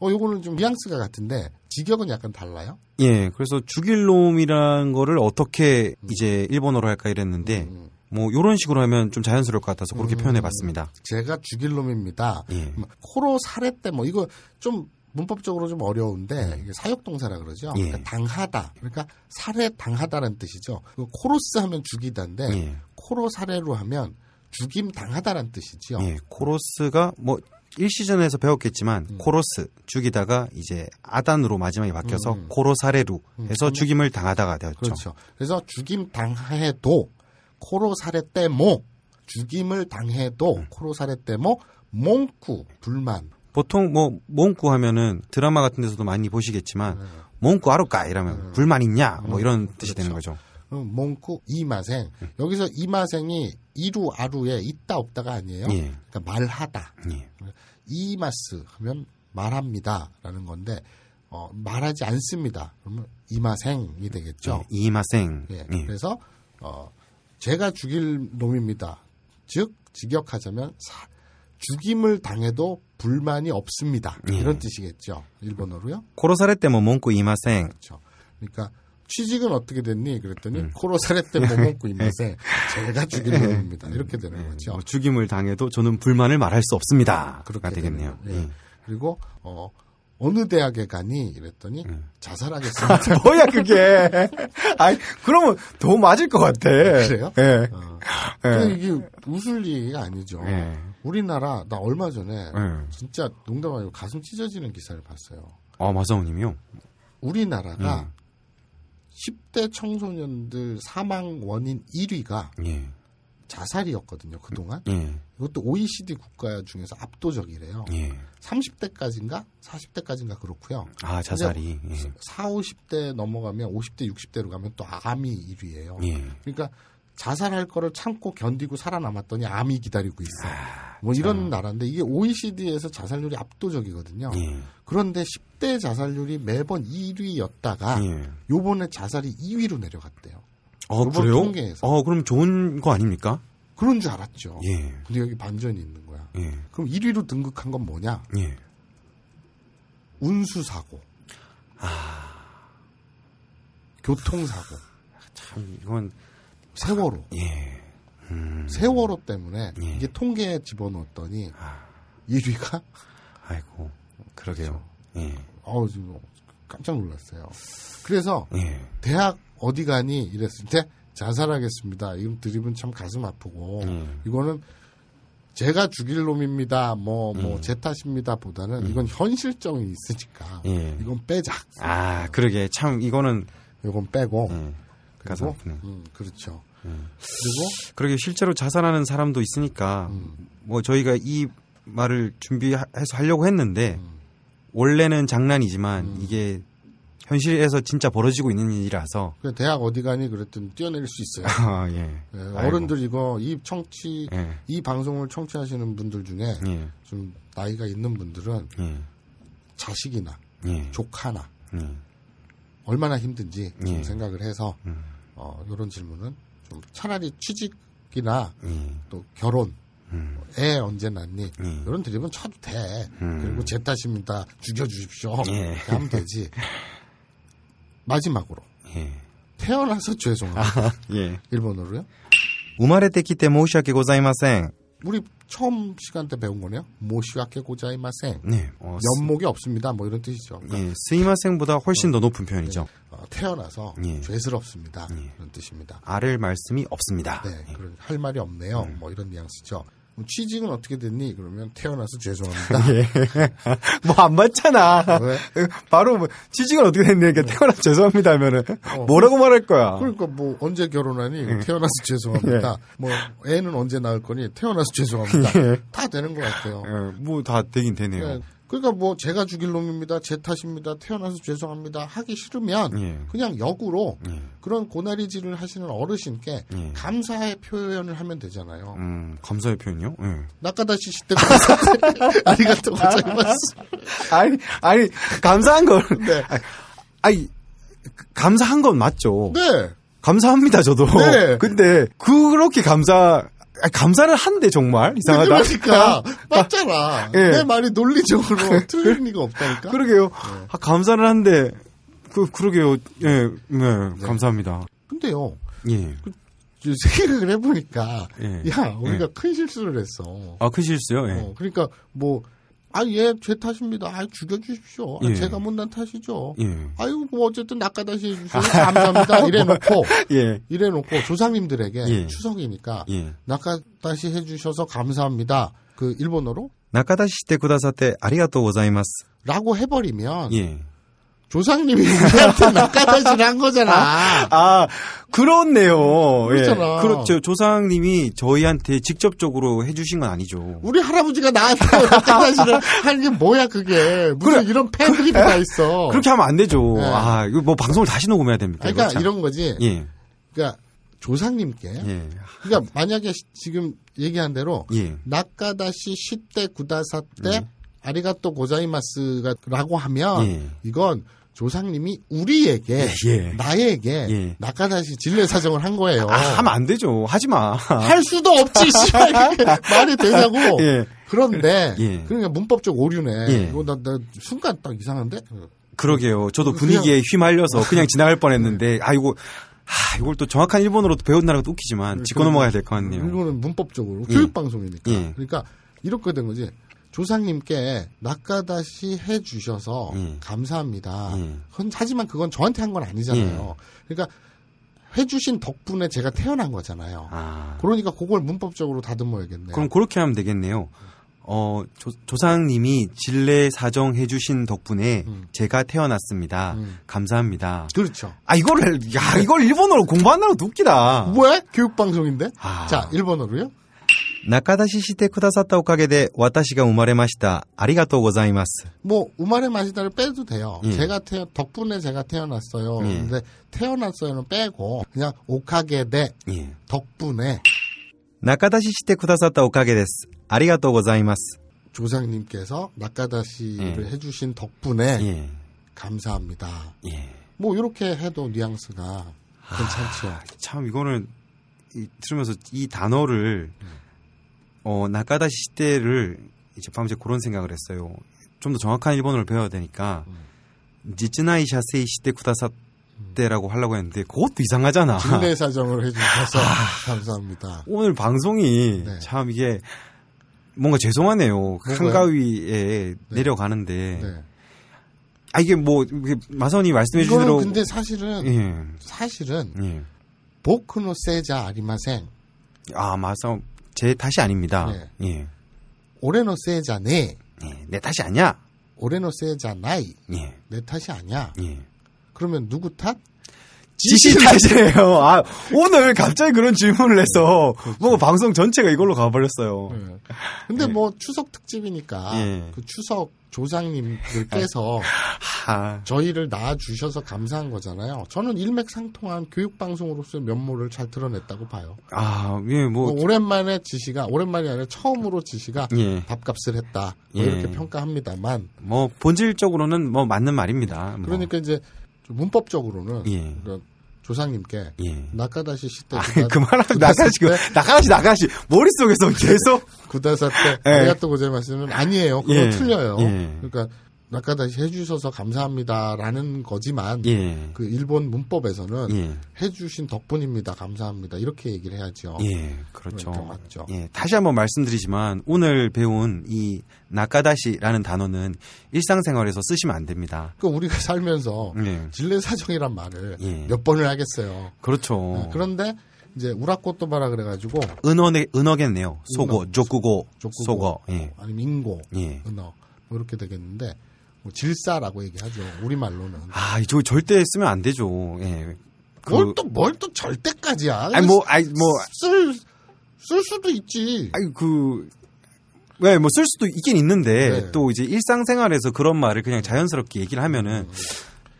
어 요거는 좀 뉘앙스가 같은데 직역은 약간 달라요. 예, 그래서 죽일 놈이라는 거를 어떻게 이제 일본어로 할까 이랬는데 음. 뭐 요런 식으로 하면 좀 자연스러울 것 같아서 그렇게 표현해 봤습니다. 제가 죽일 놈입니다. 예. 코로 살했대 뭐 이거 좀 문법적으로 좀 어려운데 이게 사역동사라 그러죠. 예. 그러니까 당하다. 그러니까 살해 당하다라는 뜻이죠. 그 코로스 하면 죽이다인데 예. 코로 살해로 하면 죽임 당하다라는 뜻이죠. 예, 코로스가 뭐 일시전에서 배웠겠지만 코로스 죽이다가 이제 아단으로 마지막에 바뀌어서 코로사레루 해서 죽임을 당하다가 되었죠. 그렇죠. 그래서 죽임 당해도 코로 살했대 뭐 죽임을 당해도 음. 코로 살했대 뭐 몽쿠 불만 보통 뭐 몽꾸 하면은 드라마 같은 데서도 많이 보시겠지만 몽꾸 아루까 이러면 불만 있냐 뭐 이런 뜻이 되는 거죠. 음, 몽쿠 이마생 음. 여기서 이마생이 이루 아루에 있다 없다가 아니에요. 예. 그러니까 말하다. 예. 이마스 하면 말합니다라는 건데 어, 말하지 않습니다. 그러면 이마생이 되겠죠. 예, 이마생. 예, 예. 그래서 어, 제가 죽일 놈입니다. 즉 직역하자면 사- 죽임을 당해도 불만이 없습니다. 이런 뜻이겠죠. 일본어로요. 코로사레 때뭐 몽꾸 이마생. 그렇죠. 그러니까 취직은 어떻게 됐니? 그랬더니 코로 살해 때못 먹고 이마생 제가 죽일 놈입니다. 이렇게 되는 거죠. 뭐 죽임을 당해도 저는 불만을 말할 수 없습니다. 그렇게 되겠네요. 되는 거예요. 예. 그리고 어, 어느 대학에 가니 이랬더니 네. 자살하겠습니다. 예. 뭐야 그게? 아니 그러면 더 맞을 것 같아. 그래요? 예. 어. 예. 근데 이게 웃을 얘기가 아니죠. 예. 우리나라 나 얼마 전에 예. 진짜 농담 아니고 가슴 찢어지는 기사를 봤어요. 아 마사오님이요. 우리나라가 음. 10대 청소년들 사망 원인 1위가 예. 자살이었거든요, 그동안. 예. 이것도 OECD 국가 중에서 압도적이래요. 예. 30대까지인가? 40대까지인가 그렇고요. 아, 자살이. 예. 4, 50대 넘어가면 50대, 60대로 가면 또 암이 1위예요. 예. 그러니까 자살할 거를 참고 견디고 살아남았더니 암이 기다리고 있어. 아, 뭐 이런 나라인데 이게 OECD에서 자살률이 압도적이거든요. 예. 그런데 10대 자살률이 매번 1위였다가 예. 요번에 자살이 2위로 내려갔대요. 어, 요번 그래요? 통계에서. 어, 그럼 좋은 거 아닙니까? 그런 줄 알았죠. 예. 근데 여기 반전이 있는 거야. 예. 그럼 1위로 등극한 건 뭐냐? 예. 운수사고. 아. 교통사고. 참, 이건, 세월호. 예. 세월호 때문에 예. 아. 이게 통계에 집어넣었더니 1위가 아이고. 그러게요. 예. 어우 지금 깜짝 놀랐어요. 그래서 예. 대학 어디 가니 이랬을 때 자살하겠습니다. 이건 드립은 참 가슴 아프고 음. 이거는 제가 죽일 놈입니다. 뭐 뭐 음. 제 탓입니다. 보다는 이건 현실적이 있으니까 예. 이건 빼자. 아, 그러게. 참, 이거는, 이건 빼고 예. 가슴 그리고 아프네. 음, 그렇죠. 그리고 그러게 실제로 자살하는 사람도 있으니까 음. 뭐 저희가 이 말을 준비해서 하려고 했는데 음. 원래는 장난이지만 이게 현실에서 진짜 벌어지고 있는 일이라서 그 대학 어디 가니 그랬더니 뛰어내릴 수 있어요. 아, 예. 예, 아이고. 어른들 이거 이 청취 예. 이 방송을 청취하시는 분들 중에 예. 좀 나이가 있는 분들은 예. 자식이나 예. 조카나 예. 얼마나 힘든지 좀 예. 생각을 해서 음. 어, 이런 질문은 좀 차라리 취직이나 예. 또 결혼 뭐 음. 애 언제 낳니 음. 이런 드립은 쳐도 돼 음. 그리고 제 탓입니다 죽여주십시오 예. 이렇게 하면 되지 마지막으로 예. 태어나서 죄송합니다 예. 일본어로요 生まれてきて申し訳ございません. 우리 처음 시간 때 배운 거네요 모시와케 고자이마생 네. 어, 면목이 없습니다 뭐 이런 뜻이죠 스- 예. 스이마생보다 훨씬 더 높은 표현이죠. 어, 태어나서 예. 죄스럽습니다 이런 뜻입니다 아를 말씀이 없습니다. 네, 그런 할 말이 없네요. 뭐 이런 뉘앙스죠. 그럼 취직은 어떻게 됐니? 그러면 태어나서 죄송합니다. 뭐 안 맞잖아. 왜? 바로 뭐 취직은 어떻게 됐니? 이렇게 태어나 어, 죄송합니다 하면은 뭐라고 말할 거야. 그러니까 뭐 언제 결혼하니? 태어나서 죄송합니다. 뭐 애는 언제 낳을 거니? 태어나서 죄송합니다. 다 되는 것 같아요. 뭐 다 되긴 되네요. 네. 그러니까 뭐 제가 죽일 놈입니다. 제 탓입니다. 태어나서 죄송합니다. 하기 싫으면 예. 그냥 역으로 그런 고나리질을 하시는 어르신께 감사의 표현을 하면 되잖아요. 예. 음, 감사의 표현요. 예. 나카다시 시대 아리가토 고자이마스. 아니, 아니 감사한 걸. 네. 아니 그- 감사한 건 맞죠. 네. 감사합니다 저도. 네. 근데 그렇게 감사 아니, 감사를 한데 정말 이상하다. 아. 그러니까 맞잖아. 예. 내 말이 논리적으로 틀린 리가 없다니까. 그러게요. 아, 감사를 한데 그 그러게요. 예, 네, 감사합니다. 근데요. 예. 이제 생각을 해보니까 예. 야 우리가 큰 실수를 했어. 아, 큰 실수요. 예. 어, 그러니까 뭐 아, 예, 제 탓입니다. 아, 죽여주십시오. 아, 예. 제가 못난 탓이죠. 예. 아유, 뭐, 어쨌든 낚아다시 해주세요. 감사합니다. 이래놓고, 예. 이래놓고, 조상님들에게 예. 추석이니까, 예. 낚아다시 해주셔서 감사합니다. 그, 일본어로? 나카다시테 구다사테 아리가토 고자이마스. 라고 해버리면, 예. 조상님이 우리한테 낚아다시를 한 거잖아. 아, 그렇네요. 그렇잖아. 예. 그렇죠. 조상님이 저희한테 직접적으로 해주신 건 아니죠. 우리 할아버지가 나한테 낚아다시를 하는 게 뭐야 그게. 무슨 그래. 이런 패들이 다 있어. 그렇게 하면 안 되죠. 네. 아, 이거 뭐 방송을 다시 녹음해야 됩니까? 아니, 그러니까 이거 참. 이런 거지. 예. 그러니까 조상님께. 예. 그러니까 만약에 시- 지금 얘기한 대로 예. 음. 낚아다시 10대 구다사 때 아리가또 고자이마스가라고 하면 예. 이건 조상님이 우리에게 예. 나에게 예. 낚아다시 진례 사정을 한 거예요. 아. 아, 하면 안 되죠. 하지 마. 할 수도 없지, 씨발. 이게 말이 되냐고. 예. 그런데, 예. 그러니까 문법적 오류네. 예. 이거 나, 나 순간 딱 이상한데? 그러게요. 저도 분위기에 휘말려서 그냥 지나갈 뻔했는데, 아, 이거, 아, 이걸 또 정확한 일본어로 또 배운 나라가 또 네, 웃기지만, 그러니까. 짚고 넘어가야 될 것 같네요. 이거는 문법적으로. 예. 교육방송이니까. 예. 그러니까, 이렇게 된 거지. 조상님께 낚아다시 해주셔서 예. 감사합니다. 예. 그건- 하지만 그건 저한테 한 건 아니잖아요. 그러니까, 해주신 덕분에 제가 태어난 거잖아요. 아, 그러니까 그걸 문법적으로 다듬어야겠네요. 그럼 그렇게 하면 되겠네요. 어, 조, 상님이 진례 사정해 주신 덕분에 음. 제가 태어났습니다. 음. 감사합니다. 그렇죠. 아, 이거를, 야, 이걸 일본어로 공부한다고 웃기다. 왜? 교육방송인데? 아. 자, 일본어로요? 中出ししてくださったおかげで私が生まれました。ありがとうございます。 뭐, 우마레 마시다를 빼도 돼요. 예. 제가 태어, 덕분에 제가 태어났어요. 예. 근데 태어났어요는 빼고, 그냥 오카게 대 예. 덕분에 中出ししてくださったおかげです。ありがとうございます。 조상님께서 낙가다시를 예. 해주신 덕분에 え 감사합니다. え。ええ。 뭐, 이렇게 해도 뉘앙스가 아. 괜찮죠. 참 이거는 이, 들으면서 이 단어를 어 나카다시 시대를 이제 밤새 그런 생각을 했어요. 좀 더 정확한 일본어를 배워야 되니까 음. 니츠나이 샤세이 시대 쿠다사 때라고 하려고 했는데 그것도 이상하잖아. 진례 사정을 해주셔서 감사합니다. 오늘 방송이 네. 참 이게 뭔가 죄송하네요. 한가위에 내려가는데 네. 아 이게 뭐 이게 마선이 말씀해 그 주신 이거는 대로 근데 사실은 예. 사실은 예. 보크노 세자 아리마생 아, 마선 제 탓이 아닙니다. 네. 예. 오레노 세자네 예, 내 탓이 아니야. 오레노 세자나이 예, 내 탓이 아니야. 예. 그러면 누구 탓? 지시 탓이에요. 아, 오늘 갑자기 그런 질문을 해서 뭔가 방송 전체가 이걸로 가버렸어요. 근데 뭐 추석 특집이니까 예. 아. 그 추석 조상님들께서 하, 저희를 낳아주셔서 감사한 거잖아요. 저는 일맥상통한 교육방송으로서의 면모를 잘 드러냈다고 봐요. 아, 예, 뭐 뭐, 오랜만에 지시가 오랜만이 아니라 처음으로 지시가 예. 밥값을 했다 뭐 예. 이렇게 평가합니다만 뭐, 본질적으로는 뭐, 맞는 말입니다. 뭐. 그러니까 이제 좀 문법적으로는 예. 그러니까 조상님께 예. 나카다시 시대 아, 그만하고, 나가시, 고 나가시, 나가시. 머릿속에서 계속. 구다사 때 예. 아리가또 고자이 말씀은 아니에요. 그건 예. 틀려요. 예. 그러니까 나카다시 해주셔서 감사합니다라는 거지만 예. 그 일본 문법에서는 예. 해주신 덕분입니다. 감사합니다. 이렇게 얘기를 해야죠. 예, 그렇죠. 그러니까 맞죠. 예, 다시 한번 말씀드리지만 오늘 배운 이 나카다시라는 단어는 일상생활에서 쓰시면 안 됩니다. 그러니까 우리가 살면서 예, 진례사정이란 말을 예. 몇 번을 하겠어요. 네, 그렇죠. 그런데 이제 우라코토바라 그래가지고 은어네 은어겠네요. 소고, 은어. 족구고, 족구고. 소거. 예. 아니면 인고 예. 은어 뭐 이렇게 되겠는데 뭐 질사라고 얘기하죠. 우리 말로는 아, 이거 절대 쓰면 안 되죠. 예. 그- 뭘 또 뭘 또 절대까지야. 아니 뭐 아니 뭐 쓸, 쓸 수도 있지. 아니 그 왜, 뭐, 쓸 수도 있긴 있는데, 네. 또 이제 일상생활에서 그런 말을 그냥 자연스럽게 얘기를 하면은,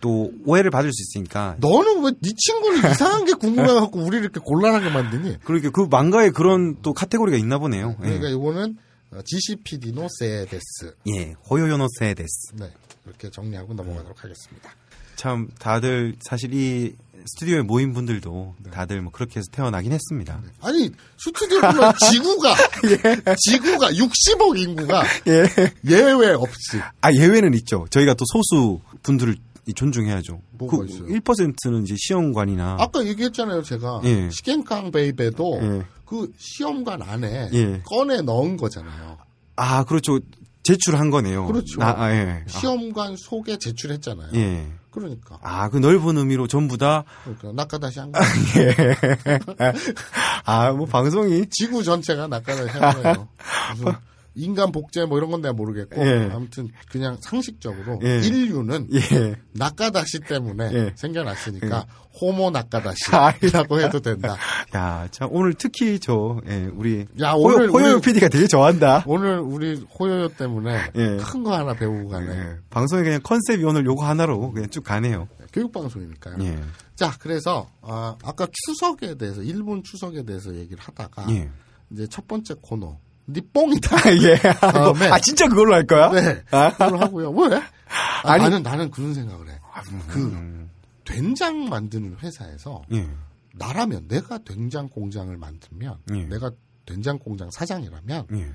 또 오해를 받을 수 있으니까. 음. 너는 왜 네 친구는 이상한 게 궁금해갖고 우리를 이렇게 곤란하게 만드니? 그러니까 그 망가에 그런 또 카테고리가 있나 보네요. 예. 그러니까 이거는 GCPD 노세데스. 예, 호요요노세 데스. 네. 이렇게 정리하고 넘어가도록 하겠습니다. 참 다들 사실 이 스튜디오에 모인 분들도 네. 다들 뭐 그렇게 해서 태어나긴 했습니다. 아니, 스튜디오 보면 지구가, 지구가 60억 인구가 예. 예. 예외 없이. 아 예외는 있죠. 저희가 또 소수 분들을 이 존중해야죠. 뭐가 있어요? 1%는 이제 시험관이나 아까 얘기했잖아요, 제가. 예. 시켄캉 베이베도 예. 그 시험관 안에 예. 꺼내 넣은 거잖아요. 아 그렇죠 제출한 거네요. 그렇죠. 나- 아, 예. 시험관 속에 제출했잖아요. 아, 예. 그러니까. 아그 넓은 의미로 전부 그러니까 낙하다시 한 거. 예. 다아뭐 방송이 지구 전체가 낙하다시 한 거예요. 무슨 인간 복제 뭐 이런 건 내가 모르겠고 예. 아무튼 그냥 상식적으로 예. 인류는 예. 낙가다시 때문에 예. 생겨났으니까 호모 낙가다시라고 해도 된다. 야, 참 오늘 특히 저 예, 우리 야, 호요- 오늘 호요 우리- PD가 되게 좋아한다. 오늘 우리 호요요 때문에 예. 큰 거 하나 배우고 가네. 예. 방송에 그냥 컨셉이 오늘 요거 하나로 그냥 쭉 가네요. 교육 방송이니까요. 예. 자, 그래서 아, 아까 추석에 대해서 일본 추석에 대해서 얘기를 하다가 예. 이제 첫 번째 코너 니뽕이다. 예. 다음에- 아, 진짜 그걸로 할 거야? 네. 그걸 하고요. 왜? 아, 아니- 나는 나는 그런 생각을 해. 그 된장 만드는 회사에서 예. 나라면 내가 된장 공장을 만들면 예. 내가 된장 공장 사장이라면 예.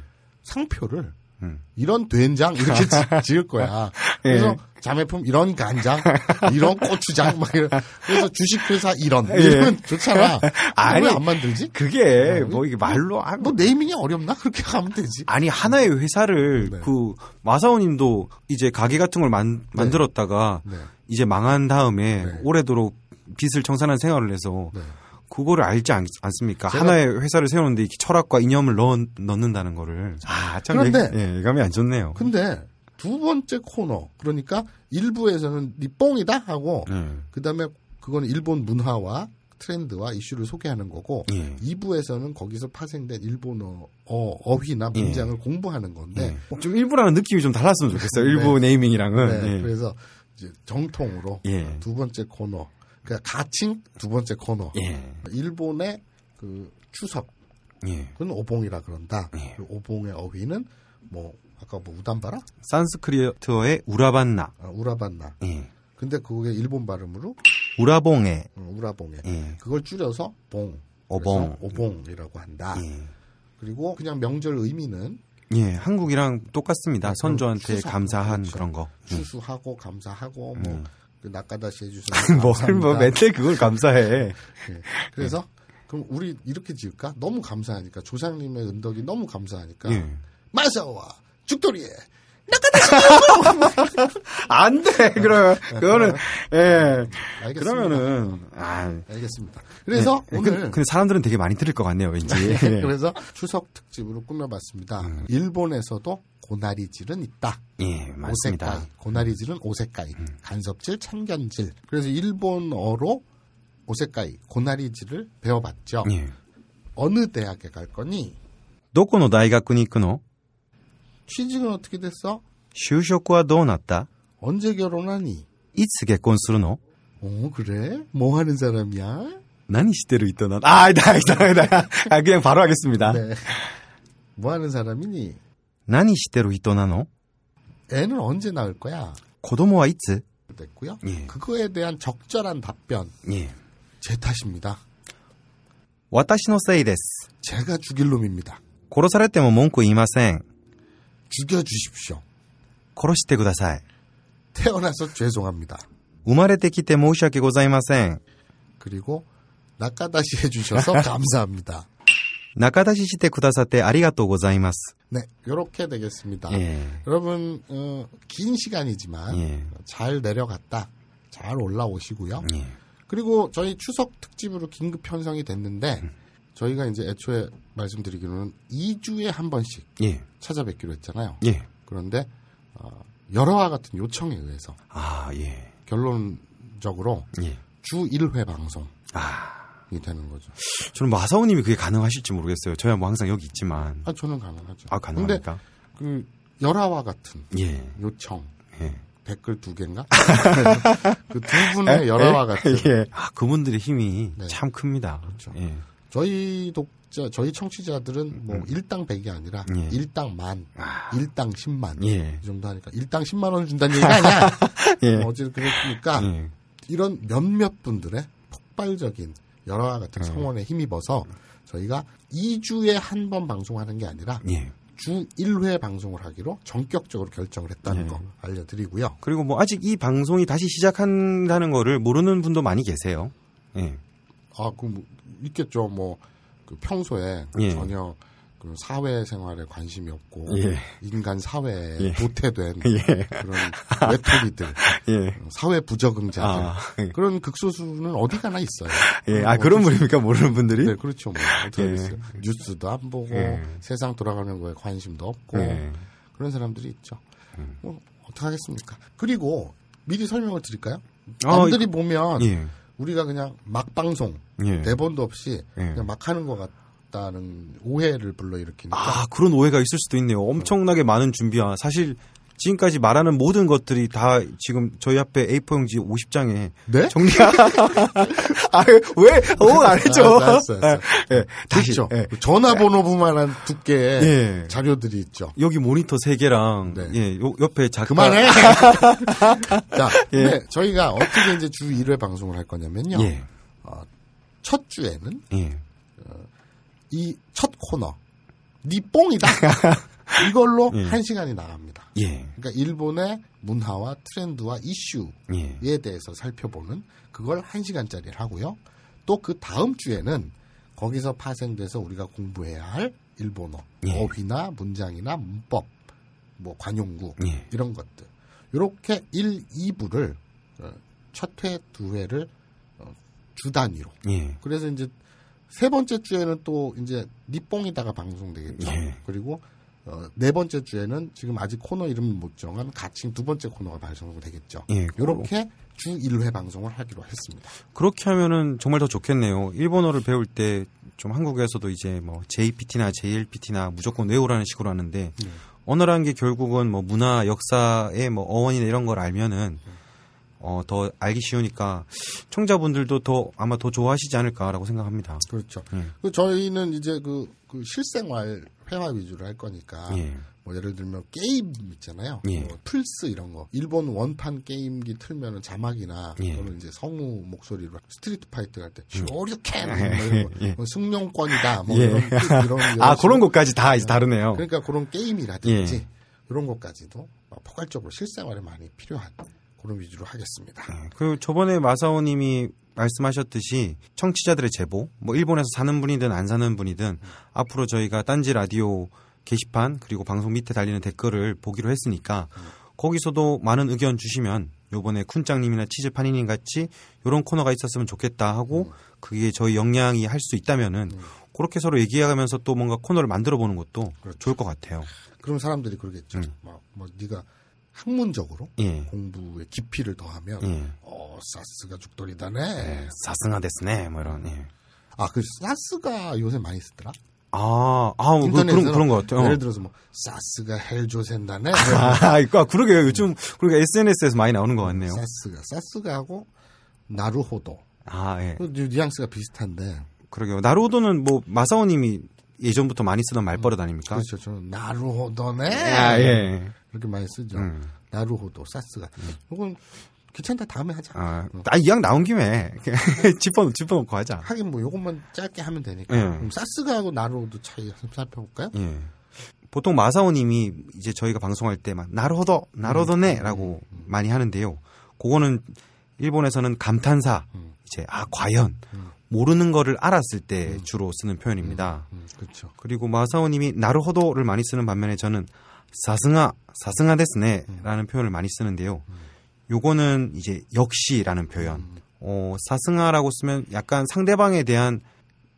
상표를 음. 예. 이런 된장 이렇게 지- 지을 거야. 그래서 자매품 이런 간장, 이런 고추장 막 이런. 그래서 주식회사 이런 이런 좋잖아. 예. 아니. 왜 안 만들지? 그게 뭐 이게 말로 아, 네. 뭐 네이밍이 어렵나? 그렇게 하면 되지. 아니 하나의 회사를 네. 그 마사오님도 이제 가게 같은 걸 만, 만들었다가 네. 이제 망한 다음에 네. 오래도록 빚을 청산한 생활을 해서 네. 그거를 알지 않, 습니까 제가- 하나의 회사를 세우는데 이렇게 철학과 이념을 넣, 넣는다는 거를. 아, 참. 그런데- 얘기- 예, 예감이 안 좋네요. 근데 두 번째 코너 그러니까 일부에서는 니 뽕이다 하고 예. 그다음에 그건 일본 문화와 트렌드와 이슈를 소개하는 거고 예. 2부에서는 거기서 파생된 일본어 어, 어휘나 문장을 공부하는 건데 예. 좀 일부라는 느낌이 좀 달랐으면 좋겠어요. 일부 네이밍이랑은. 네, 예. 그래서 이제 정통으로 예. 두 번째 코너 그러니까 가칭 두 번째 코너 예. 일본의 그 추석은 예. 오봉이라 그런다 예. 그 오봉의 어휘는 뭐 아까 뭐 우담바라 산스크리트어의 우라반나. 아, 우라반나 예. 근데 그게 일본 발음으로 우라봉에. 어, 우라봉에 예. 그걸 줄여서 봉 그래서 오봉. 오봉이라고 한다 예. 그리고 그냥 명절 의미는 예, 한국이랑 똑같습니다. 네, 선조한테 추석. 감사한 그렇죠. 그런거 추수하고 감사하고 뭐 음. 그 낙가다시 해주셔서 뭐, 감사합니다. 뭐, 맨날 그걸 감사해. 예. 그래서 네. 그럼 우리 이렇게 지을까? 너무 감사하니까 조상님의 은덕이 너무 감사하니까 예. 마사와 죽돌이에 안 돼, 그러면. 그거는, 예. 알겠습니다. 그러면은, 아. 알겠습니다. 그래서 예, 오늘 근데, 근데 사람들은 되게 많이 들을 것 같네요, 왠지. 예. 음. 그래서 추석 특집으로 꾸며봤습니다. 일본에서도 고나리질은 있다. 예, 맞습니다. 음. 오세카이. 고나리질은 오세카이. 간섭질, 참견질. 그래서 일본어로 오세카이, 고나리질을 배워봤죠. 예. 어느 대학에 갈 거니? 도코노 다이가쿠니 이크노? 취직은 어떻게 됐어? 슈쇼쿠와 도나타? 언제 결혼하니? 이츠 개콘스르노? 어, 그래? 뭐 하는 사람이야? 나니 시대로 있던 아, 아니다, 아니다, 아니다. 아, 그냥 바로 하겠습니다. 네. 뭐 하는 사람이니? 나니 시대로 있던 나노? 애는 언제 낳을 거야? 고도모와 이츠? 됐고요. 예. 그거에 대한 적절한 답변 예. 제 탓입니다. 와타시노 세이 데스. 제가 죽일 놈입니다. 殺されても文句言いません。 죽여 주십시오. 殺してください。 태어나서 죄송합니다. 生まれてきて申し訳ございません。 그리고 낙가다시 해주셔서 감사합니다. 中出ししてくださってありがとうございます。 네, 요렇게 되겠습니다. 예. 여러분 어, 긴 시간이지만 예. 잘 내려갔다, 잘 올라오시고요. 예. 그리고 저희 추석 특집으로 긴급 편성이 됐는데 음. 저희가 이제 애초에 말씀드리기로는 2주에 한 번씩 예. 찾아뵙기로 했잖아요. 예. 그런데 어, 여러와 같은 요청에 의해서 ああ、え 결론적으로 え。ええ。 주 1회 방송이 ああ。 되는 거죠. 저는 마사오님이 그게 가능하실지 모르겠어요. 저야 뭐 항상 여기 있지만. 아, 저는 가능하죠. 아, 가능합니까? 근데 그 열화와 같은 예. 요청 예. 댓글 두 개인가? 그 두 분의 열화와 같은 예. 아, 그분들의 힘이 네. 참 큽니다. 예. 저희 독자, 저희 청취자들은 뭐 일당 100이 아니라 음. 예. 아. 일당 만, 일당 10만 예. 이 정도 하니까 일당 10만 원을 준다는 얘기가 아니야. 예. 어제 그랬으니까 예. 이런 몇몇 분들의 폭발적인 열화 예. 같은 성원에 힘입어서 저희가 2주에 한 번 방송하는 게 아니라 예. 주 1회 방송을 하기로 전격적으로 결정을 했다는 예. 거 알려드리고요. 그리고 뭐 아직 이 방송이 다시 시작한다는 거를 모르는 분도 많이 계세요. 예. 아, 그, 뭐 있겠죠. 뭐, 그 평소에 예. 전혀 그 사회생활에 관심이 없고, 예. 인간 사회에 예. 도태된 예. 그런 외톨이들, 예. 사회 부적응자들, 아. 그런 극소수는 어디 가나 있어요. 예. 뭐 아, 그런 어쩔 분입니까? 모르는 분들이? 수- 네, 그렇죠. 뭐, 어떻게 예. 됐어요. 뉴스도 안 보고, 예. 세상 돌아가는 거에 관심도 없고, 예. 음. 그런 사람들이 있죠. 뭐, 어떡하겠습니까. 그리고 미리 설명을 드릴까요? 아, 남들이 보면 예. 우리가 그냥 막 방송, 예. 대본도 네 없이 예. 그냥 막 하는 것 같다는 오해를 불러일으키니까 아, 그런 오해가 있을 수도 있네요. 엄청나게 많은 준비와 사실 지금까지 말하는 모든 것들이 다 지금 저희 앞에 A4용지 50장에 네? 아, 정리가 아, 왜? 어, 안 했죠. 알았어, 알았어, 알았어. 예. 다시. 그렇죠. 예. 전화번호부만한 두께의 예. 자료들이 있죠. 여기 모니터 세개랑 네. 예, 요- 옆에 작가 그만해. 아. 자, 네, 저희가 어떻게 이제 주 1회 방송을 할 거냐면요. 예. 어, 첫 주에는 예. 이 첫 코너 니 뽕이다 이걸로 예. 한 시간이 나갑니다. 예. 그러니까 일본의 문화와 트렌드와 이슈 예. 에 대해서 살펴보는 그걸 한시간짜리를 하고요. 또 그 다음 주에는 거기서 파생돼서 우리가 공부해야 할 일본어, 예. 어휘나 문장이나 문법, 뭐 관용구 예. 이런 것들. 어, 이렇게 1, 2부를 첫 회, 두 회를 어, 주 단위로. 예. 그래서 이제 세 번째 주에는 또 이제 니뽕이다가 방송되겠죠. 예. 그리고 어, 네 번째 주에는 지금 아직 코너 이름을 못 정한 가칭 두 번째 코너가 방송되겠죠. 예, 이렇게 주 1회 방송을 하기로 했습니다. 그렇게 하면은 정말 더 좋겠네요. 일본어를 배울 때 좀 한국에서도 이제 뭐 JPT나 JLPT나 무조건 외우라는 식으로 하는데 언어라는 게 결국은 뭐 문화, 역사의 뭐 어원이나 이런 걸 알면은 어, 더 알기 쉬우니까 청자분들도 더 아마 더 좋아하시지 않을까라고 생각합니다. 그렇죠. 음. 그 저희는 이제 그, 그 실생활 회화 위주로 할 거니까 예. 뭐 예를 들면 게임 있잖아요. 예. 뭐 플스 이런 거. 일본 원판 게임기 틀면은 자막이나 예. 음. 또는 이제 성우 목소리로 스트리트 파이트 할 때 예. 쇼리켄 뭐 이런 거. 뭐 승용권이다 뭐 이런 뜻, 이런 아 여러 그런 것까지 다 이제 다르네요. 그러니까 그런 게임이라든지 예. 이런 것까지도 막 포괄적으로 실생활에 많이 필요한 그런 위주로 하겠습니다. 그 저번에 마사오님이 말씀하셨듯이 청취자들의 제보, 뭐 일본에서 사는 분이든 안 사는 분이든 앞으로 저희가 딴지 라디오 게시판 그리고 방송 밑에 달리는 댓글을 보기로 했으니까 거기서도 많은 의견 주시면 요번에 쿤짱님이나 치즈파니님 같이 요런 코너가 있었으면 좋겠다 하고 그게 저희 역량이 할 수 있다면은 그렇게 서로 얘기하면서 또 뭔가 코너를 만들어 보는 것도 그렇죠. 좋을 것 같아요. 그럼 사람들이 그러겠죠. 막, 뭐 네가 학문적으로 음. 예. 공부의 깊이를 더하면 예. 어 사스가 죽돌이다네. 사승아 데스네 뭐 이런. 예. 아그 사스가 요새 많이 쓰더라. 아, 아, 뭐 그런 인터넷에서는 그런 것 같아요. 어. 예를 들어서 뭐 사스가 헬조센다네. 아, 이거 그러게요. 요즘 그러니까 SNS에서 많이 나오는 것 같네요. 사스가 사스가 하고 나루호도. 아, 예. 그 뉘- 뉘앙스가 비슷한데 그러게요. 나로도는 뭐 마사오님이 예전부터 많이 쓰던 말버릇 아닙니까? 그렇죠. 저는 나루호도네. 아, 예. 이렇게 많이 쓰죠. 음. 나루호도 사스가. 이건 귀찮다 다음에 하자. 아, 어. 이양 나온 김에 집어 집어넣고 하자. 하긴 뭐 요것만 짧게 하면 되니까. 예. 그럼 사스가하고 나루호도 차이 좀 살펴볼까요? 예. 보통 마사오님이 이제 저희가 방송할 때막 나로도 음. 나로도네라고 많이 하는데요. 그거는 일본에서는 감탄사 음. 이제 아 과연 음. 모르는 거를 알았을 때 주로 쓰는 표현입니다. 음, 그렇죠. 그리고 마사오님이 나르호도를 많이 쓰는 반면에 저는 사승아 사승아 데스네라는 표현을 많이 쓰는데요. 요거는 이제 역시라는 표현. 어, 사승아라고 쓰면 약간 상대방에 대한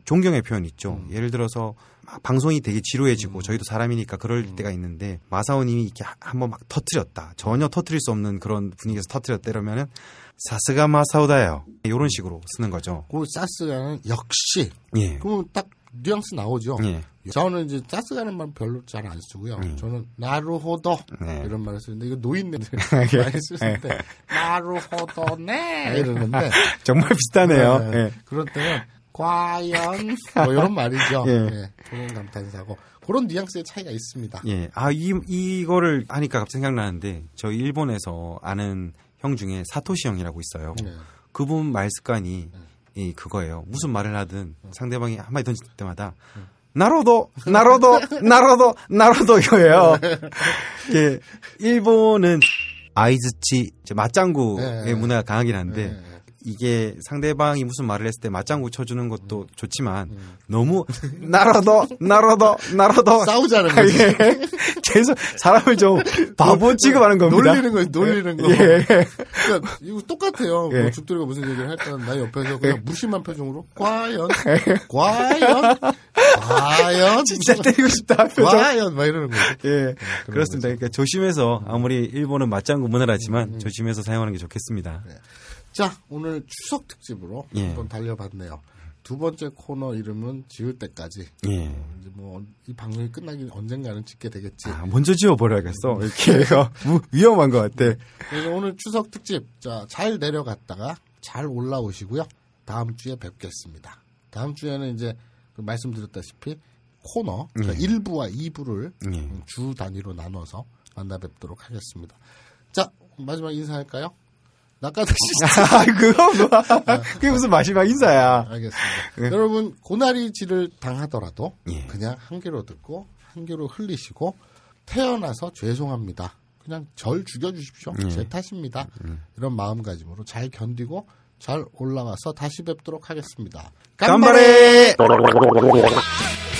존경의 표현 있죠. 예를 들어서 막 방송이 되게 지루해지고 저희도 사람이니까 그럴 때가 있는데 마사오님이 이렇게 하- 한번 막 터트렸다. 전혀 터트릴 수 없는 그런 분위기에서 터트렸다 이러면은 사스가 마사오다요. 이런 식으로 쓰는 거죠. 그 사스가는 역시. 예. 그러면 딱 뉘앙스 나오죠. 예. 저는 이제 사스가는 말 별로 잘 안 쓰고요. 음. 저는 나루호도 네. 이런 말을 쓰는데 이거 노인네들 많이 쓰는데 나루호도네 이러는데 정말 비슷하네요. 네. 예. 그럴 때는 과연 뭐 이런 말이죠. 예. 예, 그런 감탄사고 그런 뉘앙스의 차이가 있습니다. 예. 아, 이, 이거를 하니까 갑자기 생각나는데, 저희 일본에서 아는 형 중에 사토시 형이라고 있어요. 예. 그분 말 습관이, 네. 이, 그거예요. 무슨 말을 하든 상대방이 한마디 던질 때마다, 나로도, 네. 나로도, 나로도, 나로도 이거예요. 예. 일본은 아이즈치, 이제 맞장구의 예. 문화가 강하긴 한데, 예. 이게 상대방이 무슨 말을 했을 때 맞장구 쳐주는 것도 좋지만 네. 너무 나로도 나로도 나로도 싸우자는 거지. 예. 계속 사람을 좀 바보 취급하는 겁니다. 놀리는 거, 놀리는 거. 예. 그러니까 이거 똑같아요. 예. 뭐 죽돌이가 무슨 얘기를 할 때는 나 옆에서 그냥 무심한 표정으로 과연, 과연, 과연, 예. 진짜 때리고 싶다. 표정. 과연 막 이러는 거죠. 예. 그렇습니다. 음. 그러니까 조심해서 아무리 일본은 맞장구 문화라지만 조심해서 사용하는 게 좋겠습니다. 자, 오늘 추석 특집으로 예. 한번 달려봤네요. 두 번째 코너 이름은 지을 때까지. 예. 이제 뭐 이 방송이 끝나기 언젠가는 짓게 되겠지. 아, 먼저 지워버려야겠어. 이렇게 무- 위험한 것 같아. 그래서 오늘 추석 특집 자, 잘 내려갔다가 잘 올라오시고요. 다음 주에 뵙겠습니다. 다음 주에는 이제 그 말씀드렸다시피 코너 그러니까 1부와 2부를 예. 주 단위로 나눠서 만나 뵙도록 하겠습니다. 자, 마지막 인사할까요? 나까다시 아, 그거 뭐야. 그게 무슨 마지막 인사야. 알겠습니다. 여러분 고나리질을 당하더라도 네. 예. 그냥 한 귀로 듣고 한 귀로 흘리시고 태어나서 죄송합니다. 그냥 절 죽여주십시오. 예. 제 탓입니다. 음, 이런 마음가짐으로 잘 견디고 잘 올라와서 다시 뵙도록 하겠습니다. 깜바레! Thank you.